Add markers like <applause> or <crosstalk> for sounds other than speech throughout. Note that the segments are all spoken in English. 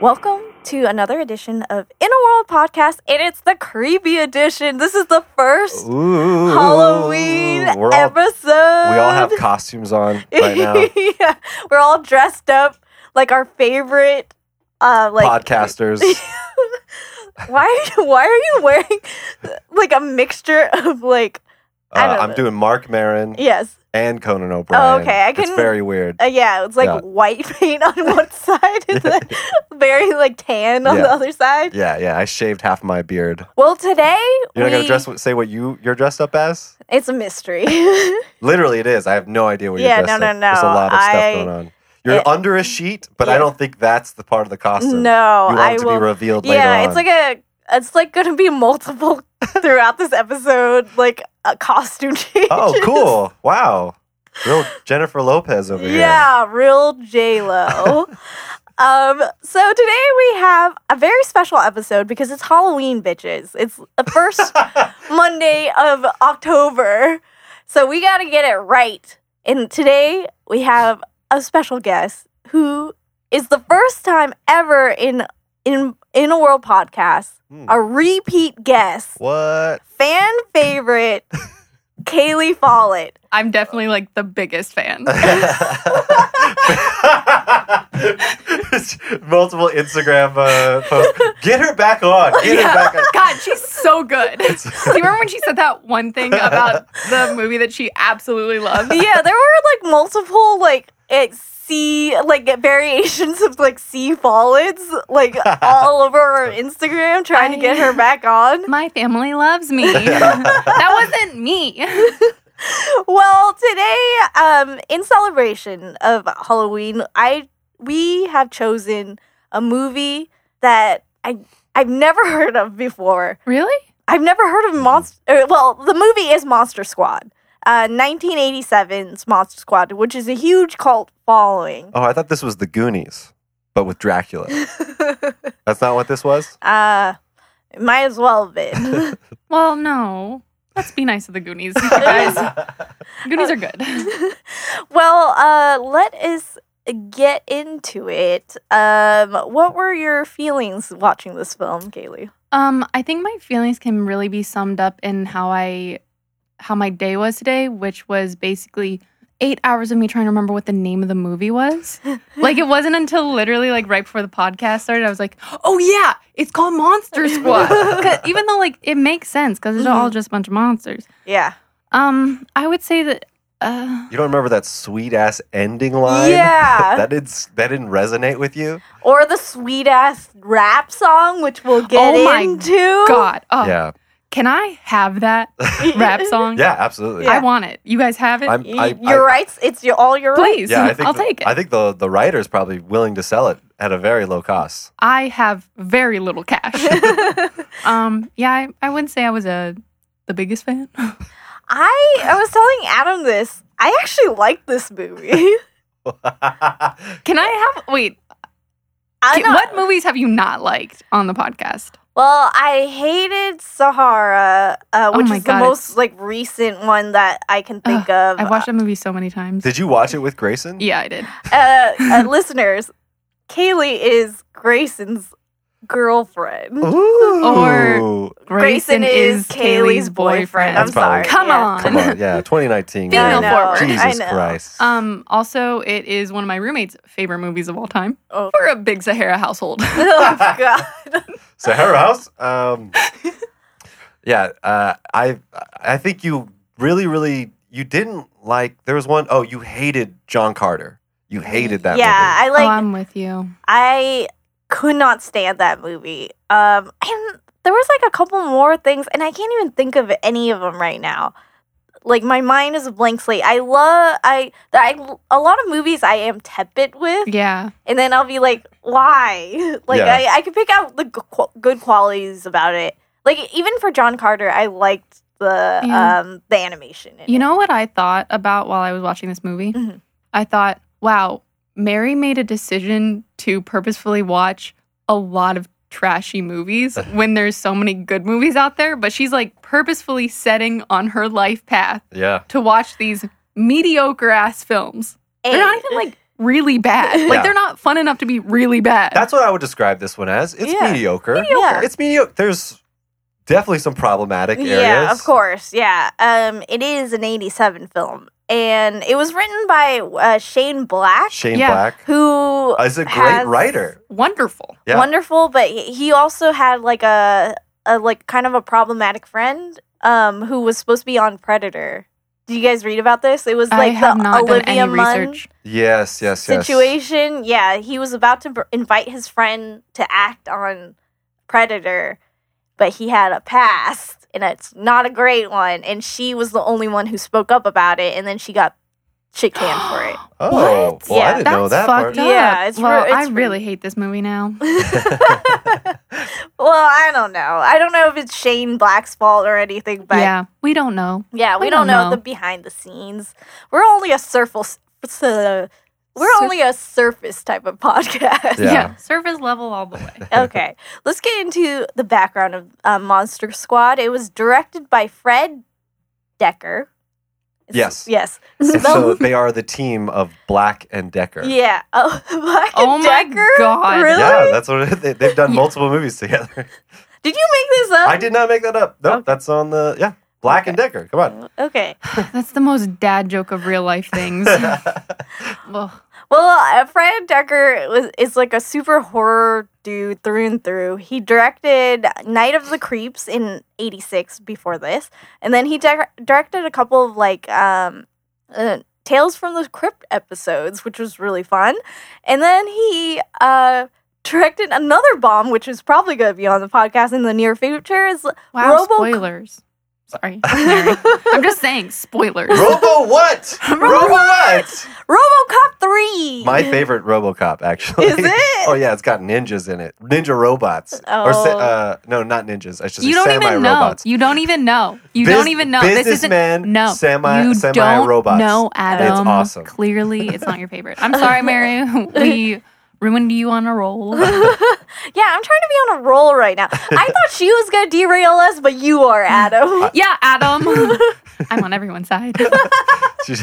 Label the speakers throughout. Speaker 1: Welcome to another edition of In a World podcast, and it's the creepy edition. This is the first
Speaker 2: Ooh,
Speaker 1: Halloween
Speaker 2: we're all,
Speaker 1: episode.
Speaker 2: We all have
Speaker 1: <laughs>
Speaker 2: costumes on right now.
Speaker 1: yeah, we're all dressed up like our favorite. Uh, like
Speaker 2: Podcasters.
Speaker 1: why? Why are you wearing like a mixture of like? <laughs> I
Speaker 2: Uh,
Speaker 1: don't
Speaker 2: I'm
Speaker 1: know.
Speaker 2: doing Mark Marin
Speaker 1: Yes,
Speaker 2: and Conan O'Brien.
Speaker 1: okay, I
Speaker 2: It's
Speaker 1: couldn't-
Speaker 2: very weird.
Speaker 1: uh, yeah, it's like
Speaker 2: Yeah.
Speaker 1: white paint
Speaker 2: <laughs>
Speaker 1: on one side and then very like tan on
Speaker 2: Yeah.
Speaker 1: the other side.
Speaker 2: yeah, yeah. I shaved half my beard.
Speaker 1: Well, today
Speaker 2: You're not
Speaker 1: we,
Speaker 2: gonna dress what, say what you you're dressed up as?
Speaker 1: it's a
Speaker 2: <laughs>
Speaker 1: mystery.
Speaker 2: Literally, it is. I have no idea what
Speaker 1: Yeah,
Speaker 2: you're dressed
Speaker 1: no, no,
Speaker 2: up. There's a
Speaker 1: no.
Speaker 2: lot of
Speaker 1: I-
Speaker 2: stuff going on. You're
Speaker 1: it-
Speaker 2: under a sheet, but
Speaker 1: Yeah.
Speaker 2: I don't think that's the part of the costume.
Speaker 1: no,
Speaker 2: you want
Speaker 1: I
Speaker 2: it to
Speaker 1: will.
Speaker 2: be revealed later
Speaker 1: yeah, it's
Speaker 2: on.
Speaker 1: like a. It's like going to be
Speaker 2: <laughs>
Speaker 1: multiple throughout this episode, like a costume change.
Speaker 2: oh,
Speaker 1: <laughs>
Speaker 2: cool! Wow, real Jennifer Lopez over here.
Speaker 1: Yeah, real J Lo. um, so today we have a very special episode because it's Halloween, bitches. It's the first Monday of October, so we got to get it right. And today we have a special guest who is the first time ever in in in a world podcast
Speaker 2: Hmm.
Speaker 1: a repeat guest,
Speaker 2: What?
Speaker 1: fan favorite Kaylee Follett.
Speaker 3: I'm definitely like the biggest fan. <laughs>
Speaker 2: Multiple Instagram uh, posts. Get her back on. Get her back on.
Speaker 3: God, she's so good. Do you remember when she said that one thing about the movie that she absolutely loved?
Speaker 1: yeah, there were like multiple like at sea like variations of like sea solids like all over our Instagram trying to get her back on.
Speaker 3: <laughs> My family loves me. that wasn't me.
Speaker 1: Well, today, um, in celebration of Halloween, I we have chosen a movie that I I've never <laughs> heard of before.
Speaker 3: Really?
Speaker 1: I've never heard of Monster. Well, the movie is Monster Squad, uh, 1987's Monster Squad, which is a huge cult following.
Speaker 2: Oh, I thought this was the Goonies, but with Dracula.
Speaker 1: <laughs>
Speaker 2: That's not what this was.
Speaker 1: Uh, it might as well
Speaker 3: <laughs>
Speaker 1: have been. <laughs>
Speaker 3: Well, no. Let's be nice to the Goonies, you <laughs> guys. Goonies are good.
Speaker 1: well, uh, let us get into it. Um, what were your feelings watching this film, Kaylee?
Speaker 3: Um, I think my feelings can really be summed up in how I how my day was today, which was basically eight hours of me trying to remember what the name of the movie was. like it wasn't until literally like right before the podcast started, I was like, oh yeah, it's called Monster Squad. 'Cause Even though like it makes sense because it's all just a bunch of monsters.
Speaker 1: Yeah.
Speaker 3: Um, I would say that uh
Speaker 2: You don't remember that sweet ass ending line?
Speaker 1: Yeah.
Speaker 2: <laughs> that did that didn't resonate with you.
Speaker 1: Or the sweet ass rap song, which we'll get
Speaker 3: Oh my
Speaker 1: into.
Speaker 3: God. Oh
Speaker 2: Yeah.
Speaker 3: can I have that
Speaker 1: <laughs>
Speaker 3: rap song?
Speaker 2: Yeah. Absolutely.
Speaker 1: Yeah.
Speaker 3: I want it. You guys have it?
Speaker 2: I'm-
Speaker 1: Y-
Speaker 2: I- I-
Speaker 1: your rights, it's your, all your rights.
Speaker 3: Please.
Speaker 2: Yeah. I think
Speaker 3: I'll
Speaker 2: the-
Speaker 3: take it.
Speaker 2: I think the the writer's probably willing to sell it at a very low cost. <laughs>
Speaker 3: I have very little cash. um, yeah, I, I wouldn't say I was a the biggest fan.
Speaker 1: <laughs>
Speaker 3: <laughs>
Speaker 1: I I was telling Adam this. I actually like
Speaker 3: <laughs>
Speaker 1: this movie.
Speaker 3: Can I have wait?
Speaker 1: I
Speaker 3: can-
Speaker 1: know-
Speaker 3: what movies have you not liked on the podcast?
Speaker 1: Well, I hated Sahara, uh,
Speaker 3: Oh
Speaker 1: which
Speaker 3: my
Speaker 1: is the
Speaker 3: God,
Speaker 1: most
Speaker 3: it's-
Speaker 1: like recent one that I can think of.
Speaker 3: I watched that movie so many times.
Speaker 2: did you watch it with Grayson?
Speaker 3: yeah, I did.
Speaker 1: uh, uh, listeners. Kaylee is Grayson's girlfriend.
Speaker 2: Oh, Ooh.
Speaker 3: Or-
Speaker 1: <laughs> Grayson is Kaylee's boyfriend. I'm
Speaker 2: That's
Speaker 1: sorry.
Speaker 2: probably-
Speaker 3: Come
Speaker 1: yeah.
Speaker 3: on.
Speaker 2: Come on, yeah, 2019.
Speaker 1: I
Speaker 3: Female
Speaker 2: yeah.
Speaker 1: know,
Speaker 3: forward.
Speaker 2: Jesus
Speaker 1: I know.
Speaker 2: Christ.
Speaker 3: Um, also, it is one of my roommate's favorite movies of all time.
Speaker 1: Oh. <laughs>
Speaker 3: We're a big Sahara household.
Speaker 2: <laughs>
Speaker 1: oh God.
Speaker 2: So her house.
Speaker 1: <laughs>
Speaker 2: Um, yeah, uh, I I think you really, really you didn't like. There was one oh you hated John Carter. You hated that.
Speaker 1: yeah, I
Speaker 3: oh,
Speaker 1: like.
Speaker 3: I'm with you.
Speaker 1: I could not stand that movie. Um, and there was like a couple more things, and I can't even think of any of them right now. Like my mind is a blank slate. I love I, I a lot of movies I am tepid with,
Speaker 3: Yeah,
Speaker 1: and then I'll be like, why? <laughs> Like
Speaker 2: Yeah.
Speaker 1: I, I could pick out the g- qu- good qualities about it. Like even for John Carter, I liked the
Speaker 3: Yeah.
Speaker 1: um the animation. in
Speaker 3: you
Speaker 1: it.
Speaker 3: know what I thought about while I was watching this movie?
Speaker 2: Mm-hmm.
Speaker 1: Mhm.
Speaker 3: I thought, wow, Mary made a decision to purposefully watch a lot of trashy
Speaker 2: <laughs>
Speaker 3: movies when there's so many good movies out there, but she's like purposefully setting on her life path
Speaker 2: movie. Yeah.
Speaker 3: to watch these mediocre ass films. They're not even like really bad. Like
Speaker 2: Yeah.
Speaker 3: they're not fun enough to be really bad.
Speaker 2: That's what I would describe this one as. It's
Speaker 1: Yeah.
Speaker 2: mediocre.
Speaker 1: Mediocre.
Speaker 2: It's mediocre. There's definitely some problematic areas.
Speaker 1: Yeah, of course. Yeah. Um, it is an 87 film. And it was written by uh, Shane Black,
Speaker 2: Shane
Speaker 3: Yeah.
Speaker 2: Black
Speaker 1: who
Speaker 2: is a great
Speaker 1: has-
Speaker 2: writer.
Speaker 3: wonderful.
Speaker 2: Uh, Yeah.
Speaker 1: wonderful, but he he also had like a, a like kind of a problematic friend um, who was supposed to be on Predator. Did you guys read about this? It was
Speaker 3: I
Speaker 1: like
Speaker 3: have
Speaker 1: the
Speaker 3: not
Speaker 1: Olivia
Speaker 3: done any
Speaker 1: Munn
Speaker 3: research.
Speaker 2: Yes, yes, yes.
Speaker 1: situation. Yeah, he was about to br- invite his friend to act on Predator, but he had a past, and it's not a great one. And she was the only one who spoke up about it, and then she got shit canned for
Speaker 3: <gasps>
Speaker 1: it.
Speaker 2: <gasps> Oh,
Speaker 3: What?
Speaker 2: well, I
Speaker 1: Yeah,
Speaker 2: didn't
Speaker 3: That's
Speaker 2: know that
Speaker 3: fucked
Speaker 2: part.
Speaker 3: up.
Speaker 1: Yeah, it's
Speaker 3: well,
Speaker 1: re-
Speaker 3: I
Speaker 1: it's re-
Speaker 3: really hate this movie now.
Speaker 1: Well, I don't know. I don't know if it's Shane Black's fault or anything, but yeah,
Speaker 3: yeah, we don't know.
Speaker 1: we
Speaker 3: I
Speaker 1: don't
Speaker 3: don't
Speaker 1: know,
Speaker 3: know.
Speaker 1: the behind the scenes. We're only a surface. Uh, we're
Speaker 3: Sur-
Speaker 1: only a surface type of <laughs> podcast.
Speaker 2: Yeah.
Speaker 3: surface level all the way.
Speaker 1: okay, let's get into the background of uh, Monster Squad. It was directed by Fred Decker. It's-
Speaker 2: Yes.
Speaker 1: Yes.
Speaker 2: <laughs>
Speaker 3: <laughs>
Speaker 2: so <laughs>
Speaker 1: Spelled-
Speaker 2: they are the team of Black and Decker.
Speaker 1: yeah. <laughs> Oh, Black
Speaker 3: Oh
Speaker 1: and
Speaker 3: my
Speaker 1: Decker?
Speaker 3: God.
Speaker 1: Really?
Speaker 2: Yeah, that's what it- they, they've done multiple movies together.
Speaker 1: Did you make this up?
Speaker 2: I did not make that up. Nope,
Speaker 1: Um, Okay.
Speaker 2: that's on the yeah. Black and Decker.
Speaker 1: <laughs>
Speaker 2: Come on.
Speaker 1: Okay.
Speaker 3: That's the most dad joke of real life
Speaker 2: <laughs>
Speaker 3: things. Ugh.
Speaker 1: Well, uh, Fred Decker was, is like a super horror dude through and through. He directed Night of the Creeps in 86 before this. And then he di- directed a couple of like um, uh, Tales from the Crypt episodes, which was really fun. And then he uh, directed another bomb, which is probably going to be on the podcast in the near future. Is
Speaker 3: Wow,
Speaker 1: Robo-
Speaker 3: spoilers. Sorry. <laughs> Mary. I'm just saying, spoilers.
Speaker 2: Robo what? <laughs> Robo what?
Speaker 1: RoboCop 3.
Speaker 2: My favorite RoboCop, actually.
Speaker 1: Is it?
Speaker 2: <laughs> Oh yeah, it's got ninjas in it. Ninja robots. Or sa-
Speaker 1: Oh.
Speaker 2: uh, no, not ninjas. I should
Speaker 3: You
Speaker 2: say
Speaker 3: don't
Speaker 2: semi
Speaker 3: even know.
Speaker 2: robots.
Speaker 3: You don't even know. You
Speaker 2: Bus-
Speaker 3: don't even know. This isn't
Speaker 2: businessman,
Speaker 3: no.
Speaker 2: semi-
Speaker 3: you don't
Speaker 2: semi-robots.
Speaker 3: No,
Speaker 1: It's
Speaker 3: Adam.
Speaker 2: awesome.
Speaker 3: Clearly, it's not your favorite. I'm sorry, Mary. <laughs> We ruined you on a roll.
Speaker 1: Yeah, I'm trying to be on a roll right now. I thought she was going to derail us, but you are, Adam.
Speaker 3: yeah, Adam. <laughs> I'm on everyone's side.
Speaker 2: <laughs> She's,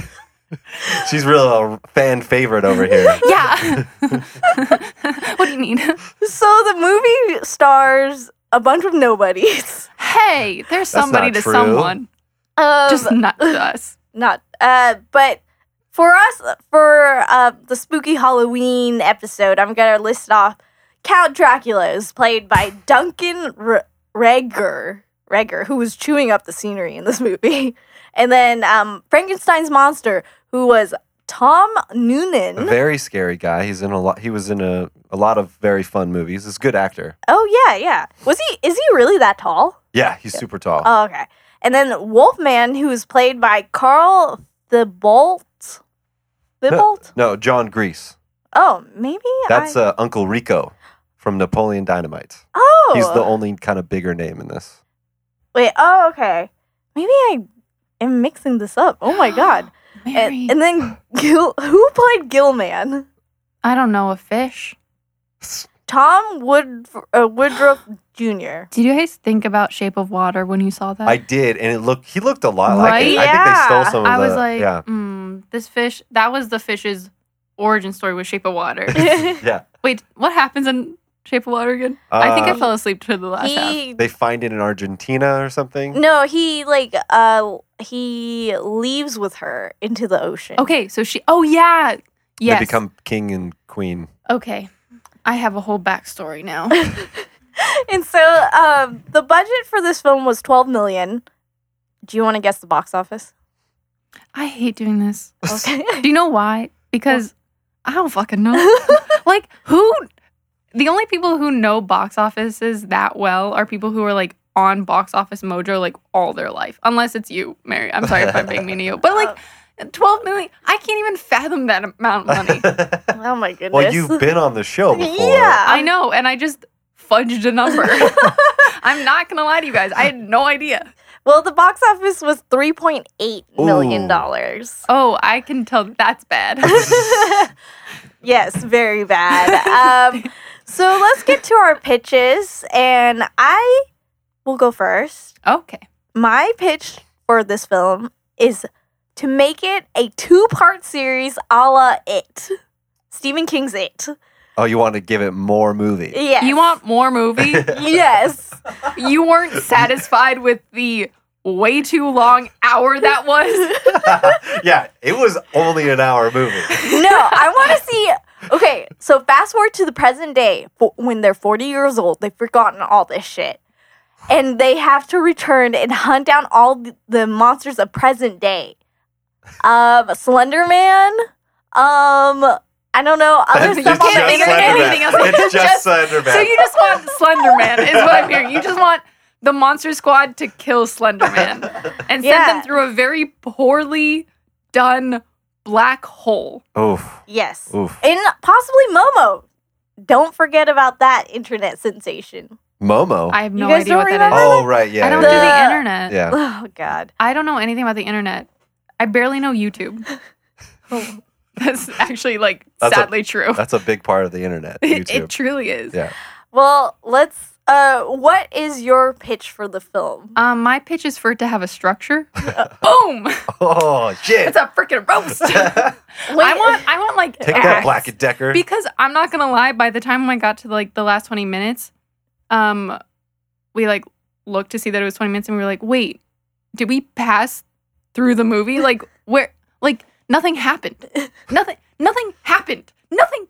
Speaker 2: she's real a fan favorite over here.
Speaker 3: Yeah. <laughs> what do you mean?
Speaker 1: So the movie stars a bunch of nobodies.
Speaker 3: Hey, there's somebody
Speaker 2: not
Speaker 3: to
Speaker 2: true.
Speaker 3: someone,
Speaker 1: Um,
Speaker 3: just not <laughs> to us.
Speaker 1: not, uh, but for us, for uh, the spooky Halloween episode, I'm gonna list off Count Dracula is played by Duncan R- Regger, Regger, who was chewing up the scenery in this movie, <laughs> and then um, Frankenstein's monster, who was Tom
Speaker 2: A
Speaker 1: Noonan.
Speaker 2: very scary guy. He's in a lot he was in a, a lot of very fun movies. He's a good actor.
Speaker 1: Oh yeah, yeah. Was he? Is he really that tall?
Speaker 2: Yeah, he's super tall.
Speaker 3: Uh,
Speaker 1: Oh, okay. And then Wolfman, who is played by Carl Thibault. Thibault?
Speaker 2: no, John Grease.
Speaker 1: Oh, maybe
Speaker 2: That's
Speaker 1: I,
Speaker 2: uh, Uncle Rico from Napoleon Dynamite.
Speaker 1: oh.
Speaker 2: He's the only kind of bigger name in this.
Speaker 1: Wait. Oh, okay. Maybe I am mixing this up.
Speaker 3: <gasps>
Speaker 1: Oh my god.
Speaker 3: Mary,
Speaker 1: and, and then Gil, who played Gilman?
Speaker 3: I don't know a fish.
Speaker 1: Tom Wood uh, Woodruff
Speaker 2: <laughs>
Speaker 1: Jr.
Speaker 3: Did you guys think about Shape of Water when you saw that?
Speaker 2: I did, and it looked. He looked a lot like.
Speaker 3: Right?
Speaker 2: It. I think they stole
Speaker 1: Yeah.
Speaker 2: some. Of
Speaker 3: I was
Speaker 2: the-
Speaker 3: like, <laughs>
Speaker 2: yeah,
Speaker 3: mm, this fish, that was the fish's origin story with Shape of
Speaker 2: <laughs>
Speaker 3: Water. <laughs>
Speaker 1: he
Speaker 2: yeah.
Speaker 3: Wait, what happens in Shape of Water again? I think
Speaker 2: Uh,
Speaker 3: I fell asleep to the last half.
Speaker 2: They find it in Argentina or something.
Speaker 1: no, he like uh he leaves with her into the ocean.
Speaker 3: Okay, so she, oh yeah. Yes.
Speaker 2: They become king and queen.
Speaker 3: okay. I have a whole backstory
Speaker 1: <laughs>
Speaker 3: now.
Speaker 1: and so um, the budget for this film was 12 million do you want to guess the box
Speaker 2: <laughs>
Speaker 1: office
Speaker 3: I hate doing this.
Speaker 1: okay
Speaker 3: <laughs> Do you know why? Because I don't fucking know. like, who? The only people who know box offices that well are people who are like on box office mojo like all their life. Unless it's you, Mary. I'm sorry if I'm being mean to you. But
Speaker 1: <laughs>
Speaker 3: like 12 million, I can't even fathom that amount of
Speaker 2: <laughs>
Speaker 3: money.
Speaker 1: oh my goodness
Speaker 2: well, you've been on the show before.
Speaker 1: yeah
Speaker 3: I know. And I just fudged a number. I'm not going to lie to you guys. I had no idea.
Speaker 1: well the box office was 3.8 million
Speaker 2: Ooh.
Speaker 1: dollars
Speaker 3: Oh, I can tell that's bad.
Speaker 1: yes very bad
Speaker 2: <laughs>
Speaker 1: um, so let's get to our pitches and i will go first
Speaker 3: okay.
Speaker 1: my pitch for this film is to make it a two-part series a la it Stephen King's It.
Speaker 2: Oh, you want to give it more movie?
Speaker 1: Yes.
Speaker 3: You want more movie?
Speaker 1: Yes.
Speaker 3: you weren't satisfied with the way too long hour that was.
Speaker 2: <laughs> yeah, it was only an hour movie.
Speaker 1: No, I want to see. Okay, so fast forward to the present day fo- when they're 40 years old, they've forgotten all this shit. And they have to return and hunt down all th- the monsters of present day. Um, Slender Man. Um, I don't know. Other
Speaker 3: You
Speaker 1: stuff on
Speaker 3: can't
Speaker 1: the
Speaker 3: think of
Speaker 1: internet.
Speaker 2: Slender
Speaker 3: anything
Speaker 2: Man.
Speaker 3: else.
Speaker 2: It's just
Speaker 3: Just-
Speaker 2: Slender Man.
Speaker 3: So you just want Slender Man, is what I'm hearing. You just want the Monster Squad to kill Slender Man and send
Speaker 1: Yeah.
Speaker 3: them through a very poorly done black hole.
Speaker 2: Oof,
Speaker 1: Yes.
Speaker 2: oof.
Speaker 1: And possibly Momo. Don't forget about that internet sensation.
Speaker 2: Momo.
Speaker 3: I have
Speaker 1: You
Speaker 3: no
Speaker 1: guys
Speaker 3: idea
Speaker 1: don't
Speaker 3: what that
Speaker 1: remember
Speaker 3: is.
Speaker 2: oh right, yeah.
Speaker 3: I don't
Speaker 2: yeah,
Speaker 3: do
Speaker 1: that.
Speaker 3: the <laughs>
Speaker 1: yeah.
Speaker 3: internet.
Speaker 2: yeah.
Speaker 1: Oh, God.
Speaker 3: I don't know anything about the internet. I barely know YouTube. That's actually like
Speaker 2: That's a-
Speaker 3: sadly true. <laughs>
Speaker 2: That's a big part of the internet.
Speaker 3: It,
Speaker 2: YouTube.
Speaker 3: it truly is.
Speaker 2: Yeah.
Speaker 1: Well, let's. Uh, what is your pitch for the film?
Speaker 3: Um, my pitch is for it to have a
Speaker 2: <laughs>
Speaker 3: structure. Boom!
Speaker 2: <laughs> oh shit!
Speaker 3: It's a freaking roast. <laughs>
Speaker 2: <laughs>
Speaker 3: I
Speaker 1: Wait.
Speaker 3: want, I want like
Speaker 2: Take
Speaker 3: acts.
Speaker 2: that, Black and Decker.
Speaker 3: Because I'm not gonna lie, by the time I got to like the last 20 minutes, um, we like looked to see that it was 20 minutes, and we were like, wait, did we pass through the movie? Like where? Like nothing happened. Nothing. Nothing happened. Nothing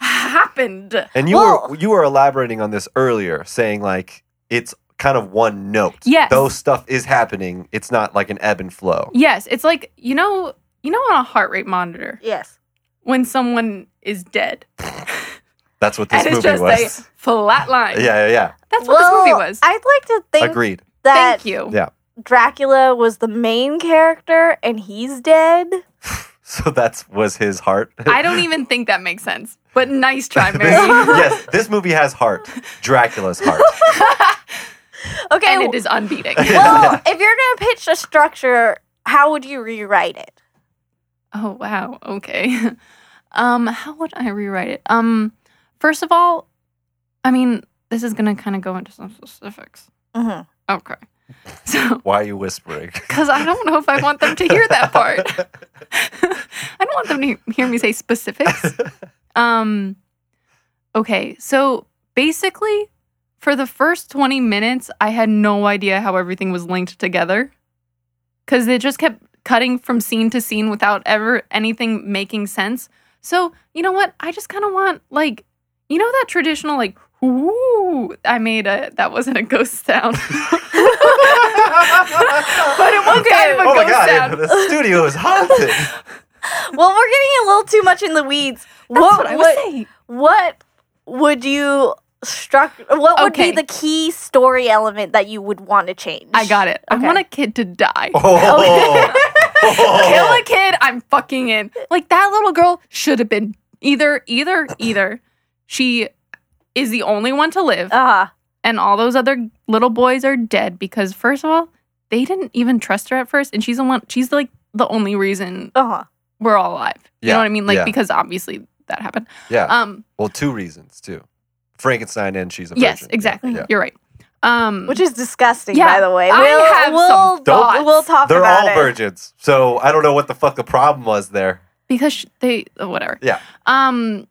Speaker 3: happened.
Speaker 2: and you
Speaker 1: Well-
Speaker 2: were you were elaborating on this earlier, saying like it's kind of one note.
Speaker 3: Yes.
Speaker 2: Though stuff is happening, it's not like an ebb and flow.
Speaker 3: Yes, it's like you know, you know, on a heart rate monitor
Speaker 1: yes.
Speaker 3: when someone is dead,
Speaker 2: That's what this
Speaker 3: and it's
Speaker 2: movie
Speaker 3: just
Speaker 2: was.
Speaker 3: a flat line.
Speaker 2: yeah, yeah,
Speaker 3: that's what
Speaker 1: Well,
Speaker 3: this movie was.
Speaker 1: I'd like to
Speaker 2: yeah.
Speaker 1: think
Speaker 2: Agreed. <laughs>
Speaker 1: that
Speaker 3: Thank you.
Speaker 2: Yeah.
Speaker 1: Dracula was the main character and he's dead.
Speaker 2: So that was his heart.
Speaker 3: I don't even think that makes sense, but nice
Speaker 2: <laughs>
Speaker 3: try,
Speaker 2: This-
Speaker 3: Mary.
Speaker 2: yes, this movie has heart. Dracula's
Speaker 3: <laughs>
Speaker 2: heart.
Speaker 1: Okay.
Speaker 3: and
Speaker 2: <laughs>
Speaker 3: it is unbeating.
Speaker 1: Well, if you're gonna pitch a structure, how would you rewrite it?
Speaker 3: <laughs> oh wow. Okay. <laughs> Um, how would I rewrite it? Um, first of all, I mean, this is gonna kind of go into some specifics.
Speaker 1: Mhm.
Speaker 3: Okay. <laughs> So,
Speaker 2: Why are you
Speaker 3: <laughs>
Speaker 2: whispering?
Speaker 3: because I don't know if I want them to hear that
Speaker 2: <laughs>
Speaker 3: part. I don't want them to hear me say specifics. Um, okay. So basically, for the first 20 minutes, I had no idea how everything was linked together because they just kept cutting from scene to scene without ever anything making sense. So, you know what? I just kind of want, like, you know, that traditional, like, ooh, I made a, that wasn't a ghost sound. <laughs> but it was kind of a
Speaker 2: oh my
Speaker 3: ghost
Speaker 2: god,
Speaker 3: sound.
Speaker 2: the studio is <laughs> haunted.
Speaker 1: Well, we're getting a little too much in the weeds.
Speaker 3: That's what I was saying.
Speaker 1: what would you structure? What would
Speaker 3: Okay.
Speaker 1: be the key story element that you would want to change?
Speaker 3: I got it.
Speaker 1: Okay.
Speaker 3: I want a kid to die.
Speaker 2: Oh.
Speaker 3: <laughs> kill a kid, I'm fucking in. Like that little girl should have been either, either, either. She is the only one to live,
Speaker 1: Uh,
Speaker 3: and all those other little boys are dead because first of all, they didn't even trust her at first, and she's the one. She's like the only reason
Speaker 1: uh-huh.
Speaker 3: we're all alive. You
Speaker 2: Yeah,
Speaker 3: know what I mean? Like
Speaker 2: yeah.
Speaker 3: because obviously that happened.
Speaker 2: Yeah.
Speaker 3: Um.
Speaker 2: <laughs> well, two reasons too. Frankenstein and she's a virgin.
Speaker 3: Yes. Exactly.
Speaker 2: Yeah.
Speaker 3: You're right. Um.
Speaker 1: Which is disgusting,
Speaker 3: Yeah,
Speaker 1: by the way.
Speaker 3: I
Speaker 1: We'll,
Speaker 3: have
Speaker 1: we'll,
Speaker 3: some thoughts.
Speaker 1: we'll, talk
Speaker 2: They're
Speaker 1: about
Speaker 2: all
Speaker 1: it.
Speaker 2: virgins, so I don't know what the fuck the problem was there.
Speaker 3: because sh- they uh, whatever.
Speaker 2: Yeah.
Speaker 3: Um.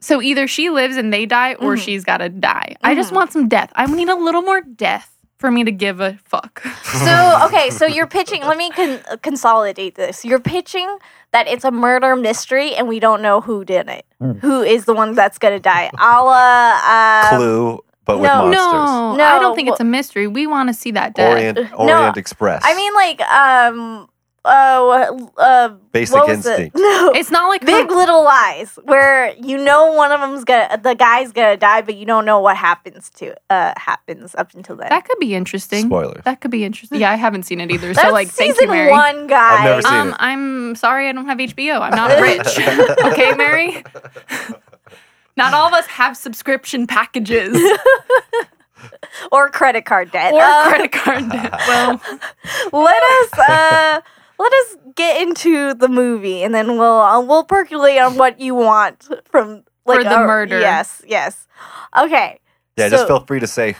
Speaker 3: So either she lives and they die, or
Speaker 1: Mhm.
Speaker 3: she's got to die. I just
Speaker 1: Mhm.
Speaker 3: want some death. I need a little more death for me to give a
Speaker 2: <laughs>
Speaker 3: fuck.
Speaker 1: So, okay, so you're pitching, let me con- consolidate this. You're pitching that it's a murder mystery and we don't know who did it.
Speaker 2: Hmm.
Speaker 1: Who is the one that's going to
Speaker 2: <laughs>
Speaker 1: die? A la, uh,
Speaker 2: Clue, but with
Speaker 1: no.
Speaker 2: monsters.
Speaker 3: no,
Speaker 1: No,
Speaker 3: I don't think
Speaker 1: well-
Speaker 3: it's a mystery. We want to see that death.
Speaker 2: Orient, Orient Express.
Speaker 1: I mean, like, um, oh, uh,
Speaker 2: Basic
Speaker 1: what was
Speaker 2: Instinct.
Speaker 1: It? No.
Speaker 3: It's not like
Speaker 1: Big
Speaker 3: her-
Speaker 1: Little Lies, where you know one of them's gonna, the guy's gonna die, but you don't know what happens to, uh, happens up until then.
Speaker 3: that could be interesting.
Speaker 2: Spoilers.
Speaker 3: That could be interesting. Yeah, I haven't seen it either.
Speaker 1: That's
Speaker 3: so like,
Speaker 1: season
Speaker 3: thank you, Mary.
Speaker 1: one, guy.
Speaker 2: I've never seen
Speaker 3: Um,
Speaker 2: it.
Speaker 3: I'm sorry, I don't have HBO. I'm
Speaker 2: <laughs>
Speaker 3: not rich. okay, Mary. not all of us have subscription
Speaker 1: <laughs>
Speaker 3: packages
Speaker 1: or credit card debt.
Speaker 3: or
Speaker 1: Uh,
Speaker 3: credit card
Speaker 2: <laughs>
Speaker 3: debt. Well.
Speaker 1: let us uh, let us get into the movie, and then we'll uh, we'll percolate on what you want from like
Speaker 3: For the
Speaker 1: a-
Speaker 3: murder.
Speaker 1: Yes, yes. Okay.
Speaker 2: Yeah, just
Speaker 1: so-
Speaker 2: feel free to say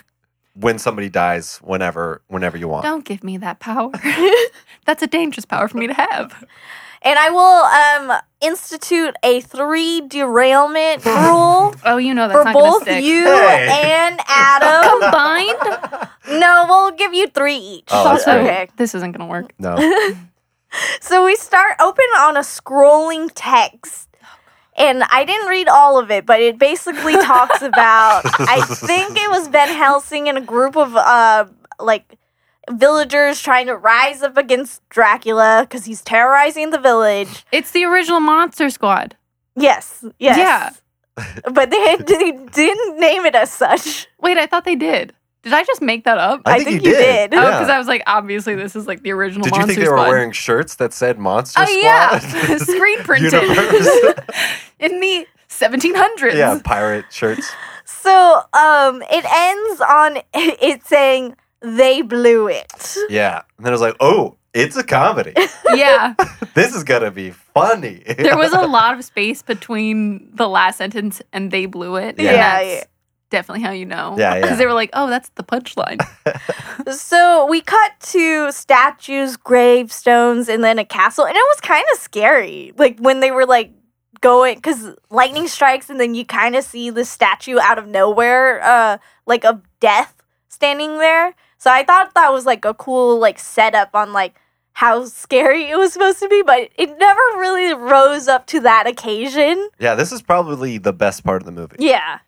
Speaker 2: when somebody dies, whenever, whenever you
Speaker 3: <laughs>
Speaker 2: want. <laughs>
Speaker 3: Don't give me that power. That's a dangerous power for me to have.
Speaker 1: And I will um, institute a three
Speaker 2: <sighs>
Speaker 1: derailment rule
Speaker 3: Oh, you know that's
Speaker 1: for
Speaker 3: not gonna
Speaker 1: both
Speaker 3: stick.
Speaker 1: you
Speaker 2: Hey.
Speaker 1: and Adam.
Speaker 3: combined.
Speaker 1: <laughs> no, we'll give you three each.
Speaker 2: Oh, that's
Speaker 3: Also,
Speaker 1: okay.
Speaker 3: This isn't gonna work.
Speaker 2: No.
Speaker 1: So we start open on a scrolling text.
Speaker 3: Oh,
Speaker 1: And I didn't read all of it, but
Speaker 3: <laughs>
Speaker 1: it basically talks about I think it was Ben Helsing and a group of uh like villagers trying to rise up against Dracula cuz he's terrorizing the village.
Speaker 3: It's the original Monster Squad.
Speaker 1: Yes. Yes.
Speaker 3: Yeah.
Speaker 1: <laughs> But they, they didn't name it as such.
Speaker 3: Wait, I thought they did. Did I just make that up?
Speaker 1: I think you did.
Speaker 3: Oh,
Speaker 2: Yeah.
Speaker 3: because I was like, obviously, this is like the original
Speaker 2: Did you
Speaker 3: Monster
Speaker 2: think they were
Speaker 3: Squad.
Speaker 2: wearing shirts that said Monster
Speaker 3: oh
Speaker 2: Squad? <laughs>
Speaker 3: yeah, <laughs> screen printed
Speaker 2: Universe.
Speaker 3: <laughs> in the 1700s.
Speaker 2: yeah, pirate shirts.
Speaker 1: So, um it ends on <laughs> it saying they blew it.
Speaker 2: Yeah. And then I was like, oh, it's a comedy.
Speaker 3: <laughs> Yeah.
Speaker 2: this is gonna be funny.
Speaker 3: There was a lot of space between the last sentence and they blew it.
Speaker 2: Yeah.
Speaker 3: and
Speaker 1: Yeah,
Speaker 3: that's
Speaker 1: yeah.
Speaker 3: Definitely how you know.
Speaker 2: Yeah, yeah.
Speaker 3: Because they were like, oh, that's the punchline.
Speaker 1: So we cut to statues, gravestones, and then a castle, and it was kind of scary. Like when they were like going, because lightning strikes, and then you kind of see the statue out of nowhere, uh, like of death standing there. So I thought that was like a cool like setup on like how scary it was supposed to be, but it never really rose up to that occasion.
Speaker 2: yeah, this is probably the best part of the movie.
Speaker 1: Yeah.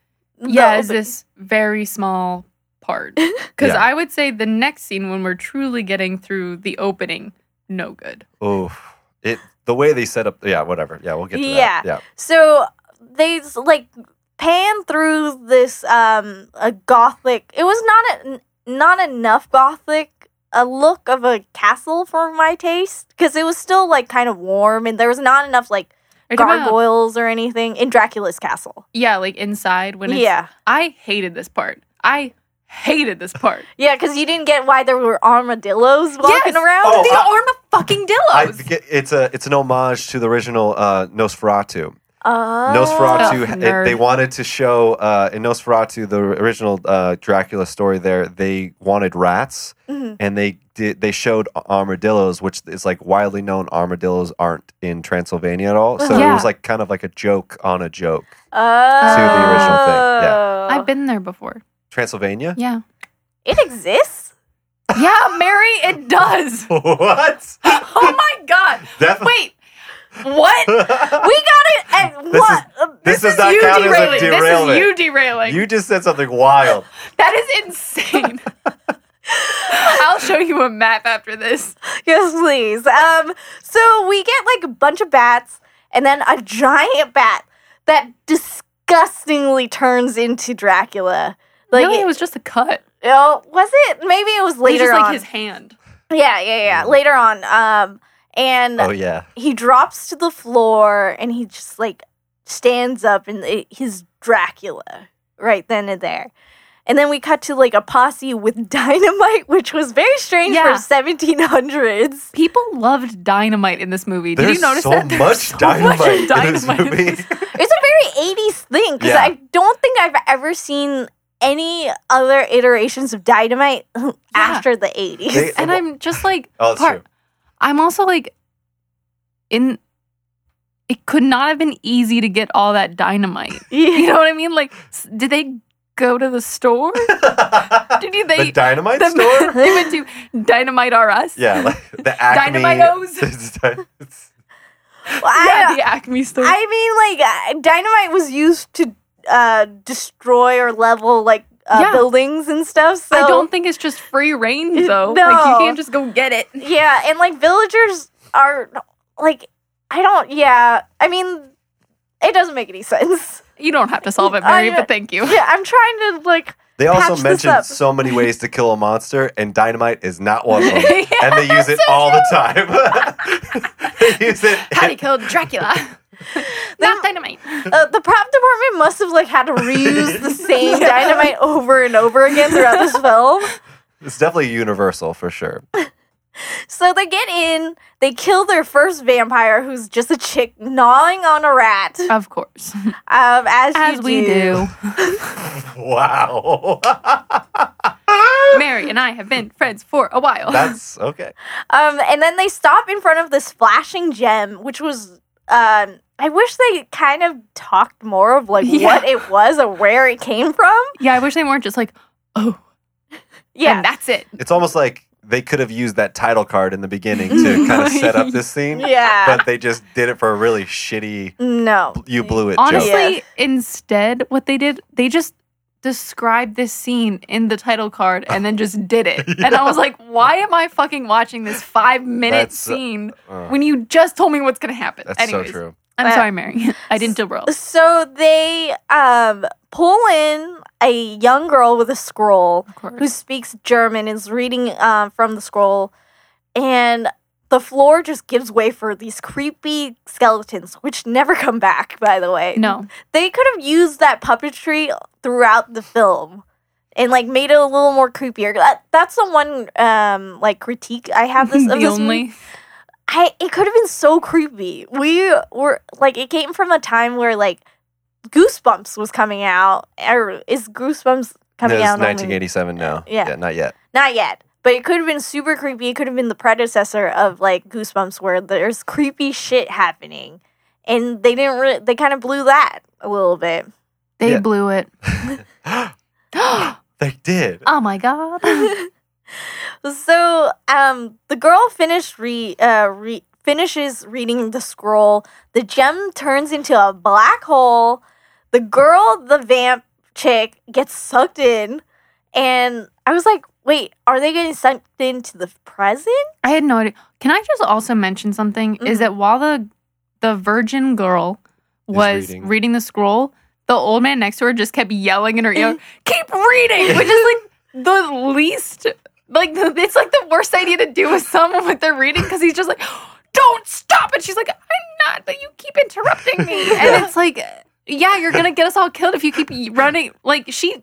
Speaker 3: yeah,
Speaker 1: The-
Speaker 3: is this very small <laughs> part. Because
Speaker 2: Yeah.
Speaker 3: I would say the next scene, when we're truly getting through the opening, no good.
Speaker 2: Oof. It the way they set up yeah, whatever. Yeah, we'll get to
Speaker 1: Yeah.
Speaker 2: that. Yeah.
Speaker 1: So they s- like pan through this um a gothic. It was not a, n- not enough gothic a look of a castle for my taste because it was still like kind of warm and there was not enough like
Speaker 3: Are you talking about-
Speaker 1: gargoyles or anything in Dracula's castle.
Speaker 3: yeah, like inside when it's.
Speaker 1: Yeah.
Speaker 3: I hated this part. I hated this <laughs> part.
Speaker 1: Yeah, because you didn't get why there were armadillos walking
Speaker 3: Yes!
Speaker 1: around.
Speaker 2: Oh,
Speaker 3: the
Speaker 2: I-
Speaker 3: arm of fucking
Speaker 2: I,
Speaker 3: dillos.
Speaker 2: get- it's a it's an homage to the original uh, Nosferatu.
Speaker 1: Oh.
Speaker 2: Nosferatu.
Speaker 3: Oh,
Speaker 2: it-
Speaker 3: nerd.
Speaker 2: they wanted to show uh, in Nosferatu the original uh, Dracula story. There, they wanted rats,
Speaker 3: Mm-hmm.
Speaker 1: Mhm.
Speaker 2: and they did. They showed armadillos, which is like widely known. Armadillos aren't in Transylvania at all, so
Speaker 3: Yeah.
Speaker 2: it was like kind of like a joke on a joke.
Speaker 1: Oh.
Speaker 3: To the
Speaker 2: original thing,
Speaker 3: I've been there before.
Speaker 2: Transylvania.
Speaker 3: Yeah.
Speaker 1: It exists.
Speaker 3: <laughs> Yeah, Mary, it does.
Speaker 2: <laughs> what?
Speaker 3: <laughs> Oh my god.
Speaker 2: Definitely.
Speaker 3: Wait. <laughs> What?
Speaker 1: We got it. And
Speaker 2: This
Speaker 1: what? Uh,
Speaker 2: <laughs> this
Speaker 1: this
Speaker 2: does not
Speaker 3: you
Speaker 2: count as
Speaker 3: derailing.
Speaker 2: a
Speaker 3: This
Speaker 2: derailment.
Speaker 3: is you derailing.
Speaker 2: you just said something wild.
Speaker 3: that is <laughs> insane. I'll show you a map after this.
Speaker 1: Yes, please. Um, so we get like a bunch of bats and then a giant bat that disgustingly turns into Dracula. Like,
Speaker 3: really, it was just a cut.
Speaker 1: oh, was it? Maybe it was
Speaker 3: It was
Speaker 1: later
Speaker 3: just like
Speaker 1: on.
Speaker 3: his hand.
Speaker 1: <laughs> yeah, yeah, yeah. Later on. Um, and
Speaker 2: Mm. Oh yeah.
Speaker 1: he drops to the floor and he just like stands up and it, he's Dracula right then and there. And then we cut to like a posse with <laughs> dynamite, which was very strange
Speaker 3: Yeah.
Speaker 1: for 1700s.
Speaker 3: People loved dynamite in this movie. Did
Speaker 2: There's
Speaker 3: you notice
Speaker 2: so
Speaker 3: that? There's
Speaker 2: much
Speaker 3: <laughs> so
Speaker 2: <laughs> dynamite,
Speaker 3: much
Speaker 2: in
Speaker 3: <laughs>
Speaker 2: this movie.
Speaker 1: It's a very 80s thing because
Speaker 2: Yeah.
Speaker 1: I don't think I've ever seen any other iterations of Dynamite <laughs> after the 80s.
Speaker 2: They-
Speaker 3: and I'm
Speaker 2: <laughs>
Speaker 3: just like,
Speaker 2: Oh, that's
Speaker 3: part-
Speaker 2: true.
Speaker 3: I'm also like, in. It could not have been easy to get all that dynamite. You
Speaker 1: <laughs> yeah.
Speaker 3: know what I mean? Like, s- did they go to the
Speaker 2: <laughs>
Speaker 3: store? Did you- they?
Speaker 2: the dynamite
Speaker 3: the-
Speaker 2: store.
Speaker 3: <laughs> they went to Dynamite R Us.
Speaker 2: <laughs> Yeah, like the Acme. <laughs>
Speaker 3: Dynamitos.
Speaker 1: Well,
Speaker 3: yeah,
Speaker 1: I,
Speaker 3: the Acme store.
Speaker 1: I mean, like, uh, Dynamite was used to uh, destroy or level, like, uh,
Speaker 3: Yeah.
Speaker 1: buildings and stuff. So,
Speaker 3: I don't think it's just free reign though. Like
Speaker 1: No.
Speaker 3: you can't just go get it.
Speaker 1: yeah, and, like, villagers are, like, I don't, yeah. I mean, it doesn't make any <laughs> sense.
Speaker 3: You don't have to solve it,
Speaker 1: I-
Speaker 3: Mary, but thank
Speaker 1: <laughs>
Speaker 3: you.
Speaker 1: Yeah, I'm trying to, like,
Speaker 2: They
Speaker 1: Patch
Speaker 2: also
Speaker 1: this up.
Speaker 2: mentioned so many ways to kill a monster, and dynamite is not one <laughs> of them.
Speaker 3: Yeah,
Speaker 2: and they use it all the time. they use it.
Speaker 3: How to kill <laughs> Dracula. Not dynamite.
Speaker 1: Uh, the prop department must have like had to reuse <laughs> the same dynamite over and over again throughout <laughs> this film.
Speaker 2: It's definitely universal for sure.
Speaker 1: So they get in, they kill their first vampire, who's just a chick gnawing on a rat. Um,
Speaker 3: Of course.
Speaker 1: as you <laughs>
Speaker 3: As we do.
Speaker 2: Wow.
Speaker 3: Mary, an and I have been friends for a while.
Speaker 2: That's okay.
Speaker 1: Um, and then they stop in front of this flashing gem, which was. Um, I wish they kind of talked more of like
Speaker 3: Yeah.
Speaker 1: what it was or where it came from.
Speaker 3: yeah, I wish they weren't just like, oh, yeah,
Speaker 1: Yeah,
Speaker 3: that's it.
Speaker 2: It's almost like they could have used that title card in the beginning <laughs> to kind of set up this scene.
Speaker 1: yeah.
Speaker 2: But they just did it for a really shitty
Speaker 1: no,
Speaker 2: you blew it
Speaker 3: Honestly,
Speaker 2: joke.
Speaker 1: Yeah.
Speaker 3: instead, what they did, they just described this scene in the title card and then just did
Speaker 2: <laughs>
Speaker 3: it. And I was like, why am I fucking watching this five minute
Speaker 2: That's, uh,
Speaker 3: scene
Speaker 2: Uh,
Speaker 3: when you just told me what's gonna happen?
Speaker 2: that's
Speaker 3: Anyways,
Speaker 2: so true.
Speaker 3: I'm
Speaker 1: But-
Speaker 3: sorry, Mary. I didn't derail.
Speaker 1: So they um, pull in a young girl with a scroll
Speaker 3: Of course.
Speaker 1: who speaks German is reading uh, from the scroll, and the floor just gives way for these creepy skeletons, which never <laughs> come back. By the way,
Speaker 3: no.
Speaker 1: they could have used that puppetry throughout the film. And like made it a little more creepier. That, that's the one um like critique I
Speaker 3: <laughs>
Speaker 1: have this of
Speaker 3: the
Speaker 1: this
Speaker 3: only
Speaker 1: movie. I it could have been so creepy. We were like it came from a time where like Goosebumps was coming out. Or is Goosebumps coming
Speaker 2: No, it's
Speaker 1: out? only-
Speaker 2: 1987 now.
Speaker 1: Yeah.
Speaker 2: Not yet. <gasps>
Speaker 1: Not yet. But it could have been super creepy. It could have been the predecessor of like Goosebumps where there's creepy shit happening. And they didn't really they kind of blew that a little bit.
Speaker 3: they
Speaker 2: Yeah.
Speaker 3: blew it. oh
Speaker 2: they did.
Speaker 1: Uh,
Speaker 3: my
Speaker 2: <laughs>
Speaker 3: god.
Speaker 1: so um the girl finished re uh re- finishes reading the scroll the gem turns into a black hole the girl the vamp chick gets sucked in and i was like wait are they getting sucked into the present
Speaker 3: I had no idea. Can I just also mention something? Is
Speaker 1: Mhm.
Speaker 3: that while the the virgin girl
Speaker 2: Is
Speaker 3: was
Speaker 2: reading.
Speaker 3: reading. the scroll, the old man next to her just kept yelling in her ear, "Keep reading," which is like the least. Like the, it's like the worst idea to do with someone with their reading because he's just like, <gasps> "Don't stop!" And she's like, "I'm not, but you keep interrupting me." And it's like, yeah, you're gonna get us all killed if you keep running. Like she,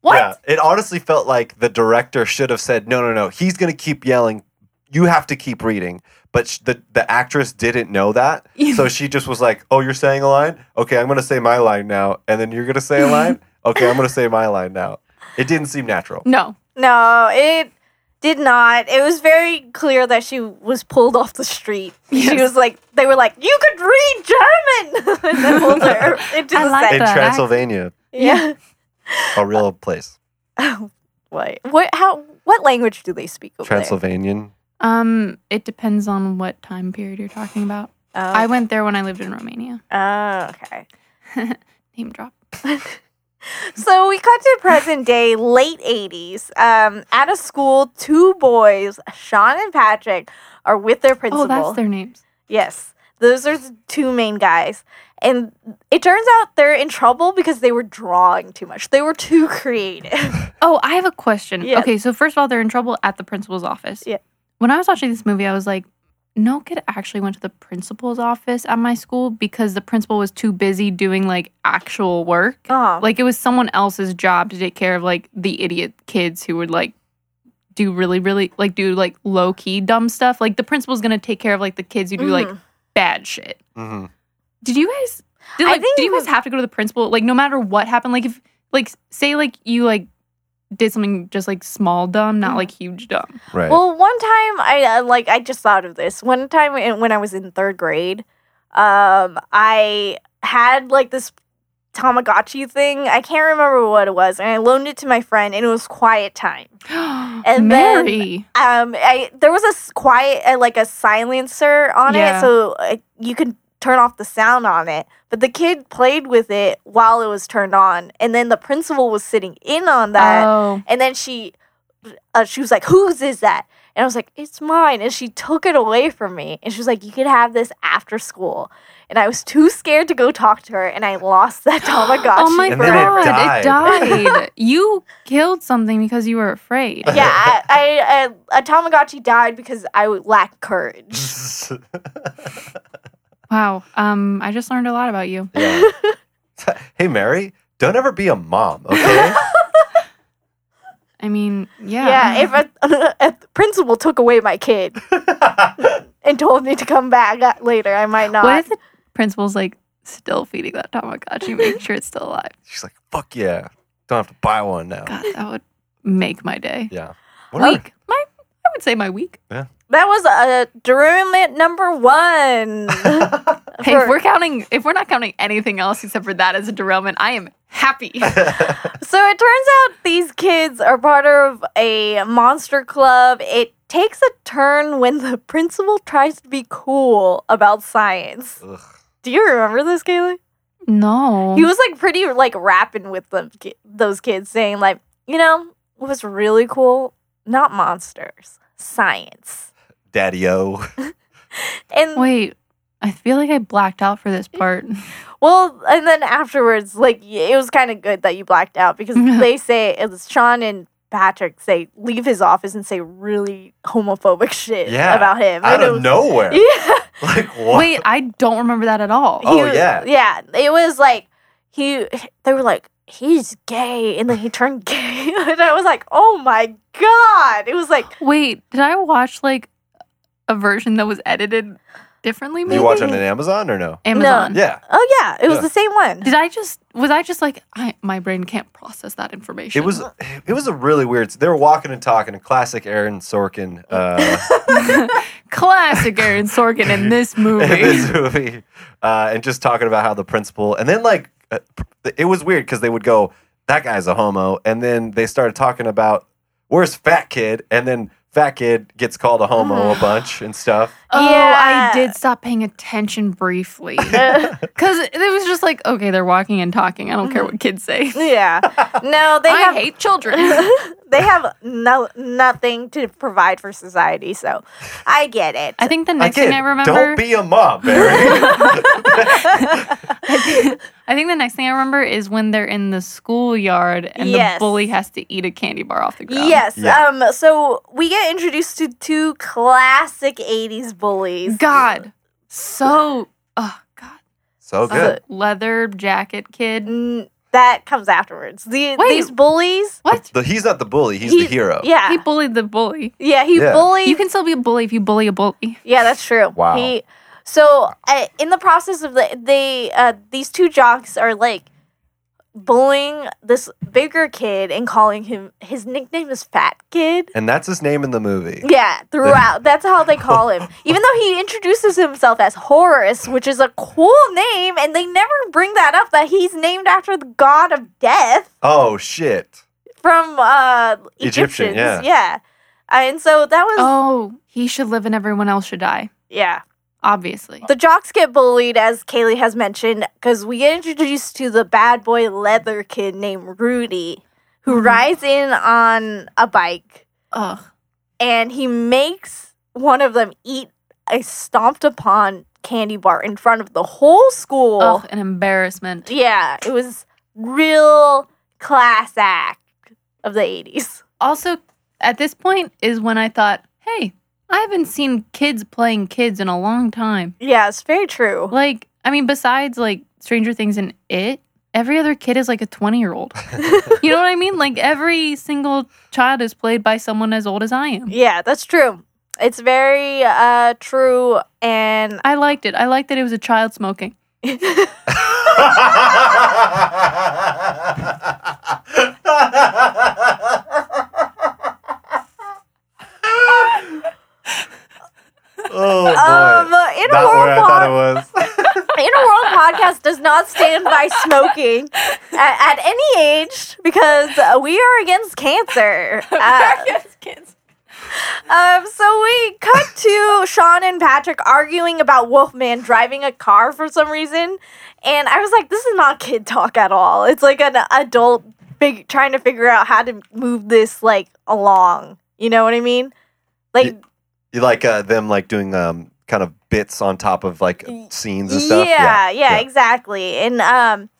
Speaker 3: what?
Speaker 2: Yeah. It honestly felt like the director should have said, no, no, no. He's going to keep yelling. You have to keep reading. But sh- the, the actress didn't
Speaker 1: <laughs>
Speaker 2: know that. So she just was like, oh, you're saying a line? Okay, I'm going to say my line now. And then you're going to say
Speaker 1: <laughs>
Speaker 2: a line? Okay, I'm going to say my line now. It didn't seem natural.
Speaker 3: No,
Speaker 1: no it did not it was very clear that she was pulled off the street she
Speaker 3: Yes.
Speaker 1: was like they were like you could read german <laughs> and they pulled her
Speaker 3: <laughs>
Speaker 1: into
Speaker 3: I
Speaker 1: the
Speaker 3: like
Speaker 1: set.
Speaker 2: In
Speaker 3: that.
Speaker 2: Transylvania,
Speaker 1: yeah
Speaker 2: a real
Speaker 1: Uh,
Speaker 2: place.
Speaker 1: Oh, what? What? How? What language do they speak over
Speaker 2: Transylvanian.
Speaker 3: um, it depends on what time period you're talking about.
Speaker 1: there?
Speaker 3: I went there when I lived in Romania.
Speaker 1: Oh, oh, okay.
Speaker 3: Name drop.
Speaker 1: So we cut to present day, late '80s. Um, at a school, two boys, Sean and Patrick, are with their principal.
Speaker 3: Oh, that's their names.
Speaker 1: yes, those are the two main guys, and it turns out they're in trouble because they were drawing too much. They were
Speaker 3: <laughs>
Speaker 1: too <laughs> creative.
Speaker 3: Oh, I have a question.
Speaker 1: Yes.
Speaker 3: Okay, so first of all, they're in trouble at the principal's office.
Speaker 1: Yeah.
Speaker 3: When I was watching this movie, I was like, no kid actually went to the principal's office at my school because the principal was too busy doing like actual work.
Speaker 1: oh,
Speaker 3: Like it was someone else's job to take care of like the idiot kids who would like do really, really like do like low key dumb stuff. Like the principal's gonna take care of like the kids who do like
Speaker 1: Mhm.
Speaker 3: bad shit.
Speaker 2: Mhm.
Speaker 3: Did you guys? Did
Speaker 1: I
Speaker 3: like?
Speaker 1: think
Speaker 3: Did you
Speaker 1: it
Speaker 3: guys
Speaker 1: was-
Speaker 3: have to go to the principal? Like, no matter what happened, like if like say like you like did something just like small dumb, not
Speaker 1: Mhm.
Speaker 3: like huge
Speaker 1: <gasps>
Speaker 3: dumb.
Speaker 2: Right.
Speaker 1: Mm-hmm.
Speaker 2: <laughs>
Speaker 1: Well, <laughs> one time I uh, like I just thought of this. One time in- when I was in third grade, um, I had like this Tamagotchi thing. I can't remember what it was, and I loaned it to my friend, and it was quiet time.
Speaker 3: and
Speaker 1: then-
Speaker 3: Mary,
Speaker 1: Um, I there was a s- quiet uh, like a silencer on it,
Speaker 3: Yeah.
Speaker 1: so uh, you could turn off the sound on it. But the kid played with it while it was turned on, and then the principal was sitting in on that.
Speaker 3: oh,
Speaker 1: And then she, uh, she was like, "Whose is that?" And I was like, "It's mine." And she took it away from me. And she was like, "You could have this after school." And I was too scared to go talk to her, and I lost that
Speaker 3: <gasps>
Speaker 1: Tamagotchi.
Speaker 3: oh my
Speaker 2: And then
Speaker 1: forever.
Speaker 3: god,
Speaker 2: died.
Speaker 3: it died. you killed something because you were afraid.
Speaker 1: Yeah, I, I, I, a Tamagotchi died because I lacked courage.
Speaker 3: Wow. Um, I just learned a lot about you.
Speaker 2: Yeah. hey, Mary, don't ever be a mom, okay? <laughs>
Speaker 3: I mean, yeah.
Speaker 1: Yeah, if a, <laughs> a principal took away my kid and told me to come back later, I might not.
Speaker 3: what if the principal's like still feeding that Tamagotchi, make sure it's still alive?
Speaker 2: She's like, fuck yeah. Don't have to buy one now.
Speaker 3: God, that would make my day.
Speaker 2: Yeah. Whatever.
Speaker 3: Week. My, I would say my week.
Speaker 1: That was a derivament
Speaker 3: <laughs>
Speaker 1: number one.
Speaker 3: Hey,
Speaker 1: For-
Speaker 3: if we're counting, if we're not counting anything else except for that as a derailment, I am happy.
Speaker 1: So it turns out these kids are part of a monster club. It takes a turn when the principal tries to be cool about science.
Speaker 2: Ugh.
Speaker 1: Do you remember this, Kaylee?
Speaker 3: <laughs> no,
Speaker 1: He was like pretty like rapping with them, ki- those kids, saying like, you know, what was really cool? Not monsters, science.
Speaker 2: Daddy O.
Speaker 1: And
Speaker 3: Wait, I feel like I blacked out for this <laughs> part.
Speaker 1: Well, and then afterwards, like y- it was kind of good that you blacked out
Speaker 3: <laughs>
Speaker 1: because they say it was Sean and Patrick say leave his office and say really homophobic <laughs> shit
Speaker 2: Yeah.
Speaker 1: about him.
Speaker 2: Out
Speaker 1: And it
Speaker 2: of
Speaker 1: was-
Speaker 2: nowhere.
Speaker 1: <laughs> Yeah.
Speaker 2: Like what?
Speaker 3: Wait, I don't remember that at all.
Speaker 2: Oh,
Speaker 1: He was-
Speaker 2: yeah.
Speaker 1: Yeah. It was like he. They were like he's gay, and then he turned <laughs> gay, and I was like, oh my god! It was like
Speaker 3: Wait, did I watch like a version that was edited differently? Maybe
Speaker 2: you watch it on Amazon or no?
Speaker 3: Amazon.
Speaker 2: Yeah.
Speaker 1: oh yeah, it was
Speaker 2: Yeah.
Speaker 1: the same one.
Speaker 3: Did I just was I just like I, my brain can't process that information?
Speaker 2: It was it was a really weird. They were walking and talking. A classic Aaron Sorkin uh,
Speaker 3: classic Aaron Sorkin in <laughs> this movie.
Speaker 2: in <laughs> this movie, uh, and just talking about how the principal. And then like uh, pr- it was weird because they would go, "That guy's a homo," and then they started talking about where's Fat Kid, and then Fat Kid gets called a homo a bunch and stuff.
Speaker 3: Oh,
Speaker 1: Yeah.
Speaker 3: I did stop paying attention
Speaker 1: <laughs>
Speaker 3: briefly because it was just like okay, they're walking and talking. I don't care what kids say.
Speaker 1: yeah.
Speaker 2: <laughs>
Speaker 1: No, they
Speaker 3: I
Speaker 1: Mm-hmm. have
Speaker 3: hate
Speaker 1: <laughs>
Speaker 3: children.
Speaker 1: they have no nothing to provide for society, so I get it.
Speaker 3: I think the next
Speaker 2: Again,
Speaker 3: thing I remember.
Speaker 2: don't be a mom, Barry.
Speaker 3: I think the next thing I remember is when they're in the schoolyard and
Speaker 1: Yes.
Speaker 3: the bully has to eat a candy bar off the ground.
Speaker 1: Yes.
Speaker 2: Yeah.
Speaker 1: Um. So we get introduced to two classic '80s bullies.
Speaker 3: God. So, oh, God.
Speaker 2: <laughs> so good.
Speaker 3: The leather jacket kid.
Speaker 1: Mm, That comes afterwards. The,
Speaker 3: Wait.
Speaker 1: These bullies.
Speaker 3: What?
Speaker 2: The- he's not the bully. He's
Speaker 1: he-
Speaker 2: the hero.
Speaker 1: Yeah.
Speaker 3: He bullied the bully.
Speaker 1: yeah. He
Speaker 2: Yeah.
Speaker 1: bullied.
Speaker 3: You can still be a bully if you bully a bully.
Speaker 1: yeah, that's true.
Speaker 2: Wow.
Speaker 1: He, so uh, in the process of the they uh, these two jocks are like bullying this bigger kid and calling him his nickname is Fat Kid.
Speaker 2: And that's his name in the movie.
Speaker 1: Yeah,
Speaker 2: <laughs>
Speaker 1: throughout. That's how they call him. Even though he introduces himself as Horus, which is a cool name, and they never bring that up that he's named after the god of death
Speaker 2: Oh shit.
Speaker 1: from uh
Speaker 2: Egyptian,
Speaker 1: Egyptians.
Speaker 2: yeah.
Speaker 1: yeah. Uh, and so that was
Speaker 3: Oh, he should live and everyone else should die.
Speaker 1: yeah.
Speaker 3: Obviously.
Speaker 1: The jocks get bullied, as Kaylee has mentioned, because we get introduced to the bad boy leather kid named Rudy, who
Speaker 3: Mhm.
Speaker 1: rides in on a bike
Speaker 3: Ugh.
Speaker 1: and he makes one of them eat a stomped upon candy bar in front of the whole school.
Speaker 3: Ugh, an embarrassment.
Speaker 1: Yeah, it was real class act of the 80s.
Speaker 3: Also, at this point is when I thought, hey, I haven't seen kids playing kids in a long time.
Speaker 1: Yeah, it's very true.
Speaker 3: Like, I mean, besides like Stranger Things and It, every other kid is like a 20 year old. you know what I mean? Like, every single child is played by someone as old as I am.
Speaker 1: Yeah, that's true. It's very uh true and
Speaker 3: I liked it. I liked that it was a child smoking.
Speaker 2: oh boy.
Speaker 1: um in a
Speaker 2: Not
Speaker 1: world
Speaker 2: where I thought it was.
Speaker 1: In a World podcast does not stand by smoking at, at any age because uh, we are against cancer. Uh,
Speaker 3: kids.
Speaker 1: um, so we cut to Sean and Patrick arguing about Wolfman driving a car for some reason, and I was like, "This is not kid talk at all. It's like an adult big trying to figure out how to move this like along. You know what I mean? Like,
Speaker 2: You like uh, them like doing um kind of bits on top of like
Speaker 1: Y-
Speaker 2: scenes and stuff.
Speaker 1: Yeah, yeah,
Speaker 2: yeah.
Speaker 1: exactly. And um,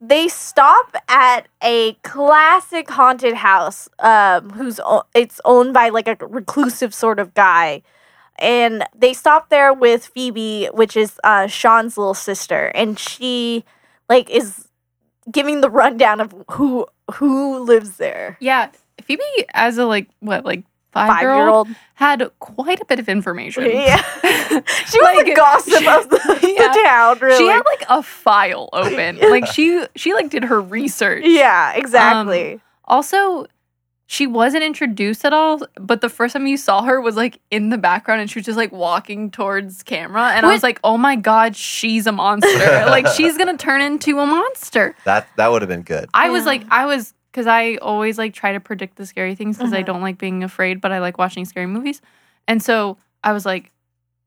Speaker 1: they stop at a classic haunted house. Um, who's o- it's owned by like a reclusive sort of guy, and they stop there with Phoebe, which is uh, Sean's little sister, and she like is giving the rundown of who who lives there.
Speaker 3: Yeah. Phoebe, as a like, what, like
Speaker 1: Five
Speaker 3: five
Speaker 1: year
Speaker 3: year old,
Speaker 1: old.
Speaker 3: had quite a bit of information. <laughs>
Speaker 1: <laughs> Yeah, she was the
Speaker 3: Like,
Speaker 1: gossip
Speaker 3: she-
Speaker 1: of
Speaker 3: <laughs>
Speaker 1: the,
Speaker 3: yeah.
Speaker 1: the town. Really.
Speaker 3: She had like a file
Speaker 1: <laughs>
Speaker 3: open. like, she, she like did her research.
Speaker 1: yeah, exactly.
Speaker 3: Also, she wasn't introduced at all, but the first time you saw her was like in the background and she was just like walking towards camera. And I
Speaker 1: What-
Speaker 3: was like, oh my God, she's a monster. like, she's going to turn into a monster.
Speaker 2: That that would have been good.
Speaker 3: I was
Speaker 1: Yeah.
Speaker 3: like, I was, because I always like try to predict the scary things because I
Speaker 1: Uh-huh.
Speaker 3: don't like being afraid, but I like watching scary movies. And so I was like,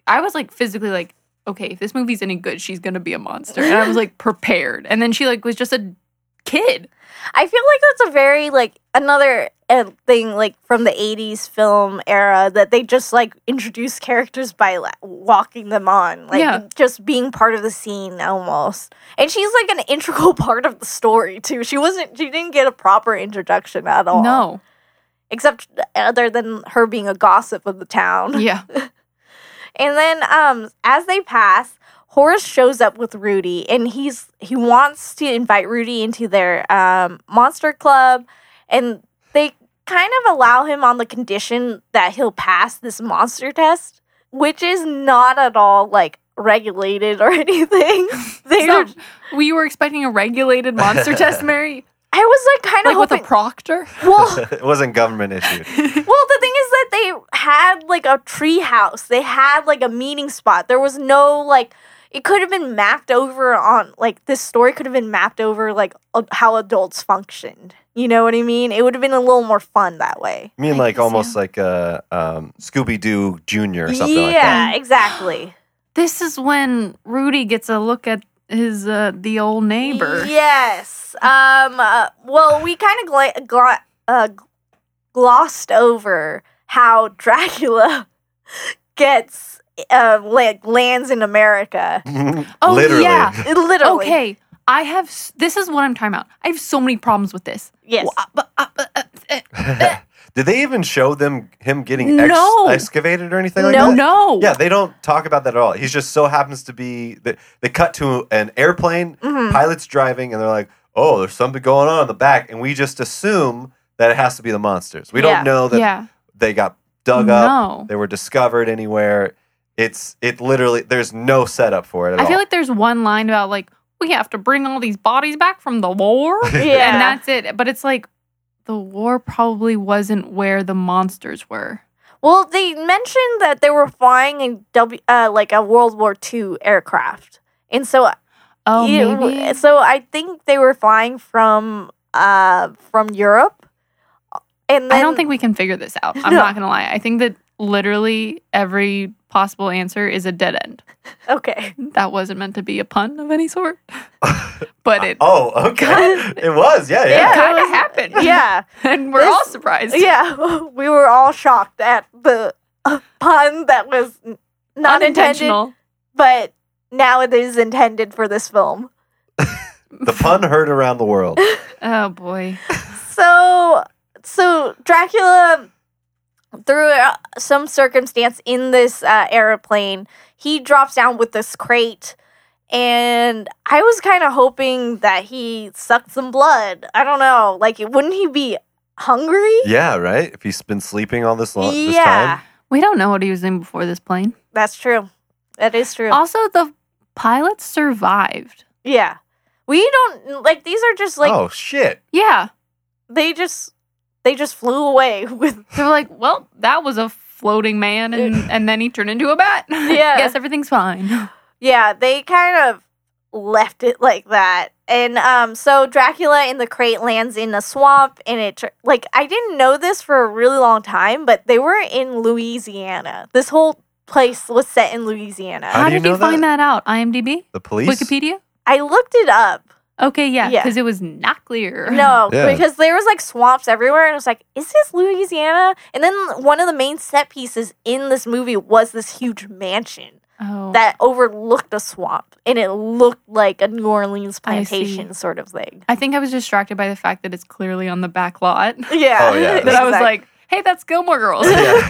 Speaker 3: I was like physically like, okay, if this movie's any good, she's going to be a monster. And I was
Speaker 1: <laughs>
Speaker 3: like prepared. And then she like was just a kid.
Speaker 1: I feel like that's a very like another uh, thing like from the '80s film era that they just like introduce characters by la- walking them on, like
Speaker 3: Yeah.
Speaker 1: just being part of the scene almost. And she's like an integral <laughs> part of the story too. She wasn't. She didn't get a proper introduction at all.
Speaker 3: No.
Speaker 1: except other than her being a gossip of the town.
Speaker 3: Yeah.
Speaker 1: And then um as they pass, Horace shows up with Rudy and he's he wants to invite Rudy into their um monster club and they kind of allow him on the condition that he'll pass this monster test, which is not at all like regulated
Speaker 3: <laughs>
Speaker 1: or <laughs> anything. <laughs> They
Speaker 3: So,
Speaker 1: were-
Speaker 3: we were expecting a regulated monster test,
Speaker 1: <laughs>
Speaker 3: Mary,
Speaker 1: I was like kind of
Speaker 3: like with a
Speaker 1: hoping
Speaker 3: proctor. <laughs>
Speaker 1: well <laughs>
Speaker 2: it wasn't government issued.
Speaker 1: Well, the thing is that they had like a tree house. They had like a meeting spot. There was no like it could have been mapped over on like this story could have been mapped over like a- how adults functioned. You know what I mean? It would have been a little more fun that way.
Speaker 2: I mean,
Speaker 3: I
Speaker 2: like
Speaker 3: guess,
Speaker 2: almost like a um, Scooby Doo Junior or something
Speaker 1: yeah,
Speaker 2: like that. <laughs>
Speaker 1: exactly.
Speaker 3: This is when Rudy gets a look at his uh, the old <gasps> neighbor.
Speaker 1: Yes. Um. uh, well, we kind of gla- gla- uh, glossed over how <laughs> Dracula gets uh, like lands in
Speaker 2: <laughs>
Speaker 1: America.
Speaker 3: Oh,
Speaker 2: Literally.
Speaker 3: yeah.
Speaker 1: It literally.
Speaker 3: Okay, I have. s- This is what I'm talking about. I have so many problems with this.
Speaker 1: Yes.
Speaker 3: Well, uh, but, uh, but, uh, uh,
Speaker 2: <laughs> Did they even show them him getting ex-
Speaker 3: No.
Speaker 2: excavated or anything like
Speaker 1: No.
Speaker 2: that?
Speaker 3: No.
Speaker 2: Yeah, they don't talk about that at all. He's just so happens to be. They, they cut to an airplane,
Speaker 1: Mhm.
Speaker 2: pilot's driving, and they're like, "Oh, there's something going on in the back," and we just assume that it has to be the monsters. We
Speaker 1: Yeah.
Speaker 2: don't know that
Speaker 3: yeah.
Speaker 2: they got dug up,
Speaker 3: no.
Speaker 2: they were discovered anywhere. It's it literally. There's no setup for it at
Speaker 3: I feel
Speaker 2: all.
Speaker 3: like there's one line about like we have to bring all these bodies back from the
Speaker 2: <laughs>
Speaker 3: war,
Speaker 1: Yeah.
Speaker 3: and that's it. But it's like the war probably wasn't where the monsters were.
Speaker 1: Well, they mentioned that they were flying a W, uh, like a World War II aircraft, and so
Speaker 3: Oh,
Speaker 1: it-
Speaker 3: maybe.
Speaker 1: so I think they were flying from uh from Europe, and then
Speaker 3: I don't think we can figure this out. I'm
Speaker 1: No.
Speaker 3: not gonna lie. I think that literally every possible answer is a dead end.
Speaker 1: <laughs>
Speaker 3: <laughs>
Speaker 1: okay.
Speaker 3: That wasn't meant to be a pun of any
Speaker 2: <laughs>
Speaker 3: sort, but it
Speaker 2: oh, okay. it was. Yeah, yeah.
Speaker 1: Yeah.
Speaker 3: kind
Speaker 1: it
Speaker 3: of
Speaker 1: was-
Speaker 3: happened.
Speaker 1: Yeah,
Speaker 3: <laughs> and we're
Speaker 1: This-
Speaker 3: all surprised.
Speaker 1: yeah, <laughs> we were all shocked at the <laughs> uh, pun that was n- not intended,
Speaker 3: unintentional.
Speaker 1: but now it is intended for this film.
Speaker 2: The pun heard around the world.
Speaker 3: Oh boy.
Speaker 1: so so Dracula through uh, some circumstance in this uh, airplane he drops down with this crate and I was kind of hoping that he sucked some blood. I don't know. Like, wouldn't he be hungry?
Speaker 2: Yeah, right. If he's been sleeping all this long, this
Speaker 1: Yeah.
Speaker 2: time,
Speaker 3: We don't know what he was in before this plane.
Speaker 1: That's true. That is true.
Speaker 3: Also, the pilot survived.
Speaker 1: yeah. We don't like these are just like
Speaker 2: oh shit.
Speaker 3: Yeah.
Speaker 1: they just they just flew away <laughs> with
Speaker 3: They were like, well, that was a floating man, and, and then he turned into a bat. <laughs>
Speaker 1: Yeah.
Speaker 3: Guess everything's fine.
Speaker 1: Yeah, they kind of left it like that. And um so Dracula in the crate lands in a swamp and it tr- like I didn't know this for a really long time, but they were in Louisiana. This whole place was set in
Speaker 2: How
Speaker 1: Louisiana.
Speaker 3: How
Speaker 2: do you
Speaker 3: did you
Speaker 2: know
Speaker 3: find that out? IMDb?
Speaker 2: The police.
Speaker 3: Wikipedia?
Speaker 1: I looked it up.
Speaker 3: Okay, yeah,
Speaker 1: Yeah.
Speaker 3: because it was not clear.
Speaker 1: No,
Speaker 2: Yeah.
Speaker 1: because there was like swamps everywhere and I was like, is this Louisiana? And then one of the main set pieces in this movie was this huge mansion
Speaker 3: Oh.
Speaker 1: that overlooked a swamp and it looked like a New Orleans
Speaker 3: I see.
Speaker 1: plantation sort of thing.
Speaker 3: I think I was distracted by the fact that it's clearly on the back lot. <laughs> that
Speaker 1: Yeah.
Speaker 2: Oh, yeah.
Speaker 1: That
Speaker 3: I was like, hey, that's Gilmore
Speaker 2: <laughs>
Speaker 3: Girls.
Speaker 2: <laughs> yeah.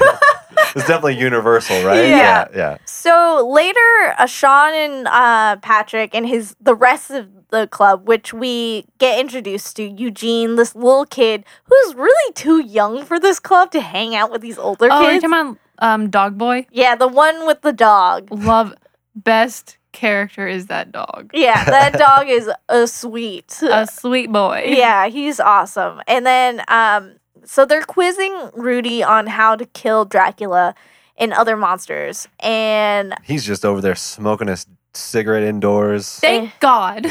Speaker 2: It's definitely universal, right?
Speaker 1: Yeah.
Speaker 2: yeah. yeah.
Speaker 1: So later, uh, Sean and uh, Patrick and his the rest of the club, which we get introduced to Eugene, this little kid who's really too young for this club to hang out with these older
Speaker 3: oh, are you
Speaker 1: kids.
Speaker 3: talking about um, Dog Boy?
Speaker 1: yeah, the one with the dog.
Speaker 3: Love, best character is that dog.
Speaker 1: Yeah,
Speaker 2: <laughs>
Speaker 1: that dog is a sweet.
Speaker 3: <laughs> A sweet boy.
Speaker 1: yeah, he's awesome. And then um So they're quizzing Rudy on how to kill Dracula and other monsters.
Speaker 3: <laughs>
Speaker 1: And <laughs>
Speaker 2: He's just over there smoking his cigarette indoors.
Speaker 1: Eh.
Speaker 3: Thank God.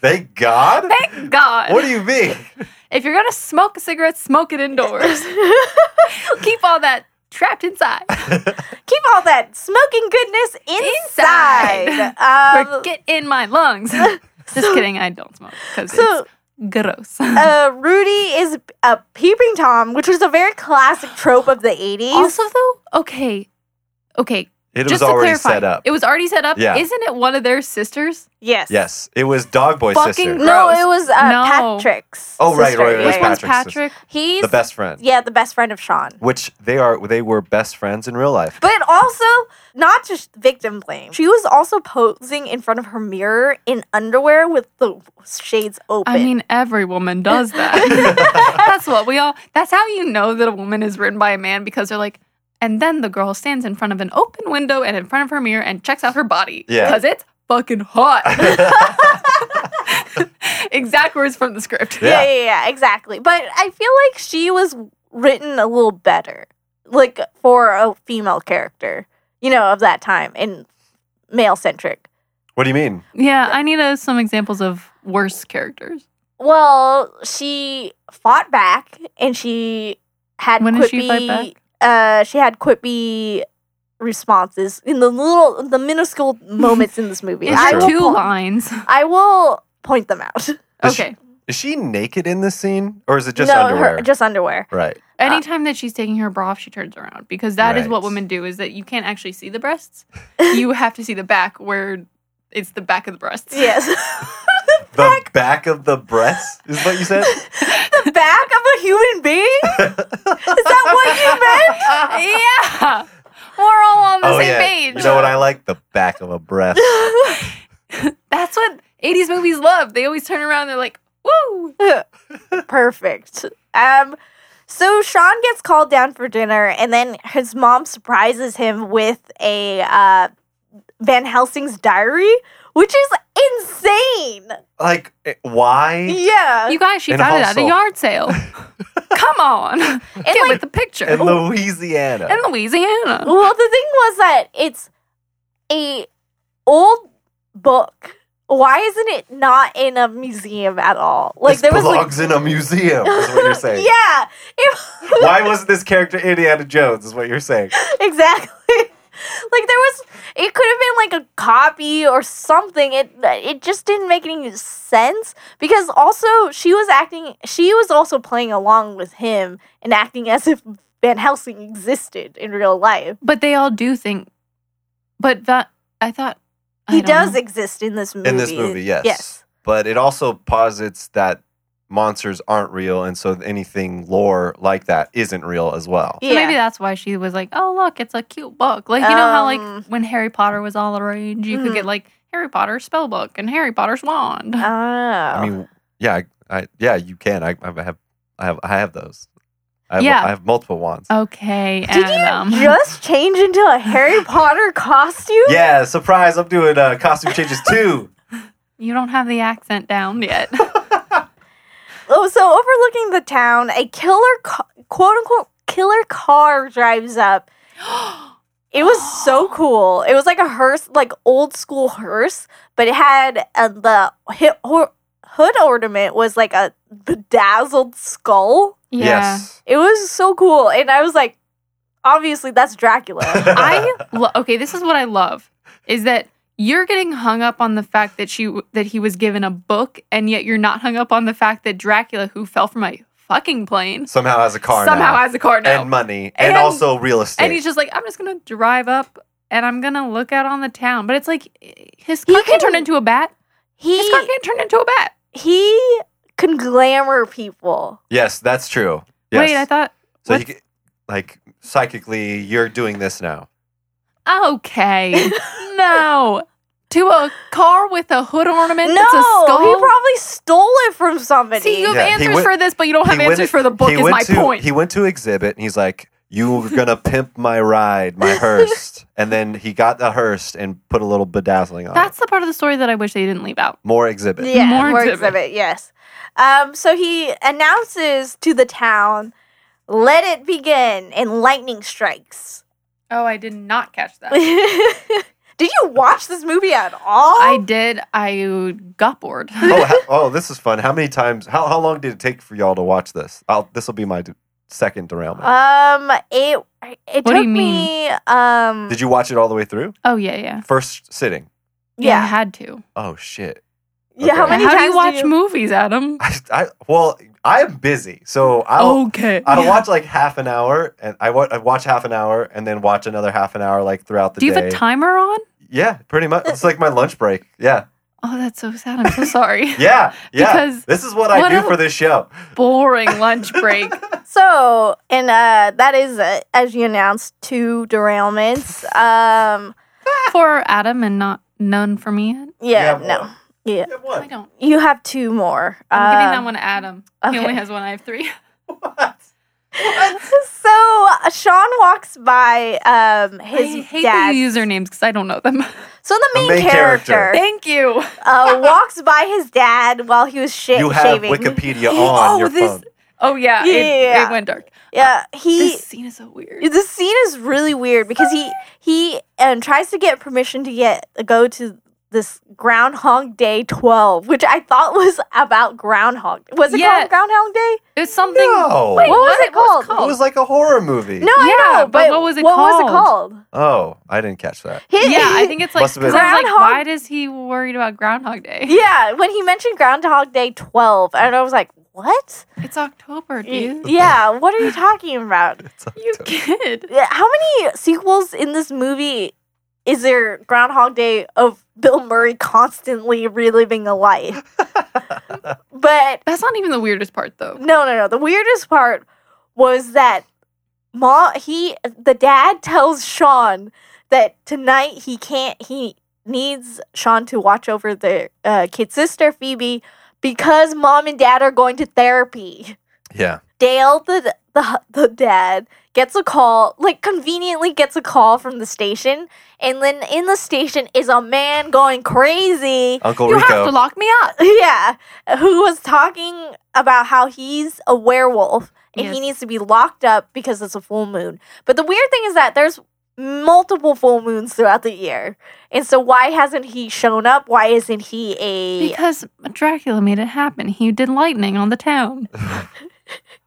Speaker 2: Thank God.
Speaker 3: <laughs> Thank God.
Speaker 2: What do you mean?
Speaker 3: if you're gonna smoke a cigarette, smoke it indoors. <laughs> Keep all that trapped inside.
Speaker 1: keep all that smoking goodness inside.
Speaker 3: or
Speaker 1: <laughs> Um,
Speaker 3: get in my <laughs> lungs. Just kidding, I don't smoke because
Speaker 1: so
Speaker 3: it's gross. <laughs>
Speaker 1: uh, Rudy is a peeping tom, which was a very classic trope of the 80s.
Speaker 3: also, though, okay, okay.
Speaker 2: It
Speaker 3: just
Speaker 2: was
Speaker 3: to
Speaker 2: already
Speaker 3: clarify,
Speaker 2: set up.
Speaker 3: It was already set up.
Speaker 2: Yeah.
Speaker 3: Isn't it one of their sisters?
Speaker 1: yes.
Speaker 2: yes, it was Dog Boy's
Speaker 3: Fucking
Speaker 2: sister,
Speaker 3: no-
Speaker 1: No,
Speaker 3: Gross.
Speaker 1: it was uh,
Speaker 3: No.
Speaker 1: Patrick's.
Speaker 2: Oh, right,
Speaker 1: sister.
Speaker 2: right,
Speaker 1: Yeah,
Speaker 2: right, It's
Speaker 3: Which
Speaker 1: yeah.
Speaker 3: one's
Speaker 2: Patrick's
Speaker 3: Patrick?
Speaker 1: He's
Speaker 2: the best friend.
Speaker 1: Yeah, the best friend of Sean.
Speaker 2: Which they are. They were best friends in real life.
Speaker 1: But also, not just victim blame. She was also posing in front of her mirror in underwear with the shades open.
Speaker 3: I mean, every woman does that.
Speaker 2: <laughs>
Speaker 3: that's what we all. That's how you know that a woman is written by a man because they're like. And then the girl stands in front of an open window and in front of her mirror and checks out her body
Speaker 2: Yeah.
Speaker 3: because it's fucking
Speaker 2: <laughs>
Speaker 3: hot. exact words from the script.
Speaker 1: yeah.
Speaker 2: Yeah.
Speaker 1: yeah, yeah, exactly. But I feel like she was written a little better, like for a female character, you know, of that time and male centric.
Speaker 2: What do you mean?
Speaker 3: Yeah, I need uh, some examples of worse characters.
Speaker 1: Well, she fought back and she had
Speaker 3: When
Speaker 1: Quippy.
Speaker 3: did she fight back?
Speaker 1: Uh, she had Quippy responses in the little,
Speaker 3: <laughs>
Speaker 1: the minuscule moments in this movie.
Speaker 2: It's
Speaker 1: I
Speaker 2: true.
Speaker 1: will
Speaker 3: two
Speaker 1: po-
Speaker 3: lines.
Speaker 1: I will point them out.
Speaker 2: Is
Speaker 3: Okay.
Speaker 2: Is she naked in this scene, or is it just
Speaker 1: no,
Speaker 2: underwear?
Speaker 1: Her, just underwear.
Speaker 2: right.
Speaker 3: Anytime that she's taking her bra off, she turns around because that is what
Speaker 2: Uh, Right.
Speaker 3: women do. Is that you can't actually see the breasts. you have to see the back where it's the back of the
Speaker 2: <laughs>
Speaker 3: breasts.
Speaker 1: Yes. <laughs>
Speaker 2: The back of the breast is what you said.
Speaker 1: the back of a human being? Is that what you meant?
Speaker 3: <laughs> yeah. We're all on <laughs> the
Speaker 2: oh
Speaker 3: same
Speaker 2: yeah.
Speaker 3: page.
Speaker 2: You know what I like? The back of
Speaker 3: <laughs>
Speaker 2: a breast.
Speaker 3: That's what 80s movies love. They always turn around and they're like, woo.
Speaker 1: <laughs> Perfect. Um, so Sean gets called down for dinner, and then his mom surprises him with a uh, Van Helsing's diary, which is insane.
Speaker 2: like eh, why?
Speaker 1: Yeah,
Speaker 3: You guys, she
Speaker 2: And
Speaker 3: found it at
Speaker 2: also-
Speaker 3: a yard sale.
Speaker 2: <laughs>
Speaker 3: Come on. Get
Speaker 1: like-
Speaker 3: with the picture.
Speaker 2: In Louisiana.
Speaker 3: in Louisiana.
Speaker 1: well, the thing was that it's a old book. Why isn't it not in a museum at all? Like
Speaker 2: this
Speaker 1: there was like,
Speaker 2: belongs in a museum. Is
Speaker 3: <laughs>
Speaker 1: <laughs>
Speaker 2: what you're saying.
Speaker 1: yeah, it,
Speaker 2: Why wasn't this character Indiana Jones? Is what you're saying.
Speaker 1: exactly. <laughs> Like there was, it could have been like a copy or something. It it just didn't make any sense because also she was acting. She was also playing along with him and acting as if Van Helsing existed in real life.
Speaker 3: But they all do think. But that I thought I
Speaker 1: He
Speaker 3: don't
Speaker 1: does
Speaker 3: know.
Speaker 1: exist in this movie.
Speaker 2: In this movie,
Speaker 3: <laughs>
Speaker 2: yes.
Speaker 1: Yes.
Speaker 2: But it also posits that monsters aren't real, and so anything lore like that isn't real as well.
Speaker 3: So
Speaker 1: Yeah.
Speaker 3: maybe that's why she was like, "Oh, look, it's a cute book." Like you know how
Speaker 1: Um,
Speaker 3: like when Harry Potter was all the rage, you
Speaker 1: Mhm.
Speaker 3: could get like Harry Potter spell book and Harry Potter's wand.
Speaker 1: Oh.
Speaker 2: I mean, yeah, I, I yeah, you can. I, I have, I have, I have those. I have,
Speaker 3: Yeah. Oh,
Speaker 2: I have multiple wands.
Speaker 3: okay, um,
Speaker 1: Did
Speaker 3: Adam. <laughs>
Speaker 1: you just change into a Harry Potter costume?
Speaker 2: Yeah, surprise! I'm doing uh, costume changes too.
Speaker 3: You don't have the accent down yet.
Speaker 1: Oh, so overlooking the town, a killer, ca- quote unquote, killer car drives up. It was
Speaker 3: <gasps>
Speaker 1: so cool. It was like a hearse, like old school hearse, but it had uh, the hi- hor- hood ornament was like a bedazzled skull.
Speaker 3: <laughs> yeah.
Speaker 2: <laughs> Yes.
Speaker 1: It was so cool, and I was like, obviously that's Dracula.
Speaker 3: I lo- okay. This is what I love is that you're getting hung up on the fact that she w- that he was given a book, and yet you're not hung up on the fact that Dracula, who fell from a fucking plane,
Speaker 2: somehow has a car
Speaker 3: somehow
Speaker 2: now.
Speaker 3: has a car now,
Speaker 2: and money and,
Speaker 3: And-
Speaker 2: also real estate.
Speaker 3: and he's just like, I'm just gonna drive up and I'm gonna look out on the town. But it's like eh, his
Speaker 1: He
Speaker 3: car can,
Speaker 1: can-
Speaker 3: turn into a bat.
Speaker 1: he
Speaker 3: His car can turn into a bat.
Speaker 1: he can glamour
Speaker 3: <laughs>
Speaker 1: people.
Speaker 2: yes, that's true. Yes.
Speaker 3: Wait, I thought.
Speaker 2: so
Speaker 3: what?
Speaker 2: you c- like psychically, you're doing this now.
Speaker 1: <laughs>
Speaker 3: okay, no, to a car with a hood ornament.
Speaker 1: No,
Speaker 3: that's a
Speaker 1: he
Speaker 3: skull.
Speaker 1: probably stole it from somebody.
Speaker 3: See, you have
Speaker 2: Yeah, he
Speaker 3: answers
Speaker 2: went-
Speaker 3: for this, but you don't have
Speaker 2: He went-
Speaker 3: answers for the book.
Speaker 2: he
Speaker 3: Is
Speaker 2: went
Speaker 3: my
Speaker 2: to-
Speaker 3: point.
Speaker 2: He went to exhibit and he's like, "You're
Speaker 3: <laughs>
Speaker 2: gonna pimp my ride, my hearse," and then he got the hearse and put a little bedazzling on
Speaker 3: That's
Speaker 2: it.
Speaker 3: the part of the story that I wish they didn't leave out.
Speaker 2: More exhibit.
Speaker 1: Yeah, more,
Speaker 3: More
Speaker 1: exhibit.
Speaker 3: exhibit.
Speaker 1: Yes. Um, so he announces to the town Let it begin, and lightning strikes. <laughs>
Speaker 3: Oh, I did not catch that.
Speaker 1: Did you watch this movie at all?
Speaker 3: I did. I got <laughs> bored.
Speaker 2: <laughs> oh, ha- oh, this is fun. How many times? How, how long did it take for y'all to watch this? I'll, this will be my d- second derailment.
Speaker 1: Um, it
Speaker 3: What
Speaker 1: it
Speaker 3: do
Speaker 1: took
Speaker 3: you
Speaker 1: me.
Speaker 3: mean?
Speaker 1: Um,
Speaker 2: Did you watch it all the way through?
Speaker 3: Oh yeah, yeah.
Speaker 2: First sitting.
Speaker 3: I
Speaker 1: Yeah,
Speaker 3: had to.
Speaker 2: Oh shit. <laughs>
Speaker 1: yeah. How
Speaker 2: Okay.
Speaker 1: many
Speaker 3: How
Speaker 1: times
Speaker 3: do you watch movies, Adam?
Speaker 2: I, I well, I am busy, so I'll
Speaker 3: okay.
Speaker 2: I'll watch like half an hour, and I, wa- I watch half an hour, and then watch another half an hour like throughout the
Speaker 3: do you
Speaker 2: day.
Speaker 3: have a timer on?
Speaker 2: Yeah, pretty much. It's like my lunch break. Yeah,
Speaker 3: Oh, that's so sad.
Speaker 2: <laughs>
Speaker 3: I'm so sorry. <laughs>
Speaker 2: yeah, yeah.
Speaker 3: Because
Speaker 2: this is what I
Speaker 3: what
Speaker 2: do
Speaker 3: else-
Speaker 2: for this show.
Speaker 3: Boring
Speaker 2: <laughs>
Speaker 3: lunch break.
Speaker 1: So, and uh, that is uh, as you announced two derailments. Um,
Speaker 3: for Adam and not none for me.
Speaker 1: yeah,
Speaker 2: You have
Speaker 1: no,
Speaker 2: one.
Speaker 1: yeah,
Speaker 2: You have
Speaker 3: I
Speaker 2: one.
Speaker 3: don't.
Speaker 1: you have two more.
Speaker 3: I'm giving that
Speaker 1: Um,
Speaker 3: one to Adam.
Speaker 1: okay.
Speaker 3: He only has one. I have three.
Speaker 2: What?
Speaker 1: So uh, Sean walks by um
Speaker 3: <laughs>
Speaker 1: his
Speaker 3: I hate
Speaker 1: dad.
Speaker 3: the usernames because I don't know them.
Speaker 1: So the
Speaker 2: The
Speaker 1: main,
Speaker 2: main character.
Speaker 1: character
Speaker 3: <laughs> Thank you.
Speaker 1: uh,
Speaker 3: <laughs>
Speaker 1: walks by his dad while he was sha-
Speaker 2: You have
Speaker 1: shaving.
Speaker 3: <laughs>
Speaker 2: Wikipedia on
Speaker 3: Oh,
Speaker 2: your
Speaker 3: this-
Speaker 2: phone.
Speaker 3: Oh yeah, it- It,
Speaker 1: Yeah.
Speaker 3: went dark.
Speaker 1: Yeah, he
Speaker 3: this scene is so weird.
Speaker 1: The scene is really weird because he he um, tries to get permission to get go to this Groundhog Day twelve, which I thought was about Groundhog. Was it
Speaker 3: Yeah.
Speaker 1: called Groundhog Day?
Speaker 3: It's something.
Speaker 2: No,
Speaker 1: Wait, what was
Speaker 3: what-
Speaker 1: it
Speaker 3: what was
Speaker 1: called?
Speaker 2: it was like a horror movie.
Speaker 1: No, I
Speaker 3: Yeah,
Speaker 1: know,
Speaker 3: but
Speaker 1: but,
Speaker 3: what was it
Speaker 1: it
Speaker 3: called?
Speaker 1: called?
Speaker 2: Oh, I didn't catch that. <laughs>
Speaker 1: He-
Speaker 3: yeah,
Speaker 1: <laughs>
Speaker 3: I think it's like.
Speaker 2: Must have been-
Speaker 3: 'cause I was like,
Speaker 1: Groundhog-
Speaker 3: why does he worried about Groundhog Day?
Speaker 1: <laughs> yeah. When he mentioned Groundhog Day twelve, and I was like, what?
Speaker 3: It's October, dude.
Speaker 1: Yeah, what are you talking about?
Speaker 2: It's a-
Speaker 3: You kid.
Speaker 1: Yeah, How many sequels in this movie? Is there Groundhog Day of Bill Murray constantly reliving a life? but
Speaker 3: That's not even the weirdest part though.
Speaker 1: No, no, no. The weirdest part was that Ma he the dad tells Sean that tonight he can't he needs Sean to watch over the uh, kid sister Phoebe because mom and dad are going to therapy.
Speaker 2: yeah.
Speaker 1: Dale the the, the dad gets a call like conveniently gets a call from the station and then in the station is a man going crazy
Speaker 2: Uncle
Speaker 3: You have to
Speaker 2: Rico.
Speaker 3: lock me up.
Speaker 1: <laughs> yeah, who was talking about how he's a werewolf and he
Speaker 3: Yes.
Speaker 1: needs to be locked up because it's a full moon. But the weird thing is that there's multiple full moons throughout the year. And so why hasn't he shown up? Why isn't he a
Speaker 3: Because Dracula made it happen. He did lightning on the town.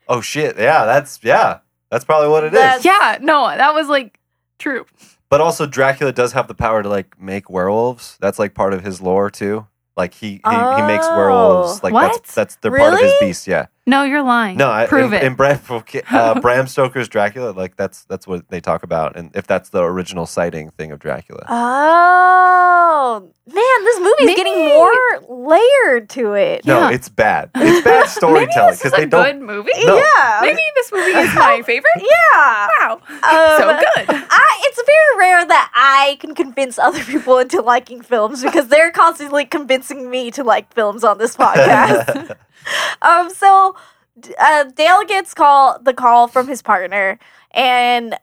Speaker 2: Oh shit. Yeah, that's yeah. That's probably what it is.
Speaker 1: That's-
Speaker 3: Yeah, no, that was like true.
Speaker 2: But also Dracula does have the power to like make werewolves. That's like part of his lore too. Like he he, he makes
Speaker 1: Oh.
Speaker 2: werewolves. Like
Speaker 3: What?
Speaker 2: that's that's they're part of his
Speaker 1: Really?
Speaker 2: beast, yeah.
Speaker 3: No, you're lying.
Speaker 2: No, I,
Speaker 3: prove
Speaker 2: in,
Speaker 3: it.
Speaker 2: In Bram, <laughs>
Speaker 3: <laughs>
Speaker 2: uh, Bram Stoker's Dracula, like that's that's what they talk about, and if that's the original sighting thing of Dracula,
Speaker 3: Uh,
Speaker 1: Oh man, this movie's
Speaker 3: Maybe-
Speaker 1: getting more layered to it.
Speaker 2: no,
Speaker 3: yeah.
Speaker 2: it's bad.
Speaker 3: <laughs>
Speaker 2: It's bad storytelling because they don't.
Speaker 3: movie.
Speaker 2: No.
Speaker 1: Yeah.
Speaker 3: Maybe this movie
Speaker 1: <laughs>
Speaker 3: is my favorite.
Speaker 1: Yeah.
Speaker 3: Wow,
Speaker 1: Um,
Speaker 3: so good.
Speaker 1: I, it's very rare that I can convince other people into liking films because they're constantly convincing me to like films on this
Speaker 2: <laughs>
Speaker 1: podcast. um, so d- uh, Dale gets call the call from his partner, and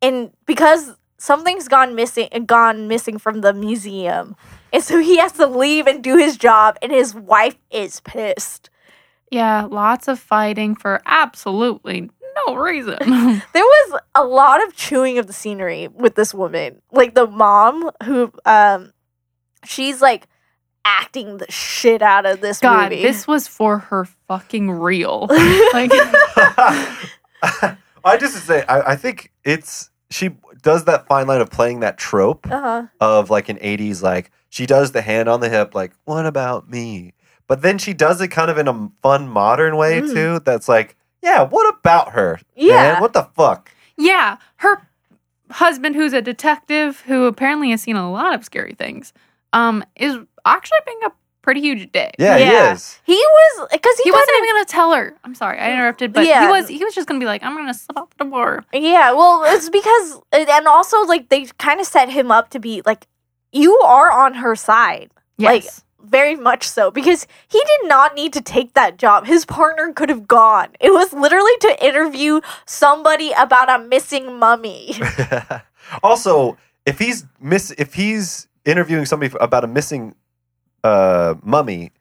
Speaker 1: and because something's gone missing, gone missing from the museum, and so he has to leave and do his job, and his wife is pissed.
Speaker 3: Yeah, lots of fighting for absolutely no reason.
Speaker 1: There was a lot of chewing of the scenery with this woman. Like the mom who um she's like acting the shit out of this
Speaker 3: God,
Speaker 1: movie.
Speaker 3: this was for her fucking real. Like,
Speaker 2: I just say I, I think it's she does that fine line of playing that trope
Speaker 1: <laughs> uh-huh.
Speaker 2: of like an 80s like she does the hand on the hip like what about me but then she does it kind of in a fun modern way
Speaker 1: Mm.
Speaker 2: too that's like yeah what about her
Speaker 1: Yeah.
Speaker 2: man? what the fuck
Speaker 3: yeah, her husband, who's a detective who apparently has seen a lot of scary things, um, is actually being a pretty huge dick.
Speaker 2: yeah,
Speaker 1: Yeah.
Speaker 2: he is <laughs>
Speaker 1: He was because he,
Speaker 3: He
Speaker 1: was
Speaker 3: wasn't even gonna tell her. I'm sorry, I interrupted, but
Speaker 1: Yeah.
Speaker 3: he was he was just gonna be like, I'm gonna slip out the door.
Speaker 1: Yeah, well, it's because and and also like they kind of set him up to be like you are on her side. Like,
Speaker 3: Yes.
Speaker 1: Very much so because he did not need to take that job. His partner could have gone. It was literally to interview somebody about a missing mummy. <laughs>
Speaker 2: also if he's miss if he's interviewing somebody about a missing uh mummy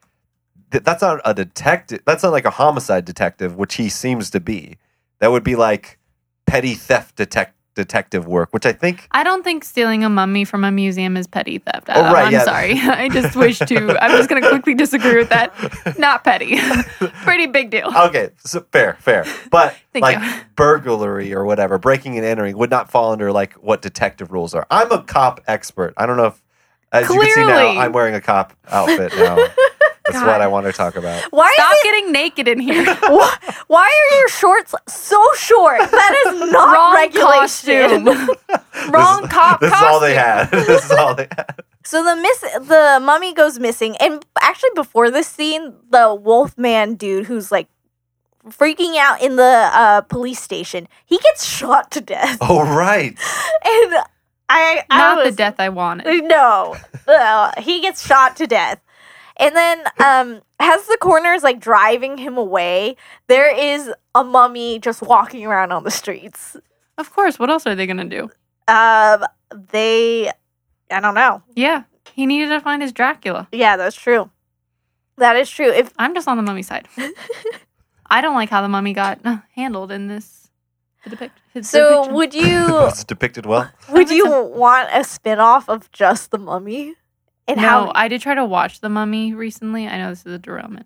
Speaker 2: th- that's not a detective that's not like a homicide detective which he seems to be That would be like petty theft detect detective work, which I think
Speaker 3: I don't think stealing a mummy from a museum is petty theft.
Speaker 2: Oh,
Speaker 3: Adam.
Speaker 2: right,
Speaker 3: I'm
Speaker 2: yeah.
Speaker 3: sorry. <laughs> I just wish to. I'm just going to quickly disagree with that. Not petty. <laughs> Pretty big deal.
Speaker 2: okay, so fair, fair. But
Speaker 3: <laughs> Thank
Speaker 2: like
Speaker 3: you.
Speaker 2: burglary or whatever, breaking and entering would not fall under like what detective rules are. I'm a cop expert. I don't know if as you can see
Speaker 3: Clearly.
Speaker 2: now, I'm wearing a cop outfit
Speaker 3: <laughs>
Speaker 2: now. That's what
Speaker 3: God.
Speaker 2: I want to talk about.
Speaker 1: Why
Speaker 3: Stop
Speaker 1: is it?
Speaker 3: getting naked in
Speaker 2: <laughs>
Speaker 3: here.
Speaker 1: Why, why are your shorts so short?
Speaker 3: <laughs>
Speaker 1: That is not
Speaker 3: Wrong
Speaker 1: regulation.
Speaker 3: costume. <laughs> Wrong cop
Speaker 2: <laughs> This is
Speaker 3: costume.
Speaker 2: all they had. <laughs> this is all they
Speaker 3: <laughs>
Speaker 2: had.
Speaker 1: <laughs> So the miss the mummy goes missing, and actually before this scene, the Wolfman dude who's like freaking out in the uh, police station, he gets shot to death, <laughs>
Speaker 2: Oh right.
Speaker 1: and I I
Speaker 3: Not
Speaker 1: was,
Speaker 3: the death I wanted.
Speaker 1: No, no, he gets shot to death. And then, um, as the coroner is like driving him away, there is a mummy just walking around on the streets.
Speaker 3: Of course. What else are they going to do?
Speaker 1: Um, they, I don't know.
Speaker 3: Yeah. He needed to find his Dracula.
Speaker 1: Yeah, that's true. That is true. If
Speaker 3: I'm just on the mummy
Speaker 1: <laughs>
Speaker 3: side. I don't like how the mummy got uh, handled in this depict. his
Speaker 1: so,
Speaker 3: depiction.
Speaker 1: would <laughs> you
Speaker 2: That's depicted well.
Speaker 1: would
Speaker 3: I think
Speaker 1: you
Speaker 3: so.
Speaker 1: want a spin off of just the mummy? And
Speaker 3: no,
Speaker 1: how?
Speaker 3: I did try to watch The Mummy recently. I know this is a derailment.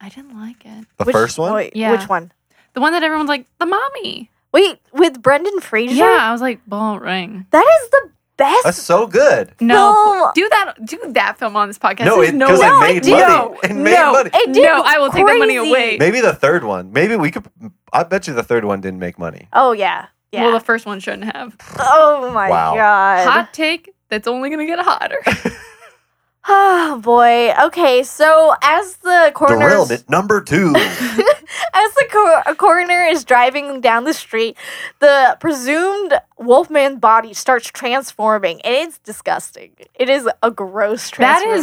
Speaker 3: I didn't like it.
Speaker 2: The
Speaker 1: which-
Speaker 2: first one?
Speaker 1: Wait,
Speaker 3: Yeah.
Speaker 1: Which one?
Speaker 3: The one that everyone's like, The Mummy.
Speaker 1: Wait, with Brendan Fraser.
Speaker 3: Yeah, I was like, ball ring.
Speaker 1: that is the best.
Speaker 2: That's so good.
Speaker 3: No,
Speaker 1: Film.
Speaker 3: do that. Do that film on this podcast.
Speaker 2: No,
Speaker 3: There's
Speaker 2: it-
Speaker 3: no
Speaker 2: 'cause
Speaker 3: way.
Speaker 2: it made
Speaker 3: no,
Speaker 2: money. It made
Speaker 3: no,
Speaker 2: money.
Speaker 1: It did.
Speaker 3: No,
Speaker 1: It's
Speaker 3: I will take the money
Speaker 1: crazy.
Speaker 3: away.
Speaker 2: Maybe the third one. Maybe we could I bet you the third one didn't make money.
Speaker 1: Oh yeah. Yeah.
Speaker 3: Well, the first one shouldn't have.
Speaker 1: oh my
Speaker 2: Wow.
Speaker 1: god.
Speaker 3: Hot take. That's only gonna get hotter.
Speaker 1: Oh boy. Okay, so as the coroner
Speaker 2: Derailment
Speaker 3: <laughs>
Speaker 2: number two.
Speaker 1: as the cor- coroner is driving down the street, the presumed wolfman body starts transforming, and it's disgusting. It is a gross
Speaker 3: That is-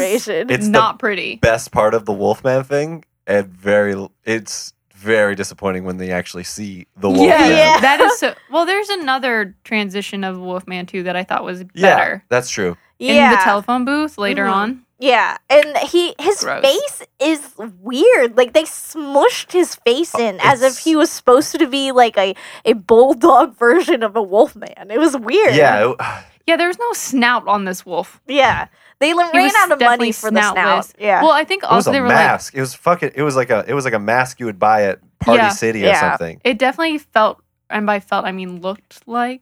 Speaker 3: <laughs>
Speaker 1: transformation.
Speaker 2: <laughs> It's the-
Speaker 3: Not pretty.
Speaker 2: Best part of the Wolfman thing, and very it's very disappointing when they actually see the Wolfman.
Speaker 3: yeah, <laughs>
Speaker 1: Yeah.
Speaker 3: that is so. Well, there's another transition of Wolfman too that I thought was
Speaker 2: Yeah,
Speaker 3: better
Speaker 2: that's true.
Speaker 1: yeah,
Speaker 3: in the telephone booth later
Speaker 1: Mhm.
Speaker 3: on.
Speaker 1: yeah, and he his
Speaker 3: Gross.
Speaker 1: face is weird. Like they smushed his face in
Speaker 3: Oh,
Speaker 1: as if
Speaker 2: it's-
Speaker 1: he was supposed to be like a a bulldog <laughs> version of a wolfman. It was weird.
Speaker 2: Yeah, it-
Speaker 3: Yeah, there was no snout on this wolf.
Speaker 1: yeah. They ran
Speaker 3: He was
Speaker 1: out of money
Speaker 3: definitely
Speaker 1: for the snout.
Speaker 3: snoutless.
Speaker 1: Yeah.
Speaker 3: Well, I think
Speaker 2: it was
Speaker 3: also
Speaker 2: a
Speaker 3: they were like,
Speaker 2: mask. it was fucking. It was like a. It was like a mask you would buy at Party
Speaker 3: Yeah.
Speaker 2: City or
Speaker 1: Yeah.
Speaker 2: something.
Speaker 3: it definitely felt, and by felt I mean looked like,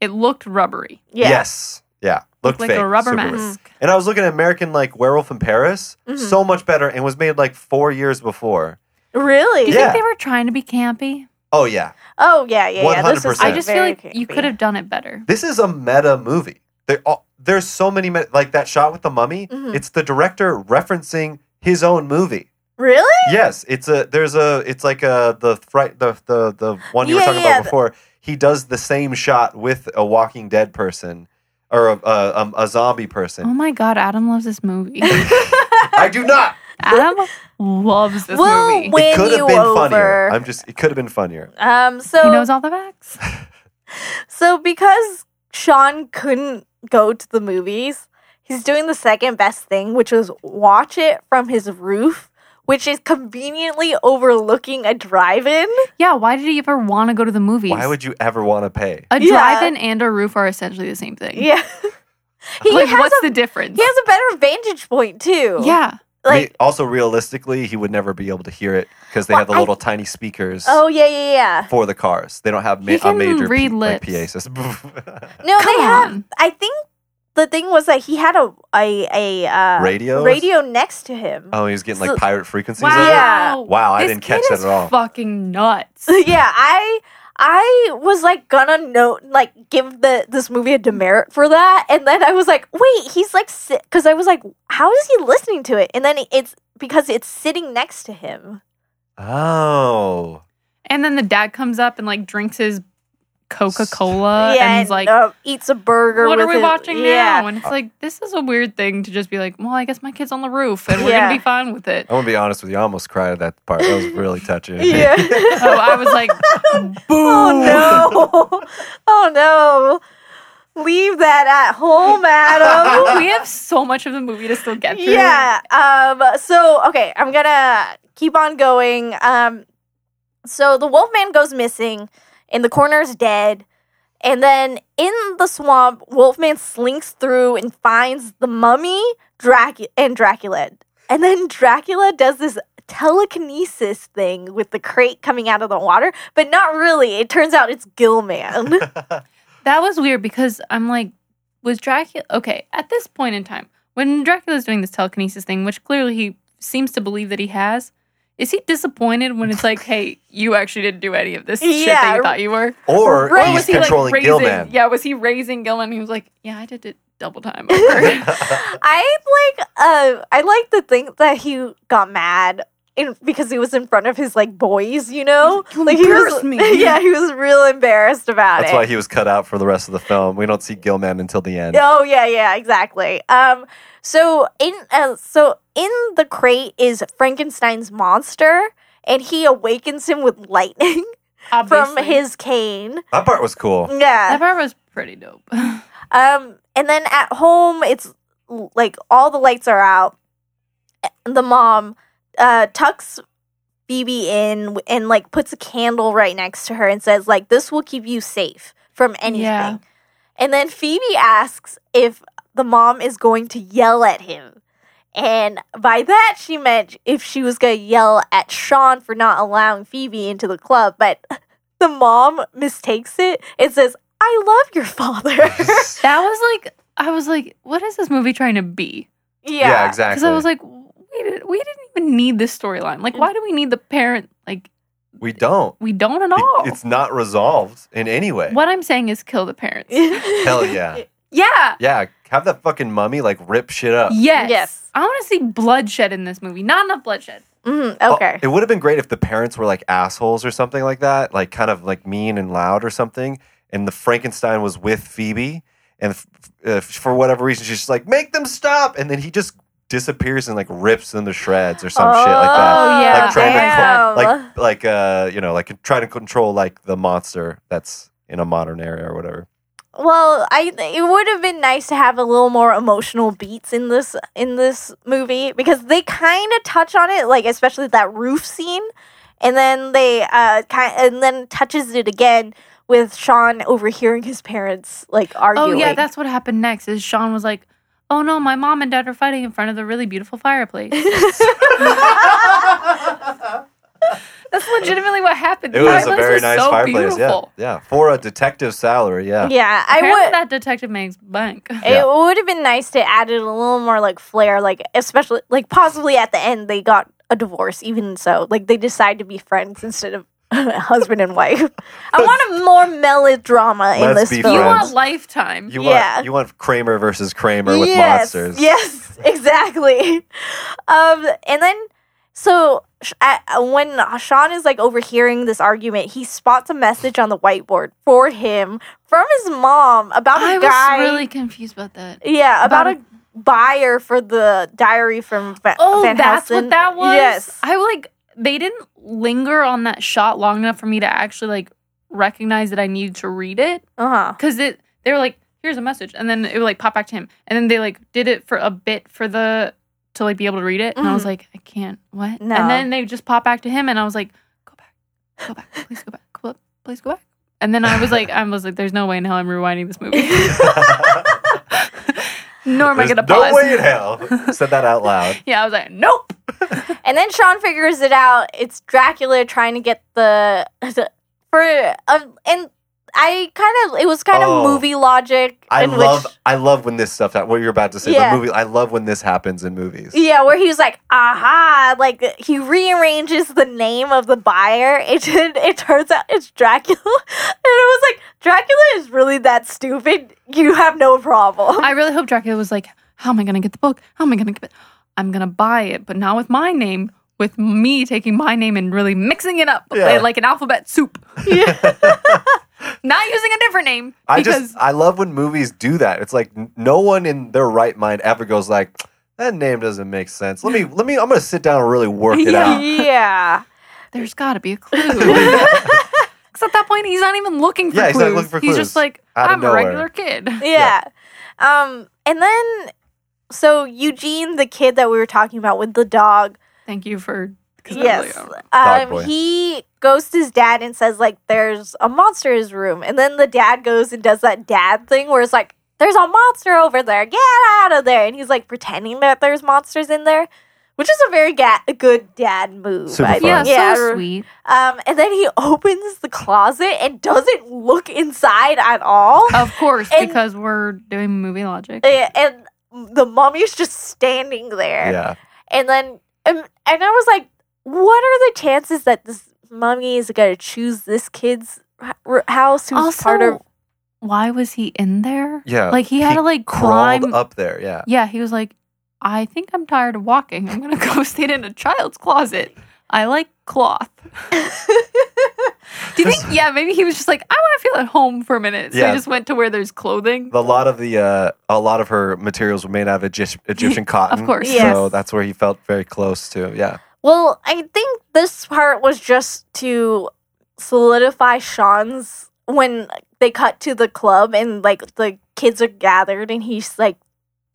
Speaker 3: it looked rubbery,
Speaker 1: yeah.
Speaker 2: Yes. Yeah. Looked
Speaker 3: like
Speaker 2: fake,
Speaker 3: a rubber
Speaker 2: super weird.
Speaker 3: mask.
Speaker 1: Mm-hmm.
Speaker 3: Mm-hmm.
Speaker 2: And I was looking at American like Werewolf in Paris,
Speaker 1: Mhm.
Speaker 2: so much better, and was made like four years before.
Speaker 3: Do
Speaker 1: Really?
Speaker 3: you
Speaker 2: Yeah.
Speaker 3: think they were trying to be campy?
Speaker 2: Oh yeah,
Speaker 1: Oh yeah, yeah, yeah. This is
Speaker 2: 100%.
Speaker 3: I just feel
Speaker 1: very
Speaker 3: like you
Speaker 1: campy.
Speaker 3: could have done it better.
Speaker 2: this is a meta movie. There, all, there's so many met- like that shot with the mummy.
Speaker 3: Mm-hmm.
Speaker 1: Mhm.
Speaker 2: It's the director referencing his own movie.
Speaker 1: really.
Speaker 2: yes, it's a there's a it's like a the fright the the the one you
Speaker 1: Yeah,
Speaker 2: were talking
Speaker 1: yeah,
Speaker 2: about
Speaker 1: the-
Speaker 2: before. He does the same shot with a Walking Dead person or a a, um, a zombie person.
Speaker 3: Oh my god, Adam loves this movie. <laughs>
Speaker 2: I do not.
Speaker 3: Adam loves this
Speaker 1: Well,
Speaker 3: movie.
Speaker 1: wait-
Speaker 2: it could
Speaker 1: you
Speaker 2: have been funnier.
Speaker 1: over.
Speaker 2: I'm just. It could have been funnier.
Speaker 1: Um.
Speaker 3: he
Speaker 1: So
Speaker 3: knows all the facts.
Speaker 2: <laughs>
Speaker 1: so because Sean couldn't go to the movies, he's doing the second best thing, which was watch it from his roof, which is conveniently overlooking a drive-in.
Speaker 3: <laughs> Yeah, why did he ever want to go to the movies?
Speaker 2: Why would you ever want to pay?
Speaker 3: a
Speaker 1: Yeah.
Speaker 3: drive-in and a roof are essentially the same thing?
Speaker 1: Yeah. he
Speaker 3: like,
Speaker 1: has
Speaker 3: what's
Speaker 1: a
Speaker 3: the difference?
Speaker 1: he has a better vantage point too.
Speaker 3: yeah,
Speaker 1: Like.
Speaker 2: Re- also, realistically, he would never be able to hear it because they
Speaker 1: Well,
Speaker 2: have the
Speaker 1: I-
Speaker 2: little tiny speakers
Speaker 1: Oh yeah, yeah, yeah.
Speaker 2: for the cars. They don't have ma-
Speaker 3: He
Speaker 2: a
Speaker 3: can
Speaker 2: major
Speaker 3: read
Speaker 2: P- like,
Speaker 3: lips.
Speaker 2: PA system. <laughs>
Speaker 1: No,
Speaker 3: Come
Speaker 1: they have.
Speaker 3: on.
Speaker 1: I think the thing was that he had a a, a uh,
Speaker 2: Radio?
Speaker 1: radio next to him.
Speaker 2: oh, he was getting like
Speaker 1: So-
Speaker 2: pirate frequencies.
Speaker 1: Wow.
Speaker 2: of it?
Speaker 1: Yeah.
Speaker 2: Wow, I
Speaker 3: This
Speaker 2: didn't catch
Speaker 3: kid
Speaker 2: that
Speaker 3: is
Speaker 2: at all.
Speaker 3: Fucking
Speaker 1: <laughs>
Speaker 3: nuts.
Speaker 1: yeah, I I was like gonna note like give the this movie a demerit for that, and then I was like, wait, he's like because I was like, how is he listening to it? And then it's because it's sitting next to him.
Speaker 2: Oh,
Speaker 3: And then the dad comes up and like drinks his Coca Cola
Speaker 1: yeah,
Speaker 3: and he's like,
Speaker 1: uh, eats a burger.
Speaker 3: "What are
Speaker 1: with
Speaker 3: we
Speaker 1: it."
Speaker 3: watching
Speaker 1: yeah.
Speaker 3: now?" And it's
Speaker 2: Uh,
Speaker 3: like, this is a weird thing to just be like, "Well, I guess my kid's on the roof, and we're
Speaker 1: Yeah.
Speaker 3: gonna be fine with it."
Speaker 2: I want to be honest with you. I almost cried at that part. That was really touching.
Speaker 1: <laughs> <laughs> Yeah.
Speaker 3: Oh, I was like,
Speaker 1: oh
Speaker 3: <laughs>
Speaker 1: no! Oh no! Leave that at
Speaker 3: <laughs>
Speaker 1: home, Adam.
Speaker 3: "Oh, we have so much of the movie to still get through."
Speaker 1: Yeah. Um, so okay, I'm gonna keep on going. Um, So the Wolfman goes missing, and the coroner's dead. And then in the swamp, Wolfman slinks through and finds the mummy Dracu- and Dracula. And then Dracula does this telekinesis thing with the crate coming out of the water, but not really. It turns out it's Gillman. <laughs>
Speaker 3: That was weird because I'm like, was Dracula okay at this point in time when Dracula's doing this telekinesis thing, which clearly he seems to believe that he has? Is he disappointed when it's like, hey, you actually didn't do any of this shit that
Speaker 1: Yeah.
Speaker 3: you thought you were?
Speaker 2: Or
Speaker 1: Right.
Speaker 2: he's
Speaker 1: Was he,
Speaker 3: like,
Speaker 2: controlling
Speaker 3: raising,
Speaker 2: Gilman.
Speaker 3: Yeah, was he raising Gilman? He was like, yeah, I did it double time.
Speaker 1: <laughs>
Speaker 3: <laughs> over."
Speaker 1: I like uh I like to think that he got mad in, because he was in front of his like boys, you know?
Speaker 3: You
Speaker 1: like he was
Speaker 3: embarrassed me.
Speaker 1: <laughs> Yeah, he was real embarrassed about
Speaker 2: That's
Speaker 1: it.
Speaker 2: why he was cut out for the rest of the film. We don't see Gilman until the end.
Speaker 1: Oh yeah, yeah, exactly. Um, so in uh, so in the crate is Frankenstein's monster, and he awakens him with lightning <laughs> from
Speaker 3: Obviously.
Speaker 1: his cane.
Speaker 2: That part
Speaker 1: <laughs>
Speaker 2: was cool.
Speaker 3: That
Speaker 1: Yeah.
Speaker 3: part was pretty dope. <laughs>
Speaker 1: Um, and then at home, it's l- like all the lights are out. The mom uh, tucks BB in w- and like puts a candle right next to her and says like, "This will keep you safe from anything."
Speaker 3: Yeah.
Speaker 1: And then Phoebe asks if the mom is going to yell at him. And by that, she meant if she was going to yell at Sean for not allowing Phoebe into the club. But <laughs> the mom mistakes it and says, I love your
Speaker 2: <laughs>
Speaker 1: father.
Speaker 3: that was like, I was like, what is this movie trying to be?
Speaker 1: <laughs> yeah.
Speaker 2: exactly.
Speaker 3: Because I was like, we didn't, we didn't even need this storyline. Like, why do we need the parent? Like,
Speaker 2: we don't.
Speaker 3: we don't at
Speaker 2: It-
Speaker 3: all.
Speaker 2: It's not resolved in any way.
Speaker 3: what I'm saying is kill the parents.
Speaker 2: Hell
Speaker 1: <laughs>
Speaker 2: yeah.
Speaker 3: yeah.
Speaker 2: Yeah, have that fucking mummy like rip shit up.
Speaker 3: Yes.
Speaker 1: Yes.
Speaker 3: I want to see bloodshed in this movie. Not enough bloodshed.
Speaker 1: Mhm,
Speaker 2: Oh,
Speaker 1: okay.
Speaker 2: it would have been great if the parents were like assholes or something like that, like kind of like mean and loud or something. And the Frankenstein was with Phoebe, and f- uh, for whatever reason, she's just like, "Make them stop!" And then he just disappears and like rips them to shreds or some shit like that.
Speaker 3: Oh, yeah.
Speaker 2: Like trying
Speaker 1: Damn.
Speaker 2: to con- like like uh you know like trying to control like the monster that's in a modern era or whatever.
Speaker 1: well, I it would have been nice to have a little more emotional beats in this in this movie because they kind of touch on it, like especially that roof scene, and then they uh kind and then touches it again with Sean overhearing his parents like
Speaker 3: Oh
Speaker 1: arguing.
Speaker 3: yeah, that's what happened next. Is Sean was like, "Oh no, my mom and dad are fighting in front of the really beautiful
Speaker 1: <laughs>
Speaker 3: fireplace." <laughs> That's legitimately what happened.
Speaker 2: It
Speaker 3: The
Speaker 2: was a
Speaker 3: fireplace
Speaker 2: very
Speaker 3: was
Speaker 2: nice
Speaker 3: so
Speaker 2: fireplace.
Speaker 3: beautiful.
Speaker 2: Yeah, yeah, for a detective salary. Yeah,
Speaker 1: yeah. I
Speaker 3: Apparently
Speaker 1: would.
Speaker 3: that detective makes
Speaker 2: <laughs>
Speaker 3: bank.
Speaker 2: Yeah.
Speaker 1: It would have been nice to add it a little more like flair, like especially like possibly at the end they got a divorce. Even so, like they decide to be friends instead of <laughs> husband and wife. I want a more melodrama in
Speaker 2: Let's
Speaker 1: this
Speaker 2: be
Speaker 1: film.
Speaker 3: You
Speaker 2: friends.
Speaker 3: want lifetime.
Speaker 2: You
Speaker 1: Yeah.
Speaker 2: want you want Kramer versus Kramer with
Speaker 1: yes,
Speaker 2: monsters.
Speaker 1: Yes, <laughs> exactly. um, and then so sh- at, when Sean is like overhearing this argument, he spots a message on the whiteboard for him from his mom about a
Speaker 3: I
Speaker 1: guy.
Speaker 3: was really confused about that.
Speaker 1: Yeah, about,
Speaker 3: About
Speaker 1: a, buyer for the diary from Va-
Speaker 3: Oh,
Speaker 1: Van
Speaker 3: that's
Speaker 1: Helsing.
Speaker 3: what that was.
Speaker 1: Yes.
Speaker 3: I like they didn't linger on that shot long enough for me to actually like recognize that I needed to read it. <laughs>
Speaker 1: Uh huh.
Speaker 3: because it they were like here's a message and then it would like pop back to him and then they like did it for a bit for the to like be able to read it and i was
Speaker 1: Mhm.
Speaker 3: like i can't what
Speaker 1: No.
Speaker 3: and then they just pop back to him and i was like go back go back please go back go up, please go back and then i was like i was like there's no way in hell i'm rewinding this movie <laughs>
Speaker 2: <laughs>
Speaker 3: nor am i
Speaker 2: There's
Speaker 3: gonna
Speaker 2: no
Speaker 3: pause
Speaker 2: way in hell. Said that out loud.
Speaker 3: yeah i was like nope
Speaker 1: And then Sean figures it out. It's Dracula trying to get the, the- for um, and I kind of it was kind
Speaker 2: Oh.
Speaker 1: of movie logic.
Speaker 2: I
Speaker 1: in
Speaker 2: love
Speaker 1: Which,
Speaker 2: I love when this stuff what you're about to say.
Speaker 1: Yeah.
Speaker 2: But movie I love when this happens in movies.
Speaker 1: yeah, where he was like, "Aha!" Like he rearranges the name of the buyer. It should- it turns out it's Dracula, <laughs> and it was like Dracula is really that stupid. You have no
Speaker 3: <laughs>
Speaker 1: problem.
Speaker 3: i really hope dracula was like how am i gonna get the book how am i gonna get it i'm gonna buy it but not with my name with me taking my name and really mixing it up
Speaker 2: Yeah.
Speaker 3: like an alphabet soup not using a different name
Speaker 2: I
Speaker 3: because
Speaker 2: just I love when movies do that. It's like n- no one in their right mind ever goes like that name doesn't make sense. Let me let me I'm gonna sit down and really work it
Speaker 3: Yeah.
Speaker 1: <laughs>
Speaker 2: out.
Speaker 1: yeah.
Speaker 3: there's got to be a clue. <laughs> Because at that point, he's not even looking for
Speaker 2: Yeah,
Speaker 3: clues.
Speaker 2: he's not looking for
Speaker 3: He's just
Speaker 2: clues.
Speaker 3: like,
Speaker 2: Out of
Speaker 3: I'm a
Speaker 2: nowhere."
Speaker 3: regular kid.
Speaker 1: Yeah. Um, and then so Eugene, the kid that we were talking about with the dog,
Speaker 3: Thank you for 'cause that's
Speaker 1: Yes.
Speaker 3: like, oh.
Speaker 2: Dog
Speaker 1: Um,
Speaker 2: boy.
Speaker 1: he goes to his dad and says, like, there's a monster in his room. And then the dad goes and does that dad thing where it's like, there's a monster over there. Get out of there. And he's like pretending that there's monsters in there, which is a very ga- a good dad move.
Speaker 2: Super
Speaker 1: I
Speaker 2: fun.
Speaker 3: Yeah,
Speaker 1: think. Yeah.
Speaker 3: so sweet.
Speaker 1: Um, and then he <laughs> opens the closet and doesn't look inside at all.
Speaker 3: Of course,
Speaker 1: And-
Speaker 3: because we're doing movie logic.
Speaker 1: Uh, and the mummy's just standing there.
Speaker 2: Yeah.
Speaker 1: And then, and, and I was like, what are the chances that this mummy is going to choose this kid's h- r- house who's
Speaker 3: also,
Speaker 1: part of.
Speaker 3: why was he in there?
Speaker 2: Yeah.
Speaker 3: Like he had to like
Speaker 2: crawled
Speaker 3: climb.
Speaker 2: up there. Yeah.
Speaker 3: Yeah, he was like, I think I'm tired of walking. I'm gonna <laughs> go sit in a child's closet. I like cloth. Do you think? Yeah, maybe he was just like, I want to feel at home for a minute, so
Speaker 2: Yeah.
Speaker 3: he just went to where there's clothing.
Speaker 2: A lot of the uh, a lot of her materials were made out of Egypt- Egyptian cotton.
Speaker 3: course.
Speaker 2: So
Speaker 1: Yes.
Speaker 2: that's where he felt very close to. Yeah.
Speaker 1: Well, I think this part was just to solidify Sean's when they cut to the club and like the kids are gathered and he's like,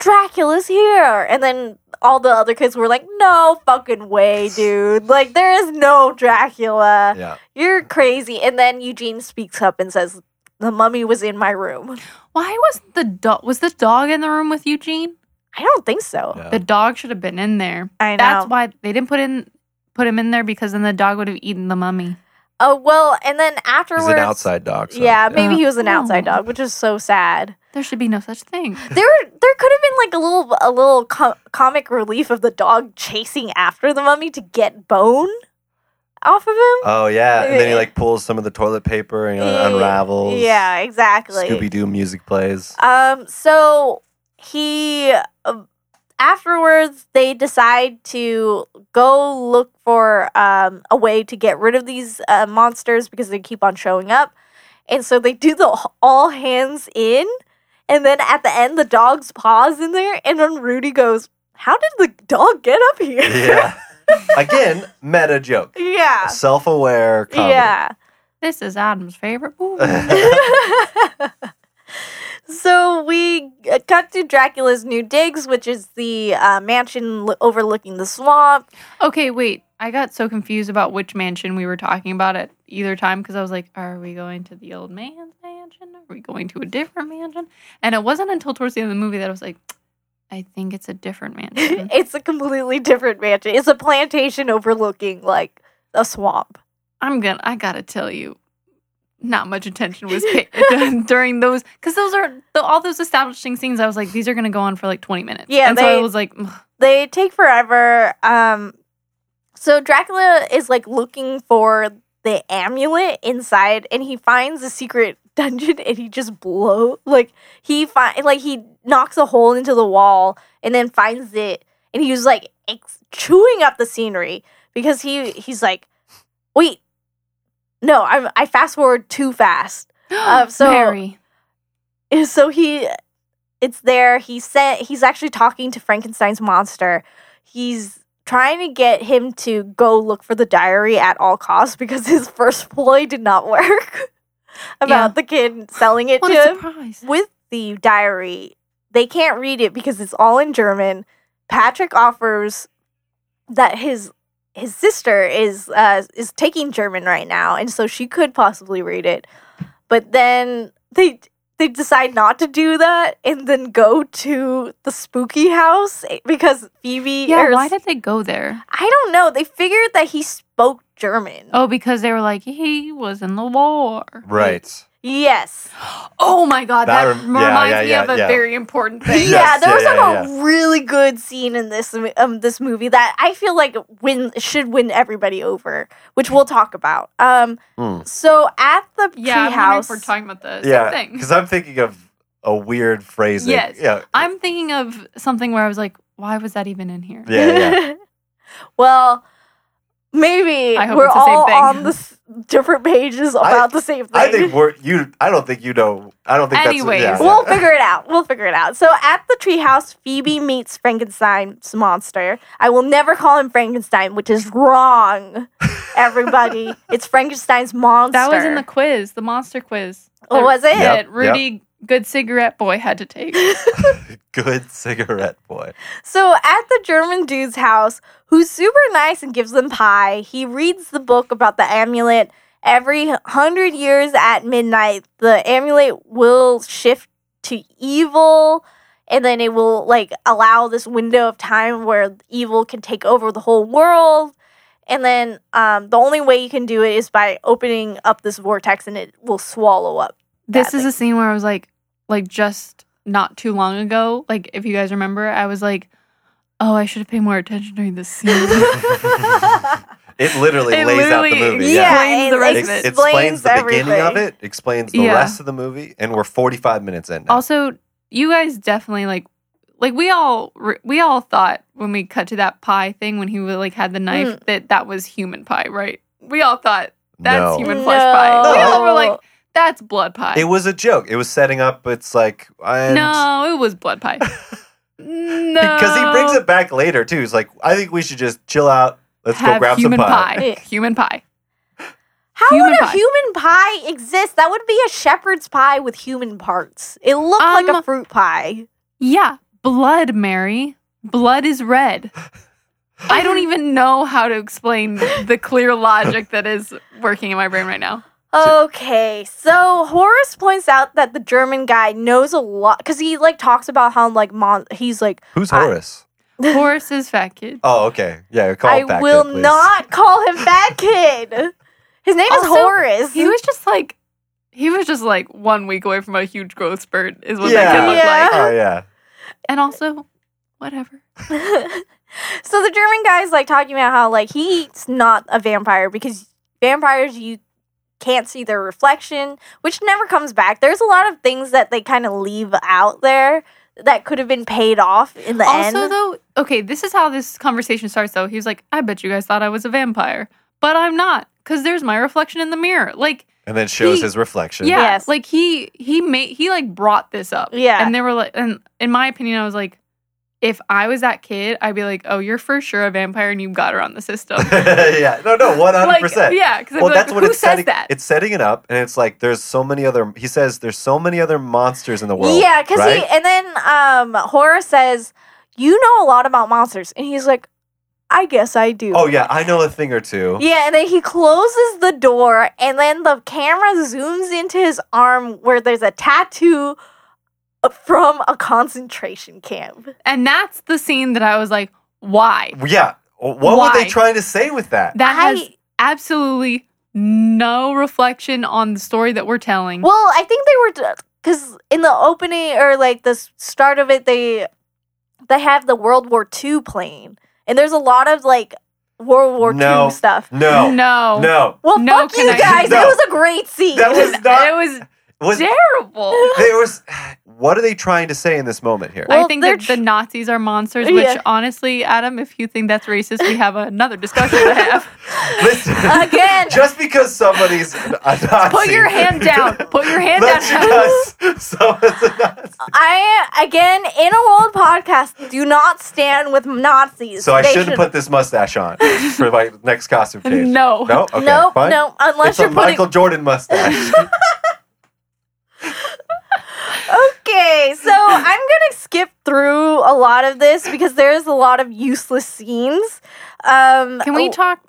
Speaker 1: Dracula's here. And then all the other kids were like, no fucking way, dude. Like, there is no Dracula.
Speaker 2: Yeah.
Speaker 1: You're crazy. And then Eugene speaks up and says, the mummy was in my room.
Speaker 3: Why wasn't the dog? Was the dog in the room with Eugene?
Speaker 1: I don't think so.
Speaker 2: Yeah.
Speaker 3: The dog should have been in there.
Speaker 1: I know.
Speaker 3: That's why they didn't put in put him in there because then the dog would have eaten the mummy.
Speaker 1: Oh, well, and then
Speaker 2: He's
Speaker 1: afterwards.
Speaker 2: an outside dog. So,
Speaker 1: yeah, maybe
Speaker 3: Yeah.
Speaker 1: he was an outside
Speaker 3: Oh.
Speaker 1: dog, which is so sad.
Speaker 3: There should be no such thing.
Speaker 1: there there could have been like a little a little co- comic relief of the dog chasing after the mummy to get bone off of him. Eh,
Speaker 2: Oh yeah. And then he like pulls some of the toilet paper and you know, unravels.
Speaker 1: Yeah, exactly.
Speaker 2: Scooby Doo music
Speaker 1: <laughs>
Speaker 2: plays.
Speaker 1: Um, so he uh, afterwards they decide to go look for um, a way to get rid of these uh, monsters because they keep on showing up, and so they do the h- all hands in, and then at the end the dogs pause in there, and then Rudy goes, "How did the dog get up here?"
Speaker 2: <laughs>
Speaker 1: <laughs>
Speaker 2: Yeah. Again, meta joke.
Speaker 1: yeah,
Speaker 2: Self aware comedy.
Speaker 1: yeah.
Speaker 3: This is Adam's favorite movie.
Speaker 2: <laughs>
Speaker 1: so we uh, cut to Dracula's new digs, which is the uh, mansion l- overlooking the swamp.
Speaker 3: Okay, wait. I got so confused about which mansion we were talking about at either time because I was like, are we going to the old man's mansion? Are we going to a different mansion? And it wasn't until towards the end of the movie that I was like, I think it's a different mansion.
Speaker 1: <laughs> it's a completely different mansion. It's a plantation overlooking like a swamp.
Speaker 3: I'm gonna, I gotta tell you, not much attention was paid <laughs> during those because those are the, all those establishing scenes. I was like, these are gonna go on for like 20 minutes.
Speaker 1: Yeah,
Speaker 3: and so I
Speaker 1: they-
Speaker 3: was like, ugh.
Speaker 1: They take forever. Um, so Dracula is like looking for the amulet inside, and he finds a secret dungeon, and he just blow like he find like he knocks a hole into the wall, and then finds it, and he was like ex- chewing up the scenery because he he's like, wait, no, I'm I fast forward too fast. Uh, so-
Speaker 3: Mary.
Speaker 1: And <laughs> so he it's there he said he's actually talking to frankenstein's monster he's trying to get him to go look for the diary at all costs because <laughs> his first ploy did not work <laughs> about
Speaker 3: Yeah.
Speaker 1: the kid selling it
Speaker 3: What
Speaker 1: to
Speaker 3: a
Speaker 1: him
Speaker 3: surprise.
Speaker 1: with the diary they can't read it because it's all in german patrick offers that his his sister is uh is taking german right now and so she could possibly read it but then they they decide not to do that and then go to the spooky house eh, because phoebe
Speaker 3: Yeah,
Speaker 1: or-
Speaker 3: why did they go there?
Speaker 1: i don't know they figured that he spoke german
Speaker 3: Oh, because they were like, he was in the war.
Speaker 2: Right.
Speaker 1: yes
Speaker 3: Oh my god,
Speaker 2: That
Speaker 3: that,
Speaker 2: rem- yeah,
Speaker 3: reminds
Speaker 2: yeah,
Speaker 3: me
Speaker 2: yeah,
Speaker 3: of a
Speaker 2: yeah.
Speaker 3: very
Speaker 1: <laughs>
Speaker 3: important thing.
Speaker 1: yeah,
Speaker 2: Yes,
Speaker 1: there
Speaker 2: yeah,
Speaker 1: was like
Speaker 2: yeah,
Speaker 1: a really good scene in this mo- um this movie that I feel like win should win everybody over, which we'll talk about. Um,
Speaker 2: Hmm.
Speaker 1: so at the
Speaker 3: Yeah, I'm wondering
Speaker 1: treehouse,
Speaker 3: if we're talking about the
Speaker 2: Yeah.
Speaker 3: same thing.
Speaker 2: Because I'm thinking of a weird phrasing.
Speaker 3: Yes.
Speaker 2: Yeah.
Speaker 3: I'm thinking of something where I was like, why was that even in here?
Speaker 2: Yeah. yeah.
Speaker 1: <laughs> well, maybe
Speaker 3: I hope
Speaker 1: we're
Speaker 3: it's the same
Speaker 1: all
Speaker 3: thing.
Speaker 1: on the s- different pages about the same thing.
Speaker 2: I think we're you. I don't think you know. I don't think
Speaker 3: Anyways.
Speaker 2: that's. Yeah,
Speaker 1: We'll figure it out. We'll figure it out. So at the treehouse, Phoebe meets Frankenstein's monster. I will never call him Frankenstein, which is wrong. Everybody, it's Frankenstein's monster.
Speaker 3: That was in the quiz, the monster quiz.
Speaker 1: Oh, was it?
Speaker 2: Yep,
Speaker 3: That Rudy good cigarette boy had to take.
Speaker 2: Good cigarette boy.
Speaker 1: So at the German dude's house, who's super nice and gives them pie, he reads the book about the amulet. Every hundred years at midnight, the amulet will shift to evil, and then it will like allow this window of time where evil can take over the whole world. And then um, the only way you can do it is by opening up this vortex, and it will swallow
Speaker 3: <laughs>
Speaker 2: <laughs>
Speaker 1: up. <laughs>
Speaker 3: This
Speaker 1: badly.
Speaker 3: is a scene where I was like, like just not too long ago, like if you guys remember, I was like, oh, I should have paid more attention during this scene. <laughs>
Speaker 2: It
Speaker 1: <laughs>
Speaker 2: literally
Speaker 3: It
Speaker 2: lays out the
Speaker 3: literally-
Speaker 2: movie.
Speaker 1: yeah,
Speaker 3: Explains
Speaker 1: it
Speaker 3: the rest of
Speaker 2: It
Speaker 3: it.
Speaker 2: explains the beginning of
Speaker 1: everything.
Speaker 2: it, explains the
Speaker 3: Yeah.
Speaker 2: rest of the movie, and we're 45 minutes in. Now.
Speaker 3: also, you guys definitely like, like we all re- we all thought when we cut to that pie thing when he like had the knife
Speaker 1: Mm.
Speaker 3: that that was human pie, right? We all thought that's
Speaker 2: no.
Speaker 3: human flesh pie. We all were
Speaker 1: No.
Speaker 3: like, that's blood pie.
Speaker 2: It was a joke. It was setting up. It's like, and
Speaker 3: no, it was blood
Speaker 2: <laughs>
Speaker 3: pie. no,
Speaker 2: Because he brings it back later, too. He's like, I think we should just chill out. Let's go
Speaker 3: Have
Speaker 2: grab some
Speaker 3: human
Speaker 2: pie.
Speaker 1: Yeah.
Speaker 3: Human pie.
Speaker 1: How
Speaker 3: Human
Speaker 1: would a
Speaker 3: pie.
Speaker 1: human pie exist? That would be a shepherd's pie with human parts. It looked like a
Speaker 3: Um,
Speaker 1: fruit pie.
Speaker 3: Yeah, blood, Mary. Blood is red. I
Speaker 2: <laughs>
Speaker 3: don't even know how to explain the clear logic that is working in my brain right
Speaker 2: <laughs>
Speaker 3: now.
Speaker 1: Okay, so Horace points out that the German guy knows a lot because he like talks about how like mon- he's like
Speaker 2: <laughs> Who's
Speaker 1: I-
Speaker 2: Horace?
Speaker 3: Horace is fat kid.
Speaker 2: oh, okay. Yeah, call
Speaker 1: I
Speaker 2: it back.
Speaker 1: will
Speaker 2: then, please.
Speaker 1: not call him fat <laughs> kid. His name is
Speaker 3: Also,
Speaker 1: Horace.
Speaker 3: He was just like, he was just like one week away from a huge growth spurt, is what that
Speaker 2: Yeah.
Speaker 3: kid looked
Speaker 1: Yeah.
Speaker 3: like.
Speaker 2: Oh, yeah.
Speaker 3: And also, whatever.
Speaker 1: so the German guy's like talking about how like he's not a vampire because vampires you can't see their reflection, which never comes back. There's a lot of things that they kind of leave out there that could have been paid off in the
Speaker 3: Also,
Speaker 1: end.
Speaker 3: though, okay, this is how this conversation starts, though. He was like, I bet you guys thought I was a vampire, but I'm not, because there's my reflection in the mirror. Like,
Speaker 2: And then shows
Speaker 3: He-
Speaker 2: his reflection.
Speaker 3: Yeah,
Speaker 1: Yes.
Speaker 3: like he he made he like brought this up.
Speaker 1: Yeah.
Speaker 3: and they were like, and in my opinion, I was like, if I was that kid, I'd be like, oh, you're for sure a vampire, and you got her on the
Speaker 2: <laughs>
Speaker 3: system.
Speaker 2: <laughs> yeah. No, no, 100%.
Speaker 3: Like, yeah, because
Speaker 2: well,
Speaker 3: like,
Speaker 2: that's what
Speaker 3: who
Speaker 2: it's
Speaker 3: says
Speaker 2: setting.
Speaker 3: that?
Speaker 2: It's setting it up, and it's like there's so many other. He says there's so many other monsters in the world.
Speaker 1: yeah, because
Speaker 2: right?
Speaker 1: he and then um Horace says, "You know a lot about monsters," and he's like, "I guess I do."
Speaker 2: Oh yeah, I know a thing or two.
Speaker 1: Yeah, and then he closes the door, and then the camera zooms into his arm where there's a tattoo from a concentration camp.
Speaker 3: and that's the scene that I was like, why?
Speaker 2: Yeah. What were they
Speaker 3: Why?
Speaker 2: trying to say with that?
Speaker 3: That has
Speaker 1: I-
Speaker 3: absolutely no reflection on the story that we're telling.
Speaker 1: Well, I think they were because in the opening or like the s- start of it, they they have the World War II plane, and there's a lot of like World War
Speaker 2: No.
Speaker 1: II stuff.
Speaker 2: No.
Speaker 3: no,
Speaker 2: No.
Speaker 1: Well,
Speaker 3: No
Speaker 1: fuck you
Speaker 3: connection.
Speaker 1: guys. It
Speaker 2: No.
Speaker 1: was a great scene.
Speaker 2: That was
Speaker 3: it
Speaker 2: not.
Speaker 3: was
Speaker 2: Was there
Speaker 3: terrible.
Speaker 2: was. What are they trying to say in this moment here?
Speaker 1: Well,
Speaker 3: I think
Speaker 1: they're
Speaker 3: that the
Speaker 1: tr-
Speaker 3: Nazis are monsters, which
Speaker 1: Yeah.
Speaker 3: honestly, Adam, if you think that's racist, we have another discussion to have.
Speaker 2: Listen.
Speaker 1: <laughs> Again.
Speaker 2: <laughs> Just because somebody's a Nazi,
Speaker 3: <laughs> Put your hand down. Put your hand
Speaker 2: That's
Speaker 3: down.
Speaker 2: because someone's a Nazi.
Speaker 1: Uh, I again in a world podcast do not stand with Nazis.
Speaker 2: So I
Speaker 1: They
Speaker 2: shouldn't
Speaker 1: should-
Speaker 2: put this mustache on for my next costume change.
Speaker 3: No.
Speaker 2: No. Okay.
Speaker 1: no,
Speaker 2: fine.
Speaker 1: no, unless
Speaker 2: It's a
Speaker 1: you're putting.
Speaker 2: Michael Jordan mustache.
Speaker 1: <laughs> Okay, so I'm gonna skip through a lot of this because there's a lot of useless scenes. Um,
Speaker 3: Can we
Speaker 1: oh,
Speaker 3: talk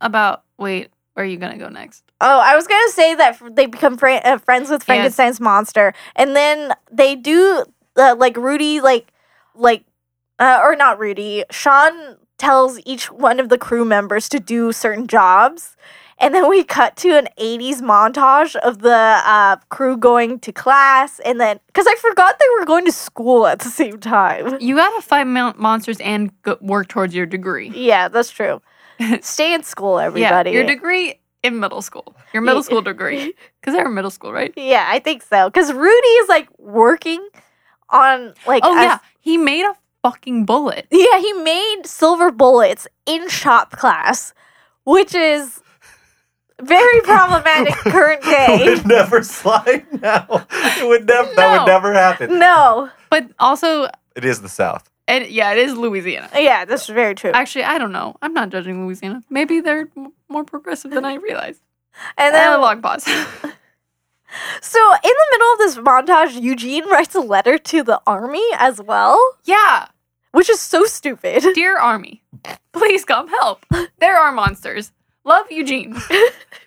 Speaker 3: about? Wait, where are you gonna go next?
Speaker 1: Oh, I was gonna say that f- they become fri uh, friends with Frankenstein's monster, and then they do uh, like Rudy, like like uh, or not Rudy. Sean tells each one of the crew members to do certain jobs, and then we cut to an '80s montage of the uh, crew going to class, and then because I forgot they were going to school at the same time.
Speaker 3: You gotta fight mon- monsters and go- work towards your degree.
Speaker 1: Yeah, that's true. Stay in school, everybody.
Speaker 3: Yeah, your degree in middle school. Your middle school <laughs> degree, because they're in middle school, right?
Speaker 1: Yeah, I think so. Because Rudy is like working on like.
Speaker 3: Oh
Speaker 1: a-
Speaker 3: yeah, he made a fucking bullet.
Speaker 1: yeah. He made silver bullets in shop class, which is very
Speaker 3: <laughs>
Speaker 1: problematic current day.
Speaker 2: would never slide now. It would never. That
Speaker 3: No.
Speaker 2: would never happen.
Speaker 1: No,
Speaker 3: But also,
Speaker 2: It is the South.
Speaker 3: and yeah, it is Louisiana.
Speaker 1: yeah, that's very true.
Speaker 3: Actually, I don't know. I'm not judging Louisiana. Maybe they're m- more progressive than I realized.
Speaker 1: and
Speaker 3: And then
Speaker 1: then
Speaker 3: a long pause.
Speaker 1: So, in the middle of this montage, Eugene writes a letter to the army as well,
Speaker 3: <laughs> Yeah.
Speaker 1: which is so stupid. <laughs>
Speaker 3: Dear Army, please come help. There are monsters. Love <laughs> Eugene.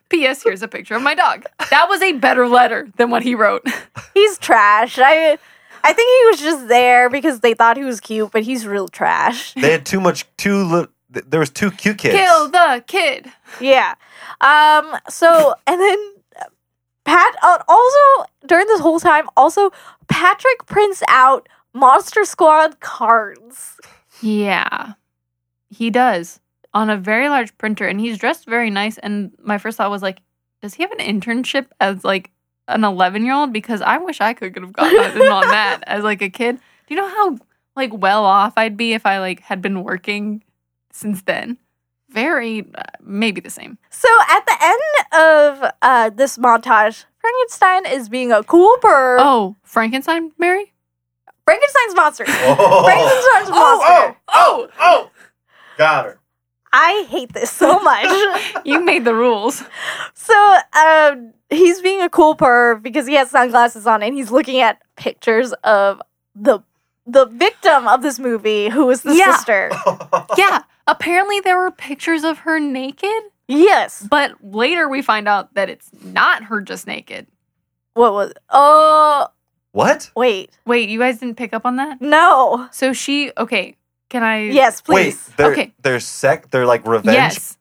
Speaker 3: P.S. Here's a picture of my dog. That was a better letter than what he wrote.
Speaker 1: He's trash. I I think he was just there because they thought he was cute, but he's real trash.
Speaker 2: They had too much, too little. There was two cute kids.
Speaker 3: Kill the kid.
Speaker 1: Yeah. Um so and then uh, Pat uh, also during this whole time also Patrick prints out Monster Squad cards.
Speaker 3: Yeah. He does on a very large printer and he's dressed very nice and my first thought was like does he have an internship as like an 11-year-old because I wish I could have gotten in on that as like a kid. Do you know how like well off I'd be if I like had been working since then? Very uh, maybe the same.
Speaker 1: So at the end of uh, this montage, Frankenstein is being a cool bird.
Speaker 3: Oh, Frankenstein Mary?
Speaker 1: Frankenstein's monster.
Speaker 2: Oh.
Speaker 1: Frankenstein's monster.
Speaker 2: oh, oh! Got her.
Speaker 1: I hate this so much.
Speaker 3: You made the rules.
Speaker 1: So um, he's being a cool perv because he has sunglasses on and he's looking at pictures of the the victim of this movie, who is the
Speaker 3: Yeah.
Speaker 1: sister.
Speaker 3: Yeah, apparently there were pictures of her naked.
Speaker 1: yes.
Speaker 3: But later we find out that it's not her just naked.
Speaker 1: What was? Oh,
Speaker 2: <laughs> What?
Speaker 1: wait.
Speaker 3: Wait, you guys didn't pick up on that?
Speaker 1: No.
Speaker 3: So she, okay, can I?
Speaker 1: Yes, please.
Speaker 2: Wait, they're,
Speaker 3: Okay.
Speaker 2: they're sec. They're like revenge
Speaker 3: Yes.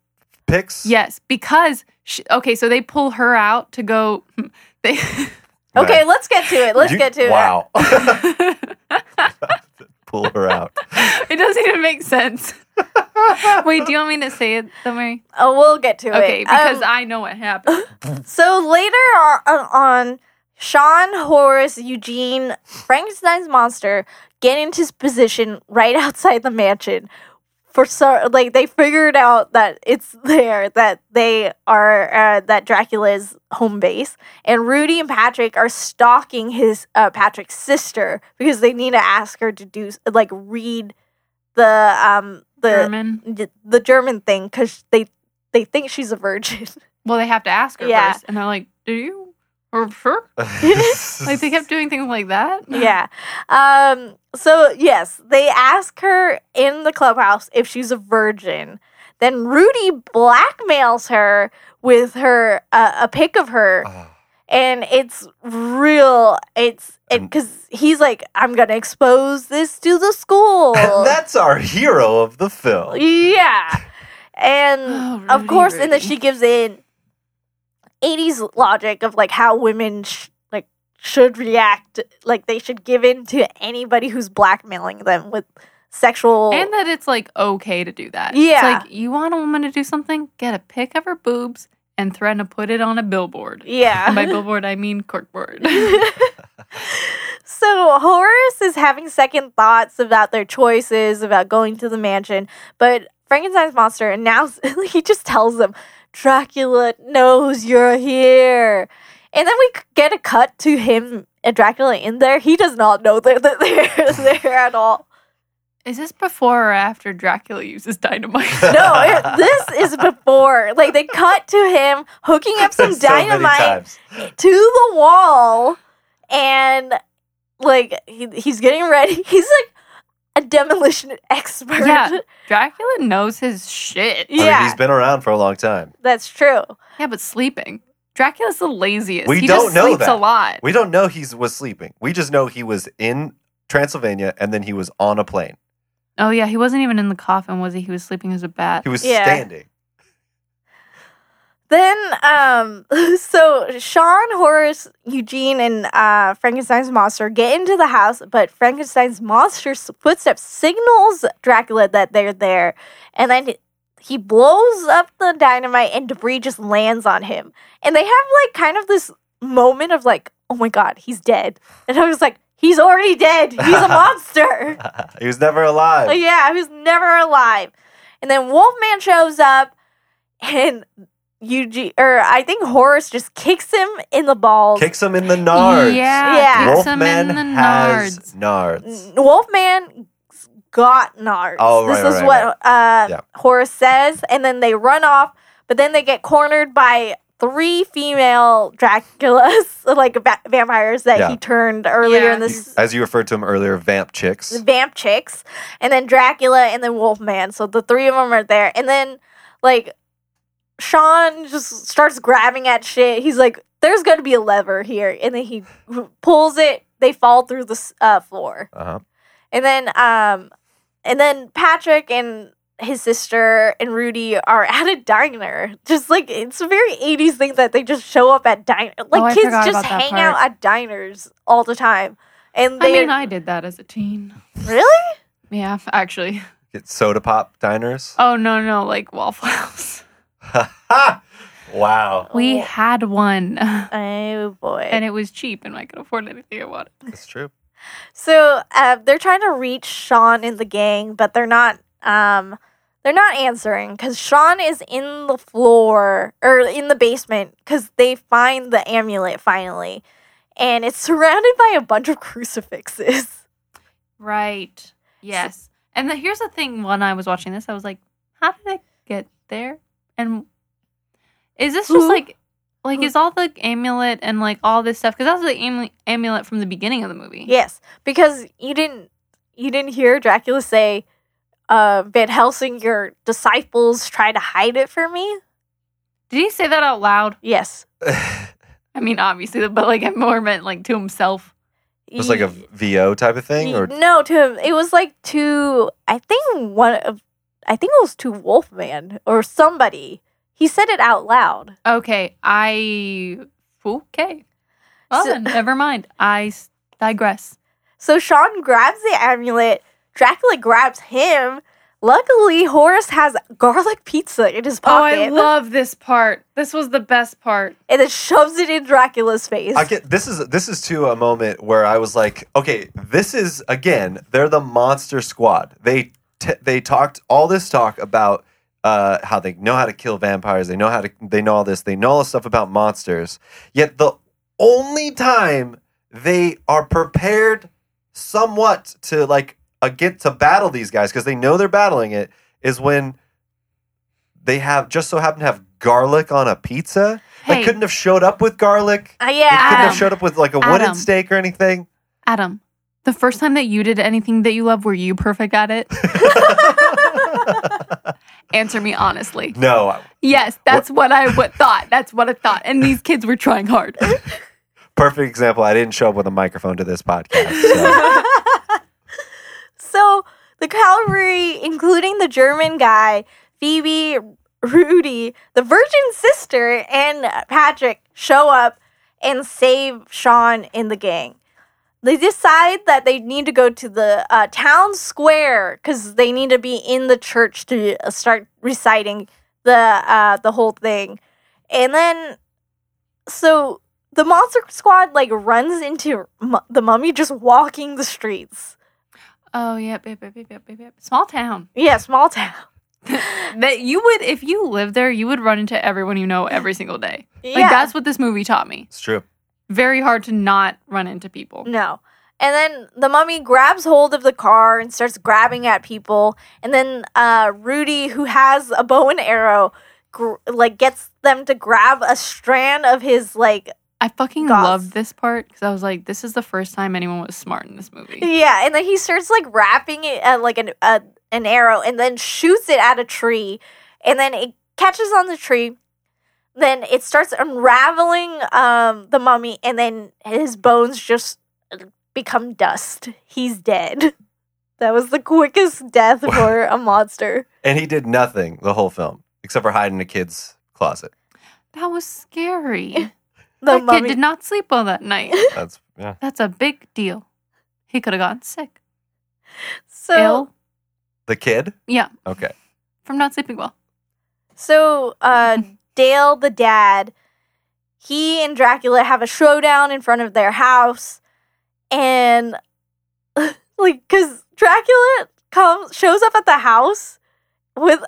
Speaker 2: pics.
Speaker 3: Yes. Because, she, okay, so they pull her out to go. hmm, They, <laughs>
Speaker 1: Okay, let's get to it. Let's
Speaker 2: You-
Speaker 1: get to it. <laughs>
Speaker 2: Wow. <laughs>
Speaker 3: it
Speaker 2: Pull
Speaker 1: <laughs>
Speaker 2: her out.
Speaker 3: doesn't even make sense. <laughs> Wait, do you want me to say it, though, Mary?
Speaker 1: Oh, we'll get to it.
Speaker 3: Okay, because
Speaker 1: Um,
Speaker 3: I know what happened.
Speaker 1: so later on, on Sean, Horace, Eugene, Frankenstein's monster get into his position right <laughs> outside the mansion. For so like they figured out that it's there that they are uh, that Dracula's home base, and Rudy and Patrick are stalking his uh, Patrick's sister because they need to ask her to do like read the um <laughs> the
Speaker 3: German.
Speaker 1: the, the German thing because they they think she's a virgin. <laughs>
Speaker 3: Well, they have to ask her
Speaker 1: Yeah.
Speaker 3: first. And they're like, do you? Or sure? Like, they
Speaker 2: <laughs>
Speaker 3: kept doing things like <laughs> that.
Speaker 1: yeah. Um, so yes, they ask her in the clubhouse if she's a virgin. Then Rudy blackmails her with her uh, a pic of her,
Speaker 2: <sighs> Oh,
Speaker 1: and it's real. It's
Speaker 2: Um,
Speaker 1: because he's like, I'm gonna expose this to the school.
Speaker 2: that's our hero of the film.
Speaker 1: yeah, and
Speaker 3: <gasps>
Speaker 1: <laughs>
Speaker 3: Oh,
Speaker 1: of
Speaker 3: Rudy,
Speaker 1: course, and then
Speaker 3: Rudy.
Speaker 1: she gives in 80s logic of like how women sh- like should react, like they should give in to anybody who's blackmailing them with sexual.
Speaker 3: And that it's like okay to do that.
Speaker 1: Yeah.
Speaker 3: It's like you want a woman to do something, get a pic of her boobs and threaten to put it on a billboard. And <laughs> by
Speaker 1: yeah.
Speaker 3: billboard I mean
Speaker 1: <laughs>
Speaker 3: corkboard. <laughs>
Speaker 1: so Horace is having second thoughts about their choices, about going to the mansion, but Frankenstein's monster announces, <laughs> he just tells them, Dracula knows you're here. And then we c- get a cut to him and Dracula in there. He does not know that that they're <laughs> there at all.
Speaker 3: Is this before or after Dracula uses dynamite?
Speaker 1: <laughs> No,
Speaker 2: <laughs>
Speaker 1: it- this is before. Like they cut to him hooking up some
Speaker 2: <laughs> So many
Speaker 1: dynamite
Speaker 2: times.
Speaker 1: to the wall, and like he, he's getting ready. <laughs> He's like a demolition expert.
Speaker 3: Yeah. Dracula knows his shit.
Speaker 2: I mean,
Speaker 1: Yeah,
Speaker 2: he's been around for a long time.
Speaker 1: <laughs> that's true.
Speaker 3: Yeah, but sleeping. Dracula's the laziest.
Speaker 2: We
Speaker 3: he
Speaker 2: don't
Speaker 3: just
Speaker 2: know
Speaker 3: sleeps a
Speaker 2: that.
Speaker 3: lot.
Speaker 2: We don't know he was sleeping. We just know he was in Transylvania and then he was on a plane.
Speaker 3: oh yeah, he wasn't even in the coffin, was he? He was sleeping as a bat.
Speaker 2: He was
Speaker 1: Yeah.
Speaker 2: standing. <laughs>
Speaker 1: Then, um, <laughs> so Sean, Horace, Eugene, and uh, Frankenstein's monster get into the house, but Frankenstein's monster's footsteps signals Dracula that they're there, and then he blows up the dynamite, and debris just lands on him, and they have like kind of this moment of like, oh my god, he's dead, and I was like, he's already dead, he's a monster.
Speaker 2: he was never alive.
Speaker 1: Like, yeah, he was never alive. And then Wolfman shows up, and Eugene, or I think Horace just kicks him in the balls.
Speaker 2: Kicks him in the nards.
Speaker 3: Yeah,
Speaker 1: Yeah.
Speaker 3: kicks him in
Speaker 2: Wolfman
Speaker 3: the
Speaker 2: has
Speaker 3: nards.
Speaker 2: nards.
Speaker 1: N- Wolfman got nards.
Speaker 2: Oh, right,
Speaker 1: this is
Speaker 2: right,
Speaker 1: what
Speaker 2: right,
Speaker 1: Uh,
Speaker 2: Yeah.
Speaker 1: Horace says, and then they run off. But then they get cornered by three female Draculas, <laughs> like va- vampires that
Speaker 2: Yeah.
Speaker 1: he turned earlier
Speaker 3: Yeah.
Speaker 1: in
Speaker 2: You-
Speaker 1: this.
Speaker 2: as you referred to them earlier, vamp chicks.
Speaker 1: Vamp chicks, and then Dracula, and then Wolfman. So the three of them are there, and then like Sean just starts grabbing at shit. He's like, "There's gonna be a lever here," and then he pulls it. They fall through the s- uh, floor.
Speaker 2: Uh-huh.
Speaker 1: And then um and then Patrick and his sister and Rudy are at a diner. Just like it's a very 80s thing that they just show up at diner. Like
Speaker 3: Oh, I
Speaker 1: kids
Speaker 3: forgot
Speaker 1: just
Speaker 3: about that
Speaker 1: hang
Speaker 3: part.
Speaker 1: out at diners all the time. And
Speaker 3: I
Speaker 1: they
Speaker 3: mean, I did that as a teen.
Speaker 1: really?
Speaker 3: Yeah, actually.
Speaker 2: Get soda pop
Speaker 3: <laughs>
Speaker 2: diners.
Speaker 3: Oh no, no, like Waffle House.
Speaker 2: wow.
Speaker 3: We
Speaker 1: Oh.
Speaker 3: had one, <laughs> and
Speaker 1: Oh boy.
Speaker 3: it was cheap, and I could afford anything I wanted.
Speaker 2: That's true. <laughs>
Speaker 1: So uh, they're trying to reach Sean and the gang, but they're not. Um, they're not answering because Sean is in the floor or in the basement because they find the amulet finally, and it's <laughs> surrounded by a bunch of
Speaker 2: <laughs>
Speaker 1: crucifixes.
Speaker 3: Right. Yes. And the, here's the thing: when I was watching this, I was like, "How did it get there?" And is this just
Speaker 1: Who?
Speaker 3: like, like,
Speaker 1: Who?
Speaker 3: is all the amulet and like all this stuff? Because that was the amu- amulet from the beginning of the movie.
Speaker 1: yes, because you didn't you didn't hear Dracula say, uh, "Van Helsing, your disciples try to hide it from me."
Speaker 3: Did he say that out loud?
Speaker 1: Yes,
Speaker 3: I mean, obviously, but like, I more meant like to himself.
Speaker 2: Just like a
Speaker 1: Ye-
Speaker 2: VO type of thing, or
Speaker 1: no to him it was like to i think one of i think it was to wolfman or somebody he said it out loud
Speaker 3: Okay, I okay. Well,
Speaker 1: So-
Speaker 3: then, never mind. I s- digress.
Speaker 1: so sean grabs the amulet dracula grabs him luckily horace has garlic pizza in his
Speaker 3: Oh, <laughs>
Speaker 1: pocket
Speaker 3: love this part. This was the best part.
Speaker 1: and then shoves it in dracula's face
Speaker 2: I get this is this is to a moment where I was like, okay, this is again, they're the monster squad. They t- they talked all this talk about uh, how they know how to kill vampires, they know how to they know all this, they know all this stuff about monsters. Yet the only time they are prepared somewhat to like uh, get to battle these guys because they know they're battling it is when they have just so happen to have garlic on a pizza. They
Speaker 3: Hey.
Speaker 2: couldn't have showed up with garlic.
Speaker 1: Uh,
Speaker 2: They couldn't
Speaker 1: yeah
Speaker 2: have showed up with like a wooden
Speaker 3: Adam.
Speaker 2: stake or anything.
Speaker 3: Adam, the first time that you did anything that you love, were you perfect at it? Answer me honestly.
Speaker 2: No, I-
Speaker 3: Yes, that's what, I w- thought. That's what I thought. And these kids were trying hard.
Speaker 2: perfect example. I didn't show up with a microphone to this podcast.
Speaker 3: <laughs>
Speaker 2: so-
Speaker 1: so the cavalry including the german guy phoebe rudy the virgin sister and patrick show up and save sean and the gang they decide that they need to go to the uh, town square because they need to be in the church to uh, start reciting the uh, the whole thing and then so the monster squad like runs into mu- the mummy just walking the streets
Speaker 3: Oh yeah, yep, yep, yep, yep, yep, yep. Small town.
Speaker 1: yeah small town
Speaker 3: That you would, if you lived there, you would run into everyone you know every single day.
Speaker 1: yeah
Speaker 3: Like that's what this movie taught me.
Speaker 2: it's true.
Speaker 3: Very hard to not run into people.
Speaker 1: no and then the mummy grabs hold of the car and starts grabbing at people and then uh, rudy who has a bow and arrow gr- like gets them to grab a strand of his like
Speaker 3: I fucking
Speaker 1: Goth.
Speaker 3: loved this part because I was like, this is the first time anyone was smart in this movie.
Speaker 1: <laughs> Yeah, and then he starts like wrapping it uh, like an uh, an arrow, and then shoots it at a tree, and then it catches on the tree. Then it starts unraveling um, the mummy, and then his bones just uh, become dust. He's dead. <laughs> That was the quickest death for
Speaker 3: <laughs>
Speaker 1: a monster.
Speaker 2: And he did nothing the whole film except for hide in a kid's closet.
Speaker 3: That was scary.
Speaker 1: <laughs>
Speaker 3: that
Speaker 1: The
Speaker 3: kid
Speaker 1: mummy.
Speaker 3: did not sleep well that night.
Speaker 1: <laughs>
Speaker 2: That's yeah.
Speaker 3: That's a big deal. He could have gotten sick,
Speaker 1: so
Speaker 3: ill,
Speaker 2: The kid.
Speaker 3: yeah,
Speaker 2: Okay.
Speaker 3: from not sleeping well. Mm-hmm.
Speaker 1: So, uh, Dale, the dad, he and Dracula have a showdown in front of their house, and <laughs> like, cause Dracula comes shows up at the house with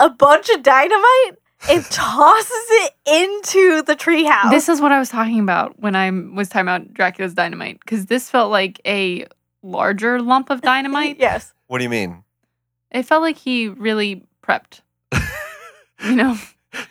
Speaker 1: a bunch of dynamite
Speaker 3: <laughs>
Speaker 1: and tosses it into the treehouse.
Speaker 3: This is what I was talking about when I was talking about Dracula's dynamite because this felt like a larger lump
Speaker 1: <laughs>
Speaker 3: of dynamite.
Speaker 1: yes,
Speaker 2: What do you mean?
Speaker 1: <laughs>
Speaker 3: It felt like he really prepped. you know,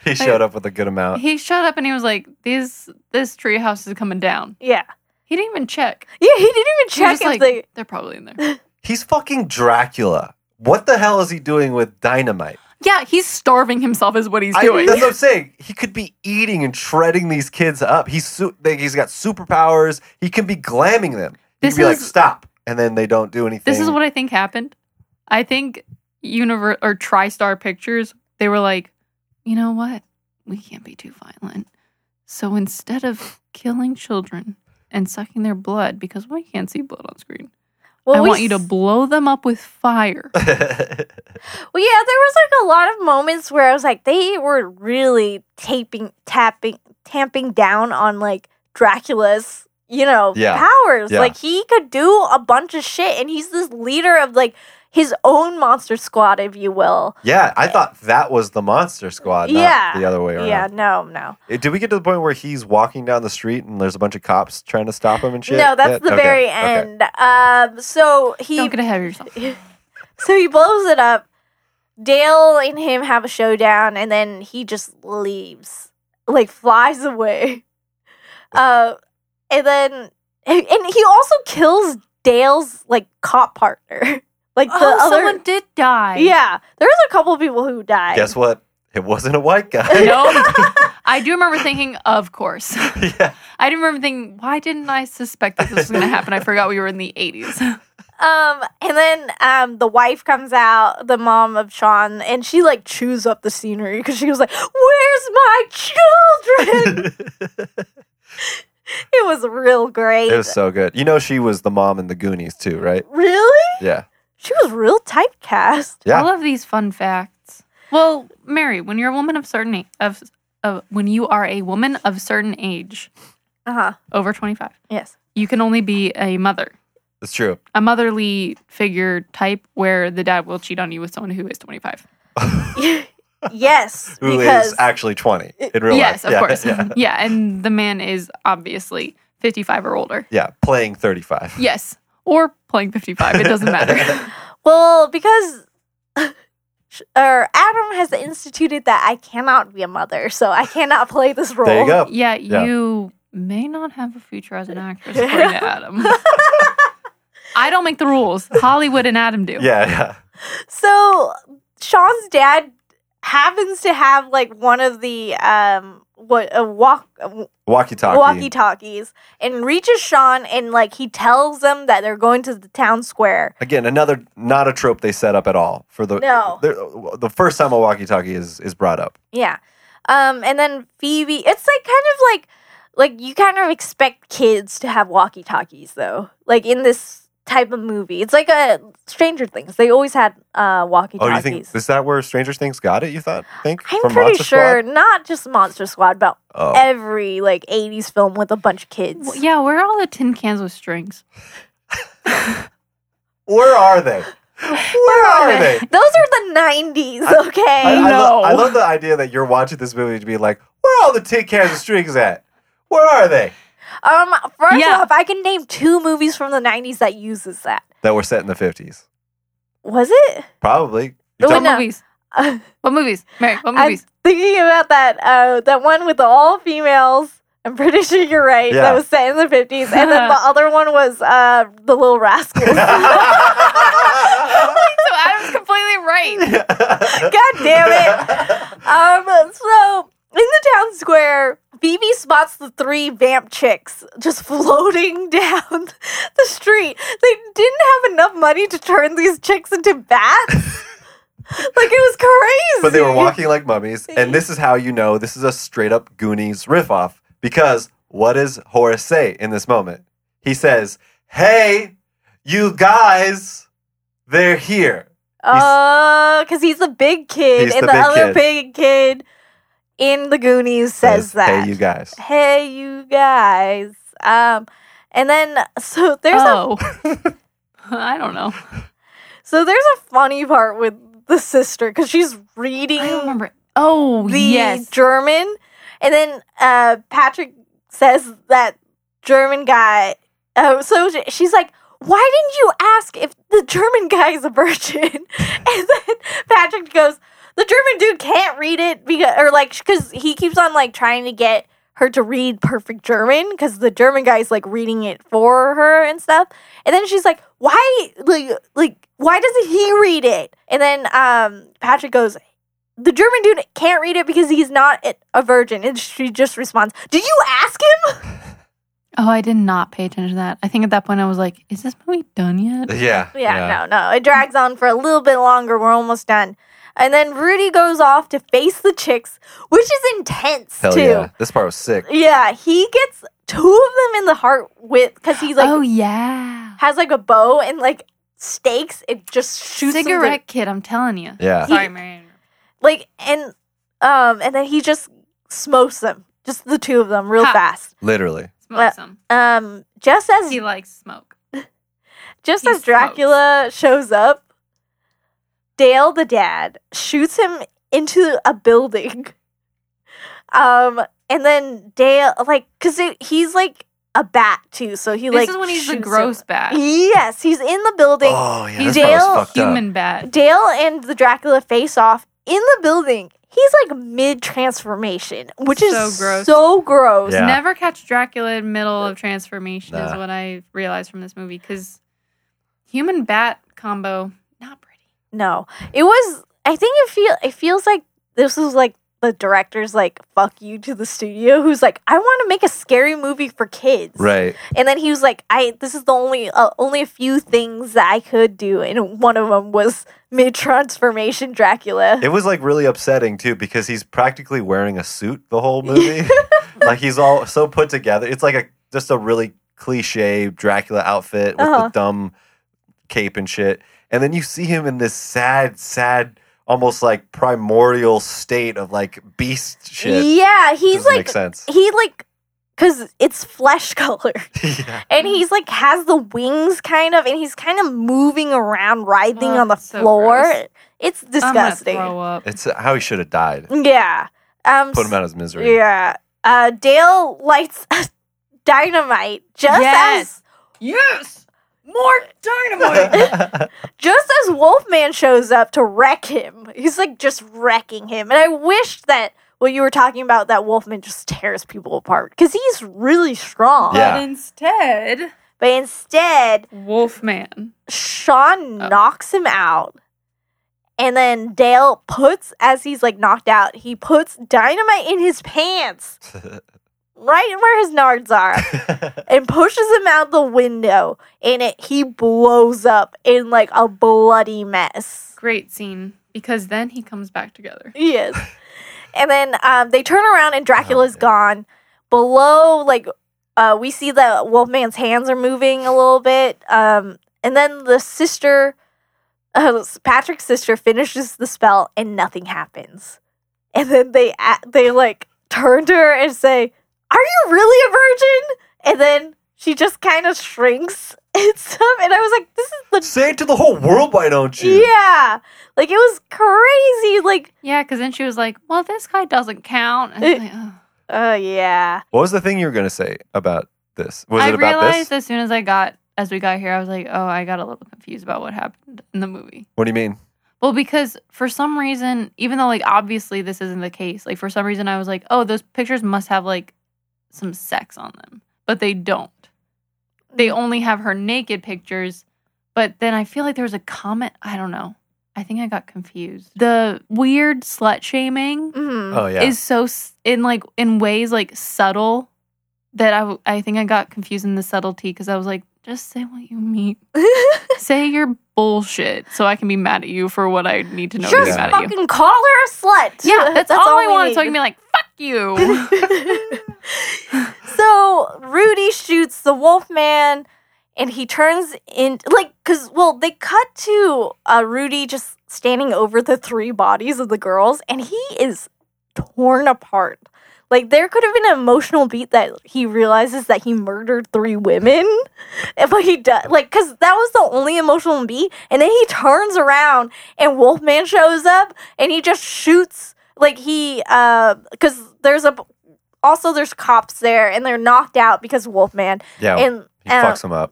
Speaker 2: He showed up with a good
Speaker 1: Uh.
Speaker 2: amount.
Speaker 3: He showed up and he was like, "These this tree house is coming down."
Speaker 1: Yeah.
Speaker 3: He didn't even check.
Speaker 1: Yeah, he didn't even
Speaker 3: He was
Speaker 1: check
Speaker 3: just
Speaker 1: if
Speaker 3: like,
Speaker 1: they.
Speaker 3: They're probably in there. <laughs>
Speaker 2: He's fucking Dracula. What the hell is he doing with dynamite?
Speaker 3: yeah, he's starving himself is what he's
Speaker 2: I-
Speaker 3: doing.
Speaker 2: that's what I'm saying. He could be eating and shredding these kids up. He's su- like, he's got superpowers. He can be glamming them. He'd
Speaker 3: This
Speaker 2: be like,
Speaker 3: is-
Speaker 2: stop, and then they don't do anything.
Speaker 3: This is what I think happened. I think Univer or TriStar Pictures, they were like, you know what? We can't be too violent. So instead of killing children and sucking their blood, because we can't see blood on screen,
Speaker 1: Well,
Speaker 3: I
Speaker 1: we
Speaker 3: want you to blow them up with fire.
Speaker 1: Well, yeah, there was like a lot of moments where I was like, they were really taping, tapping, tamping down on like Dracula's, you know,
Speaker 2: Yeah.
Speaker 1: powers.
Speaker 2: Yeah.
Speaker 1: Like he could do a bunch of shit, and he's this leader of like his own monster squad, if you will.
Speaker 2: <laughs> yeah, I thought that was the Monster Squad, not
Speaker 1: Yeah.
Speaker 2: the other way around.
Speaker 1: Yeah, no, no,
Speaker 2: Eh, Did we get to the point where he's walking down the street and there's a bunch of cops trying to stop him and shit?
Speaker 1: no. That's
Speaker 2: Yeah?
Speaker 1: the
Speaker 2: Okay,
Speaker 1: very
Speaker 2: okay.
Speaker 1: end. Um, so he
Speaker 3: Don't get ahead of yourself.
Speaker 1: so he blows it up. Dale and him have a showdown, and then he just leaves, like flies
Speaker 2: <laughs>
Speaker 1: away. Uh, and then and and he also kills Dale's like cop partner, <laughs> like the
Speaker 3: oh,
Speaker 1: other.
Speaker 3: someone did die.
Speaker 1: yeah, there's a couple people who died.
Speaker 2: Guess what? It wasn't a white
Speaker 1: <laughs>
Speaker 2: guy.
Speaker 3: No. I do remember thinking, of course. <laughs>
Speaker 2: <laughs> yeah.
Speaker 3: I do remember thinking, why didn't I suspect that this was going to happen? I forgot we were in the 80s.
Speaker 1: Um, and then um, the wife comes out, the mom of Sean, and she like chews up the scenery because she was like, "Where's my children?"
Speaker 2: <laughs>
Speaker 1: it was real great.
Speaker 2: It was so good. You know, she was the mom in the Goonies too, right?
Speaker 1: really.
Speaker 2: Yeah.
Speaker 1: She was real typecast.
Speaker 2: Yeah.
Speaker 3: All of these fun facts. Well, Mary, when you're a woman of certain age, of, of when you are a woman of certain age,
Speaker 1: Uh huh.
Speaker 3: over 25,
Speaker 1: Yes. <laughs>
Speaker 3: you can only be a mother,
Speaker 2: It's true.
Speaker 3: a motherly figure type where the dad will cheat on you with someone who is 25.
Speaker 1: yes.
Speaker 2: <laughs> Who is
Speaker 1: because
Speaker 2: actually 20 in real
Speaker 3: yes,
Speaker 2: life.
Speaker 3: of
Speaker 2: Yeah,
Speaker 3: course.
Speaker 2: <laughs> Yeah.
Speaker 3: <laughs> Yeah. and the man is obviously 55 or older.
Speaker 2: Yeah,
Speaker 1: <laughs>
Speaker 2: playing 35.
Speaker 3: Yes, or playing 55, it doesn't
Speaker 2: <laughs>
Speaker 3: matter.
Speaker 1: well, because <laughs> sh- or Adam has instituted that I cannot be a mother, so I cannot play this role.
Speaker 2: There you go.
Speaker 3: yeah,
Speaker 2: Yeah.
Speaker 3: you may not have a future as an actress, according
Speaker 2: <laughs>
Speaker 3: to Adam. I don't make the rules. Hollywood and Adam do.
Speaker 2: Yeah, yeah.
Speaker 1: So Sean's dad happens to have like one of the um what a walk
Speaker 2: Walkie talkie.
Speaker 1: walkie talkies and reaches Sean and like he tells them that they're going to the town square.
Speaker 2: Again, another not a trope they set up at all for the
Speaker 1: No.
Speaker 2: the, the first time a walkie talkie is is brought up.
Speaker 1: Yeah. Um, and then Phoebe, it's like kind of like like you kind of expect kids to have walkie talkies though. Like in this type of movie, it's like a Stranger Things. They always had uh, walkie
Speaker 2: Oh,
Speaker 1: talkies.
Speaker 2: you think is that where Stranger Things got it? You thought? Think
Speaker 1: I'm
Speaker 2: from
Speaker 1: pretty
Speaker 2: Monster
Speaker 1: sure
Speaker 2: Squad?
Speaker 1: not just Monster Squad, but
Speaker 2: Oh,
Speaker 1: every like '80s film with a bunch of kids.
Speaker 3: Well, yeah, where are all the tin cans with strings?
Speaker 2: where
Speaker 1: <laughs>
Speaker 2: are they? Where are they?
Speaker 1: Those are the '90s, okay?
Speaker 2: I, I, lo-
Speaker 3: No.
Speaker 2: I love the idea that you're watching this movie to be like, where are all the tin cans and strings at? Where are they?
Speaker 1: um, first
Speaker 3: Yeah.
Speaker 1: off, I can name two movies from the '90s that uses that.
Speaker 2: That were set in the 50s.
Speaker 1: Was it? <laughs>
Speaker 2: Probably.
Speaker 1: It
Speaker 2: You're
Speaker 3: What
Speaker 1: would
Speaker 2: talking-
Speaker 1: not-
Speaker 3: movies? What movies? Mary, what
Speaker 1: I'm
Speaker 3: movies?
Speaker 1: thinking about that uh, that one with the all females. I'm pretty <laughs> sure you're right.
Speaker 2: Yeah.
Speaker 1: That was set in the 50s, and then the other one was uh, the Little
Speaker 2: <laughs>
Speaker 1: Rascals.
Speaker 3: <laughs>
Speaker 1: <laughs>
Speaker 3: so Adam's completely right.
Speaker 1: God damn it! Um, so in the town square, Phoebe spots the three vamp chicks just floating <laughs> down the street. They didn't have enough money to turn these chicks into bats. <laughs> like it was crazy.
Speaker 2: <laughs> but they were walking like mummies. And this is how you know this is a straight up Goonies riff-off. Because what does Horace say in this moment? He says, Hey, you guys, they're here.
Speaker 1: Oh, because he's the big kid,
Speaker 2: He's
Speaker 1: and
Speaker 2: the
Speaker 1: the,
Speaker 2: big
Speaker 1: other
Speaker 2: kid.
Speaker 1: big kid in the Goonies says, that.
Speaker 2: Hey, you
Speaker 1: <laughs>
Speaker 2: guys.
Speaker 1: Hey, you guys. Um, and then <laughs> so <laughs> there's a
Speaker 3: oh. <laughs> I don't know.
Speaker 1: so there's a funny part with the sister because she's reading
Speaker 3: I don't remember. Oh,
Speaker 1: the
Speaker 3: yes.
Speaker 1: German, and then uh, Patrick says that German guy. Uh, so sh- she's like, "Why <laughs> didn't you ask if the German guy is a virgin?" and then Patrick goes, the German dude can't read it because, or like, because he keeps on like trying to get her to read perfect German because the German guy's like reading it for her and stuff. And then she's like, why, like, like, why doesn't he read it? And then um, Patrick goes, the German dude can't read it because he's not a virgin. And she just responds, did you ask him? <laughs>
Speaker 3: Oh, I did not pay attention to that. I think at that point I was like, is this movie done yet?
Speaker 2: Yeah.
Speaker 1: Yeah, no, no. It drags on for a little bit longer. We're almost done. And then Rudy goes off to face the chicks, which is intense
Speaker 2: Hell
Speaker 1: too.
Speaker 2: yeah. This part was sick.
Speaker 1: Yeah, he gets two of them in the heart with because he's
Speaker 3: <gasps>
Speaker 1: like
Speaker 3: oh yeah,
Speaker 1: has like a bow and like stakes. It just shoots them to-
Speaker 3: cigarette kid. I'm telling you.
Speaker 2: Yeah.
Speaker 1: He-
Speaker 3: Sorry, Marianne.
Speaker 1: like and um and then he just smokes them, just the two of them, real
Speaker 3: Ha.
Speaker 1: fast.
Speaker 2: Literally.
Speaker 3: Smoke
Speaker 1: Well-
Speaker 3: some.
Speaker 1: Um, just as
Speaker 3: He likes smoke.
Speaker 1: just
Speaker 3: he
Speaker 1: as Dracula shows up, Dale the dad shoots him into a building. <laughs> Um, and then Dale like because he's like a bat too, so he
Speaker 3: This
Speaker 1: like
Speaker 3: is when he's the
Speaker 1: shoots him.
Speaker 3: gross bat.
Speaker 1: Yes, he's in the building.
Speaker 2: oh yeah.
Speaker 3: he's
Speaker 2: This part
Speaker 1: Dale
Speaker 2: was fucked up.
Speaker 3: Human bat.
Speaker 1: Dale and the Dracula face off in the building. He's like mid transformation, which is
Speaker 3: So gross.
Speaker 1: so gross.
Speaker 2: Yeah. Uh,
Speaker 3: Never catch Dracula in middle of transformation is
Speaker 2: Nah.
Speaker 3: what I realized from this movie because human bat combo not pretty.
Speaker 1: No, it was. I think it feel it feels like this was like the director's like fuck you to the studio who's like I want to make a scary movie for kids.
Speaker 2: Right.
Speaker 1: And then he was like I this is the only uh, only a few things that I could do and one of them was mid transformation Dracula.
Speaker 2: It was like really upsetting too because he's practically wearing a suit the whole movie. <laughs> like he's all so put together. It's like a just a really cliche Dracula outfit with
Speaker 1: Uh-huh.
Speaker 2: the dumb cape and shit. And then you see him in this sad, sad, almost like primordial state of like beast shit.
Speaker 1: yeah, he's
Speaker 2: Doesn't
Speaker 1: like <laughs>
Speaker 2: make sense. <laughs>
Speaker 1: he like cuz it's flesh <laughs> colored.
Speaker 2: yeah.
Speaker 1: and he's like has the wings kind of and he's kind of moving around writhing
Speaker 3: Ugh,
Speaker 1: on the
Speaker 3: it's so
Speaker 1: floor
Speaker 3: gross.
Speaker 1: it's
Speaker 3: I'm gonna
Speaker 1: disgusting
Speaker 3: throw up.
Speaker 2: It's uh, how he should have died.
Speaker 1: yeah um
Speaker 2: Put
Speaker 1: s-
Speaker 2: him out of his misery.
Speaker 1: yeah uh dale lights <laughs> dynamite just
Speaker 3: Yes.
Speaker 1: as
Speaker 3: Yes, more dynamite.
Speaker 1: just as wolfman shows up to wreck him he's like just wrecking him and i wish that what you were talking about that wolfman just tears people apart because he's really strong
Speaker 2: Yeah.
Speaker 3: But instead,
Speaker 1: but instead
Speaker 3: Wolfman.
Speaker 1: Sean
Speaker 3: Oh.
Speaker 1: knocks him out. And then Dale puts, as he's like knocked out, he puts dynamite in his
Speaker 2: <laughs>
Speaker 1: pants, right where his nards are, and pushes him out the window. And it, he blows up in like a bloody mess.
Speaker 3: Great scene because then he comes back together.
Speaker 1: Yes. and then um, they turn around and Dracula's
Speaker 2: yeah.
Speaker 1: gone. Below, like, uh, we see the Wolfman's hands are moving a little bit. Um, and then the sister, <laughs> uh, Patrick's sister, finishes the spell and nothing happens. And then they a they like turn to her and say, "Are you really a virgin?" And then she just kind of shrinks <laughs> and stuff. And I was like, "This is the
Speaker 2: <laughs> Say it to the whole world, why don't you?
Speaker 1: yeah, like it was crazy, like."
Speaker 3: Yeah, because then she was like, "Well, this guy doesn't count." And I, was like, "Ugh."
Speaker 1: Oh yeah.
Speaker 2: What was the thing you were gonna say about this? Was
Speaker 3: I
Speaker 2: it about
Speaker 3: realized
Speaker 2: this?
Speaker 3: as soon as I got as we got here, I was like, "Oh, I got a little confused about what happened in the movie."
Speaker 2: What do you mean?
Speaker 3: Well, because for some reason, even though like obviously this isn't the case, like for some reason I was like, "Oh, those pictures must have like some sex on them," but they don't. They only have her naked pictures. But then I feel like there was a comment. I don't know. I think I got confused. The weird slut shaming
Speaker 1: Mm-hmm.
Speaker 2: Oh yeah.
Speaker 3: is so s- in like in ways like subtle that I w- I think I got confused in the subtlety because I was like, just say what you mean,
Speaker 1: <laughs>
Speaker 3: say your bullshit, so I can be mad at you for what I need to know to be
Speaker 1: Just
Speaker 3: mad at you.
Speaker 1: fucking call her a slut. <laughs>
Speaker 3: Yeah, that's, all, I
Speaker 1: we
Speaker 3: wanted. So I
Speaker 1: need.
Speaker 3: can be like, fuck
Speaker 1: <laughs>
Speaker 3: you.
Speaker 1: so Rudy shoots the Wolfman, and he turns in like because well they cut to uh, Rudy just standing over the three bodies of the girls, and he is torn apart. Like there could have been an emotional beat that he realizes that he murdered three women, <laughs> And, but he does like because that was the only emotional beat. And then he turns around and Wolfman shows up and he just shoots like he uh because there's a also there's cops there and they're knocked out because Wolfman
Speaker 2: yeah.
Speaker 1: and
Speaker 2: Oh, he
Speaker 1: uh,
Speaker 2: fucks him up.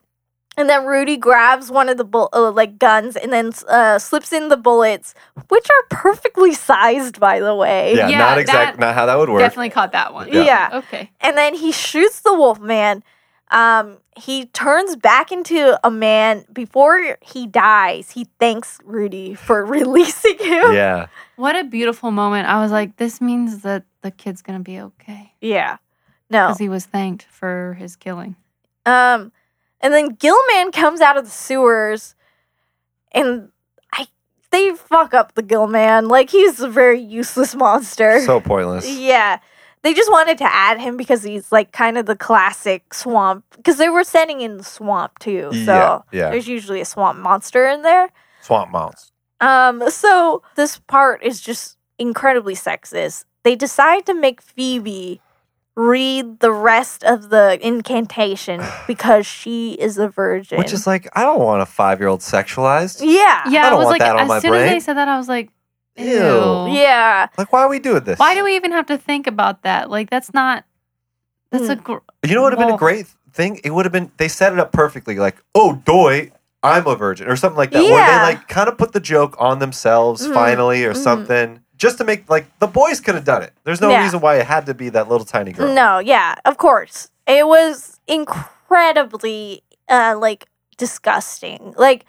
Speaker 1: And then Rudy grabs one of the bull- uh, like guns and then uh, slips in the bullets, which are perfectly sized, by the way.
Speaker 2: Yeah,
Speaker 3: Yeah,
Speaker 2: not exact,
Speaker 3: that-
Speaker 2: not how that would work.
Speaker 3: Definitely caught that one.
Speaker 1: Yeah. Yeah.
Speaker 3: Okay.
Speaker 1: And then he shoots the Wolfman. Um, he turns back into a man before he dies. He thanks Rudy for <laughs> releasing him.
Speaker 2: Yeah,
Speaker 3: What a beautiful moment. I was like, this means that the kid's gonna be okay
Speaker 1: Yeah. No.
Speaker 3: because he was thanked for his killing.
Speaker 1: Um, and then Gilman comes out of the sewers, and I they fuck up the Gilman. Like he's a very useless monster.
Speaker 2: so pointless.
Speaker 1: yeah, they just wanted to add him because he's like kind of the classic swamp. Because they were setting in the swamp too, so
Speaker 2: Yeah, yeah.
Speaker 1: there's usually a swamp monster in there.
Speaker 2: Swamp mounts.
Speaker 1: Um, so this part is just incredibly sexist. They decide to make Phoebe read the rest of the
Speaker 2: <sighs>
Speaker 1: incantation because she is a virgin.
Speaker 2: Which is like, I don't want a five year old sexualized.
Speaker 1: yeah,
Speaker 3: Yeah,
Speaker 2: I
Speaker 3: I,
Speaker 2: don't
Speaker 3: was like,
Speaker 2: want that on
Speaker 3: as
Speaker 2: my
Speaker 3: soon as they
Speaker 2: brain.
Speaker 3: said that, I was like, ew.
Speaker 2: Ew.
Speaker 1: yeah.
Speaker 2: Like, why are we doing this?
Speaker 3: Why do we even have to think about that? Like, that's not. That's a. Gr-
Speaker 2: You know what would have been
Speaker 3: Well-
Speaker 2: a great thing? It would have been they set it up perfectly, like, oh doy, I'm a virgin, or something like that. Where
Speaker 1: Yeah.
Speaker 2: they like kind of put the joke on themselves
Speaker 1: Mhm.
Speaker 2: finally or
Speaker 1: Mhm.
Speaker 2: something. Just to make like the boys could have done it. There's no
Speaker 1: Yeah.
Speaker 2: reason why it had to be that little tiny girl.
Speaker 1: No, yeah, of course. It was incredibly uh like disgusting. Like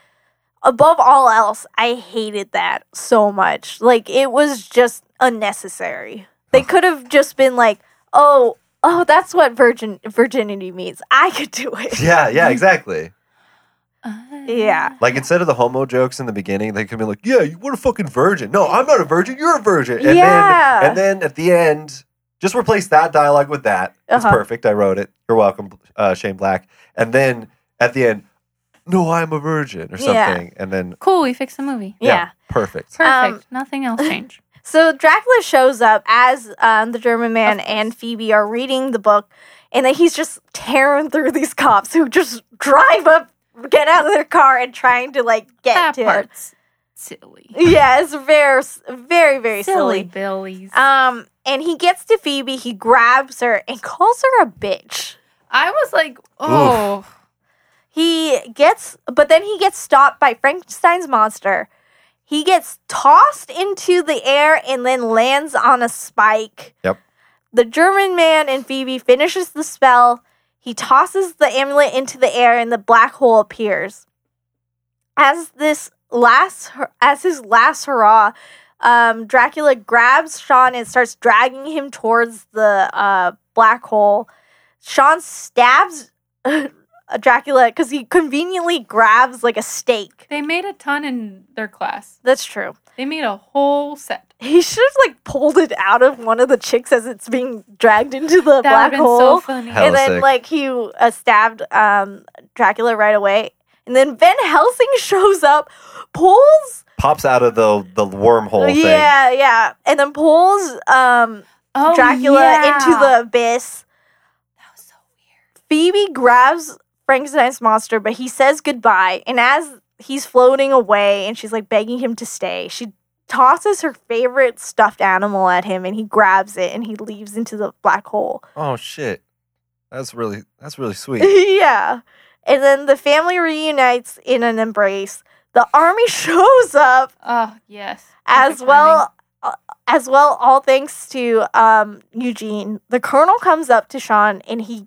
Speaker 1: above all else, I hated that so much. Like it was just unnecessary. They could have just been like, "Oh, oh, that's what virgin virginity means. I could do
Speaker 2: <laughs>
Speaker 1: it."
Speaker 2: Yeah, yeah, exactly.
Speaker 3: uh,
Speaker 1: Yeah.
Speaker 2: Like instead of the homo jokes in the beginning, they could be like, "Yeah, you were a fucking virgin." No, I'm not a virgin. You're a virgin. And
Speaker 1: Yeah.
Speaker 2: then and then at the end, just replace that dialogue with that. It's
Speaker 1: Uh-huh.
Speaker 2: perfect. I wrote it. You're welcome, uh, Shane Black. And then at the end, no, I'm a virgin or something.
Speaker 1: Yeah.
Speaker 2: And then
Speaker 3: Cool. We fixed the movie.
Speaker 2: yeah,
Speaker 1: Yeah.
Speaker 2: perfect.
Speaker 3: Perfect.
Speaker 1: Um,
Speaker 3: Nothing else changed.
Speaker 1: So Dracula shows up as um, the German man
Speaker 3: Of course.
Speaker 1: and Phoebe are reading the book, and then he's just tearing through these cops who just drive up, get out of their car, and trying to like get
Speaker 3: that
Speaker 1: to him.
Speaker 3: part's silly.
Speaker 1: Yeah, it's very, very, very
Speaker 3: silly
Speaker 1: silly.
Speaker 3: billies.
Speaker 1: Um, and he gets to Phoebe, he grabs her and calls her a bitch.
Speaker 3: I was like, oh,
Speaker 1: He gets, but then he gets stopped by Frankenstein's monster. He gets tossed into the air and then lands on a spike.
Speaker 2: Yep.
Speaker 1: The German man and Phoebe finishes the spell. He tosses the amulet into the air and the black hole appears. As this last, as his last hurrah, um, Dracula grabs Sean and starts dragging him towards the uh, black hole. Sean stabs <laughs> uh, Dracula because he conveniently grabs like a stake.
Speaker 3: they made a ton in their class.
Speaker 1: That's true.
Speaker 3: They made a whole set.
Speaker 1: He should have like pulled it out of one of the chicks as it's being dragged into
Speaker 3: That
Speaker 1: the
Speaker 3: would have
Speaker 1: black
Speaker 3: been
Speaker 1: hole.
Speaker 3: so funny.
Speaker 2: Hell-
Speaker 1: and then
Speaker 2: sick.
Speaker 1: like he uh, stabbed um, Dracula right away. And then Van Helsing <laughs> shows up, pulls
Speaker 2: Pops out of the the wormhole thing.
Speaker 1: yeah, yeah, and then pulls um,
Speaker 3: Oh,
Speaker 1: Dracula
Speaker 3: yeah.
Speaker 1: into the abyss.
Speaker 3: That was so weird.
Speaker 1: Phoebe grabs Frankenstein's monster, but he says goodbye. And as he's floating away and she's like begging him to stay, she tosses her favorite stuffed animal at him and he grabs it and he leaves into the black
Speaker 2: <laughs>
Speaker 1: hole.
Speaker 2: Oh shit. That's really that's really sweet.
Speaker 1: <laughs> yeah. And then the family reunites in an embrace. The army <laughs> shows up
Speaker 3: Oh, yes.
Speaker 1: as
Speaker 3: Perfect
Speaker 1: well uh, as well all thanks to um Eugene the colonel comes up to Sean and he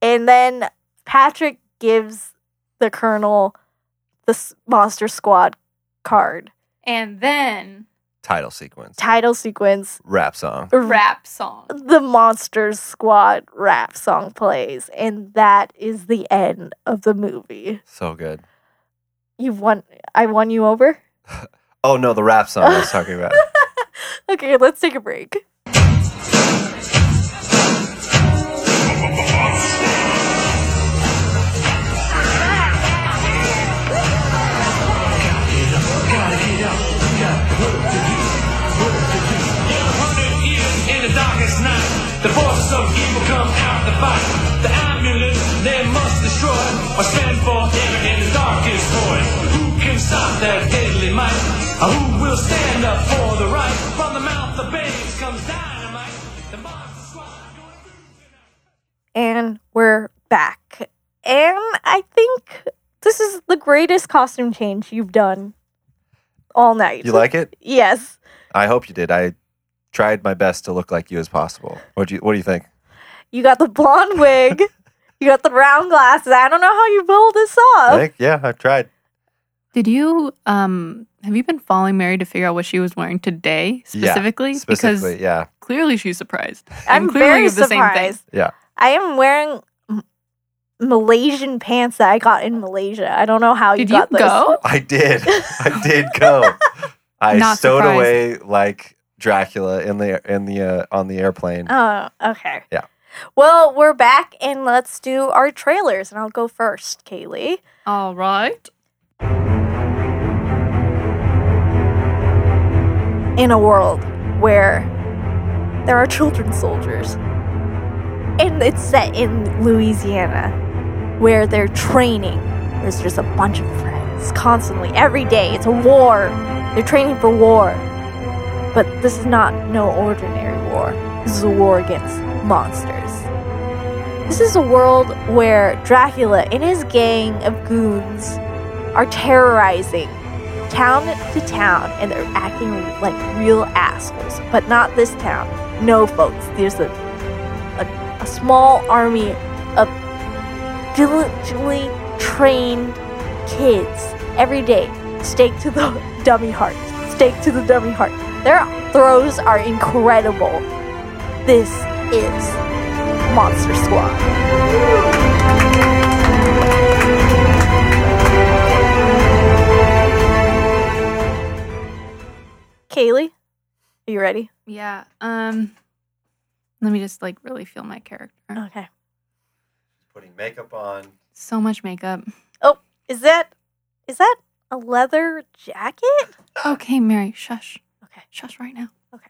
Speaker 1: and then Patrick gives the colonel the s- monster squad card
Speaker 3: timing. And then
Speaker 2: Title sequence.
Speaker 1: title sequence
Speaker 2: Rap song.
Speaker 3: rap song.
Speaker 1: the monster squad rap song plays and that is the end of the movie
Speaker 2: So good.
Speaker 1: you've won I won you over
Speaker 2: Oh no, the rap song I was talking
Speaker 1: <laughs>
Speaker 2: about.
Speaker 1: okay let's take a break
Speaker 4: hundred years in the darkest night. The forces of evil come out to fight. The amulet they must destroy or stand forever in the darkest void. Who can stop that deadly might? Or who will stand up for the right? From the mouth of babes comes dynamite. The monster squad going through tonight.
Speaker 1: and we're back. And I think greatest costume change you've done all night.
Speaker 2: You like it?
Speaker 1: Yes.
Speaker 2: I hope you did. I tried my best to look like you as possible. What do you What do you think?
Speaker 1: You got the
Speaker 2: <laughs>
Speaker 1: blonde wig. you got the round glasses. I don't know how you pulled this
Speaker 2: I
Speaker 3: Oh.
Speaker 1: off.
Speaker 2: think yeah, I tried.
Speaker 3: Did you um have you been following Mary to figure out what she was wearing today
Speaker 2: Yeah,
Speaker 3: specifically?
Speaker 2: Specifically,
Speaker 3: Because
Speaker 2: yeah,
Speaker 3: clearly she's surprised.
Speaker 1: I'm
Speaker 3: And clearly
Speaker 1: very
Speaker 3: it's the same thing.
Speaker 1: surprised.
Speaker 2: Yeah.
Speaker 1: I am wearing M- Malaysian pants that I got in Malaysia. I don't know how you
Speaker 3: Did you
Speaker 1: got this.
Speaker 3: go?
Speaker 2: I did. I did
Speaker 3: <laughs>
Speaker 2: go. I
Speaker 3: Not
Speaker 2: stowed
Speaker 3: surprised.
Speaker 2: away like Dracula in the in the uh, on the airplane.
Speaker 1: <laughs> Oh, okay.
Speaker 2: Yeah.
Speaker 1: Well, we're back and let's do our trailers and I'll go first, Kaylee.
Speaker 3: All right.
Speaker 1: in a world where there are children soldiers. And it's set in Louisiana, where they're training. There's just a bunch of friends constantly, every day. It's a war. They're training for war. But this is not no ordinary war. This is a war against monsters. This is a world where Dracula and his gang of goons are terrorizing town to town and they're acting like real assholes. But not this town. No, folks. There's a, a, a small army of diligently trained kids every day. Stake to the <laughs> dummy heart. Stake to the dummy heart. Their throws are incredible. This is Monster Squad. Kaylee, are you ready?
Speaker 3: Yeah. Um let me just like really feel my character.
Speaker 1: Okay.
Speaker 2: Putting makeup on.
Speaker 3: So much makeup.
Speaker 1: Is that is that a leather jacket?
Speaker 3: Okay, Mary, shush.
Speaker 1: Okay.
Speaker 3: Shush right now.
Speaker 1: Okay.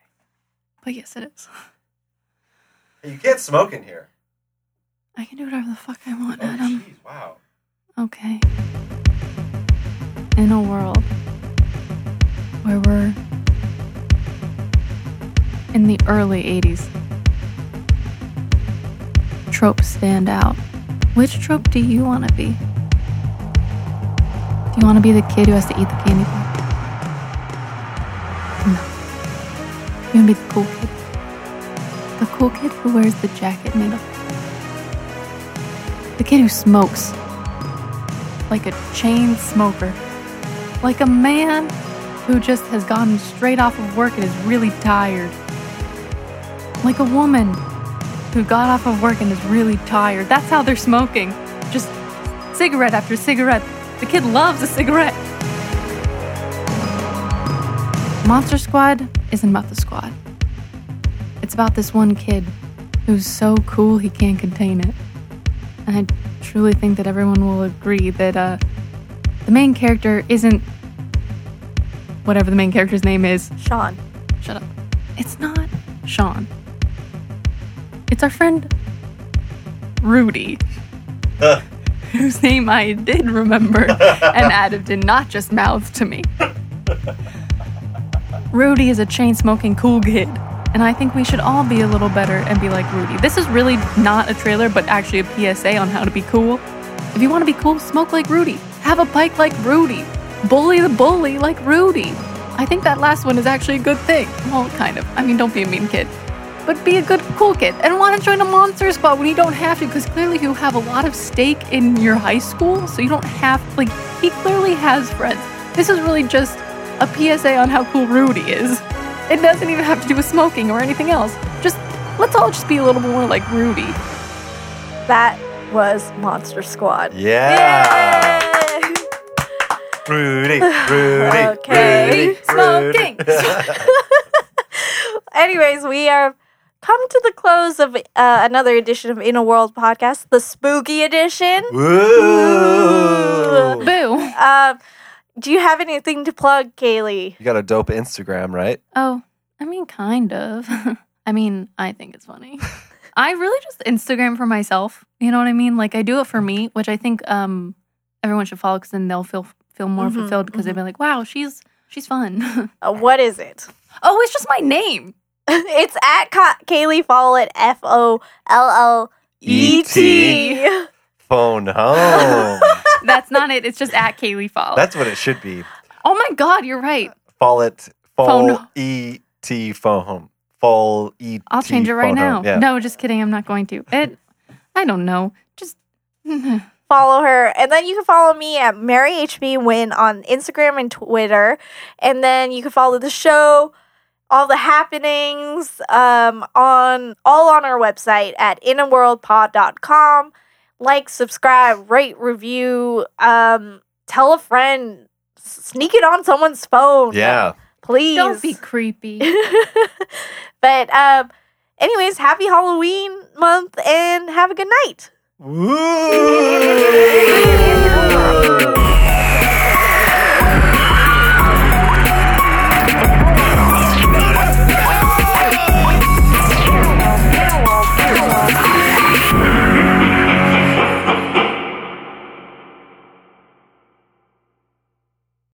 Speaker 3: But yes it is.
Speaker 2: You can't smoke in here.
Speaker 3: I can do whatever the fuck I want,
Speaker 2: Oh,
Speaker 3: Adam.
Speaker 2: jeez, wow.
Speaker 3: Okay. In a world where we're in the early 80s, tropes stand out. Which trope do you want to be? Do you want to be the kid who has to eat the candy bar? No. You want to be the cool kid. The cool kid who wears the jacket made of. The kid who smokes like a chain smoker. Like a man who just has gotten straight off of work and is really tired. Like a woman who got off of work and is really tired. That's how they're smoking. Just cigarette after cigarette. The kid loves a cigarette. Monster Squad isn't about the squad. It's about this one kid who's so cool he can't contain it. And I truly think that everyone will agree that uh, the main character isn't whatever the main character's name is.
Speaker 1: Sean.
Speaker 3: Shut up. It's not Sean. It's our friend Rudy,
Speaker 2: Ugh.
Speaker 3: whose name I did remember and Adam did not just mouth to me. Rudy is a chain smoking cool kid, and I think we should all be a little better and be like Rudy. This is really not a trailer, but actually a PSA on how to be cool. If you want to be cool, smoke like Rudy. Have a bike like Rudy. Bully the bully like Rudy. I think that last one is actually a good thing. Well, kind of. I mean, don't be a mean kid. But be a good, cool kid and want to join a monster squad when you don't have to, because clearly you have a lot of stake in your high school, so you don't have like he clearly has friends. This is really just a PSA on how cool Rudy is. It doesn't even have to do with smoking or anything else. Just let's all just be a little more like Rudy.
Speaker 1: That was Monster Squad.
Speaker 2: Yeah.
Speaker 1: Yay! <laughs>
Speaker 2: Rudy,
Speaker 3: <laughs>
Speaker 2: Rudy,
Speaker 1: Okay.
Speaker 2: Rudy,
Speaker 3: Smoking. <laughs>
Speaker 2: Rudy.
Speaker 1: Anyways, we are come to the close of uh, another edition of In a World podcast, the spooky edition.
Speaker 2: Woo.
Speaker 3: Boo.
Speaker 1: Um, do you have anything to plug, Kaylee?
Speaker 2: You got a dope Instagram, right?
Speaker 3: Oh, I mean, kind of. <laughs> I mean, I think it's funny. I really just Instagram for myself. You know what I mean? Like I do it for me, which I think um, everyone should follow because then they'll feel feel more
Speaker 1: Mhm,
Speaker 3: fulfilled because they'll be like, "Wow, she's she's fun." <laughs>
Speaker 1: Uh, what is it? <laughs>
Speaker 3: oh, it's just my name.
Speaker 1: it's at Ka- Kaylee Follett, F O L L E T.
Speaker 3: <laughs>
Speaker 2: Phone home.
Speaker 3: That's not it. It's just at Kaylee Follett.
Speaker 2: That's what it should be.
Speaker 3: oh my God, you're right.
Speaker 2: Follett,
Speaker 3: Phone.
Speaker 2: fall e t phone home, fall e.
Speaker 3: I'll change it right now.
Speaker 2: Yeah.
Speaker 3: No, just kidding. I'm not going to. It. I don't know. Just <laughs>
Speaker 1: follow her. And then you can follow me at Mary HB Win on Instagram and Twitter. And then you can follow the show, all the happenings, um, on all on our website at inaworldpod.com. Like, subscribe, rate, review, um, tell a friend, s- sneak it on someone's phone.
Speaker 2: Yeah.
Speaker 1: Please.
Speaker 3: don't
Speaker 1: <laughs>
Speaker 3: be creepy.
Speaker 1: but um anyways, happy Halloween month and have a good night.
Speaker 2: Woo!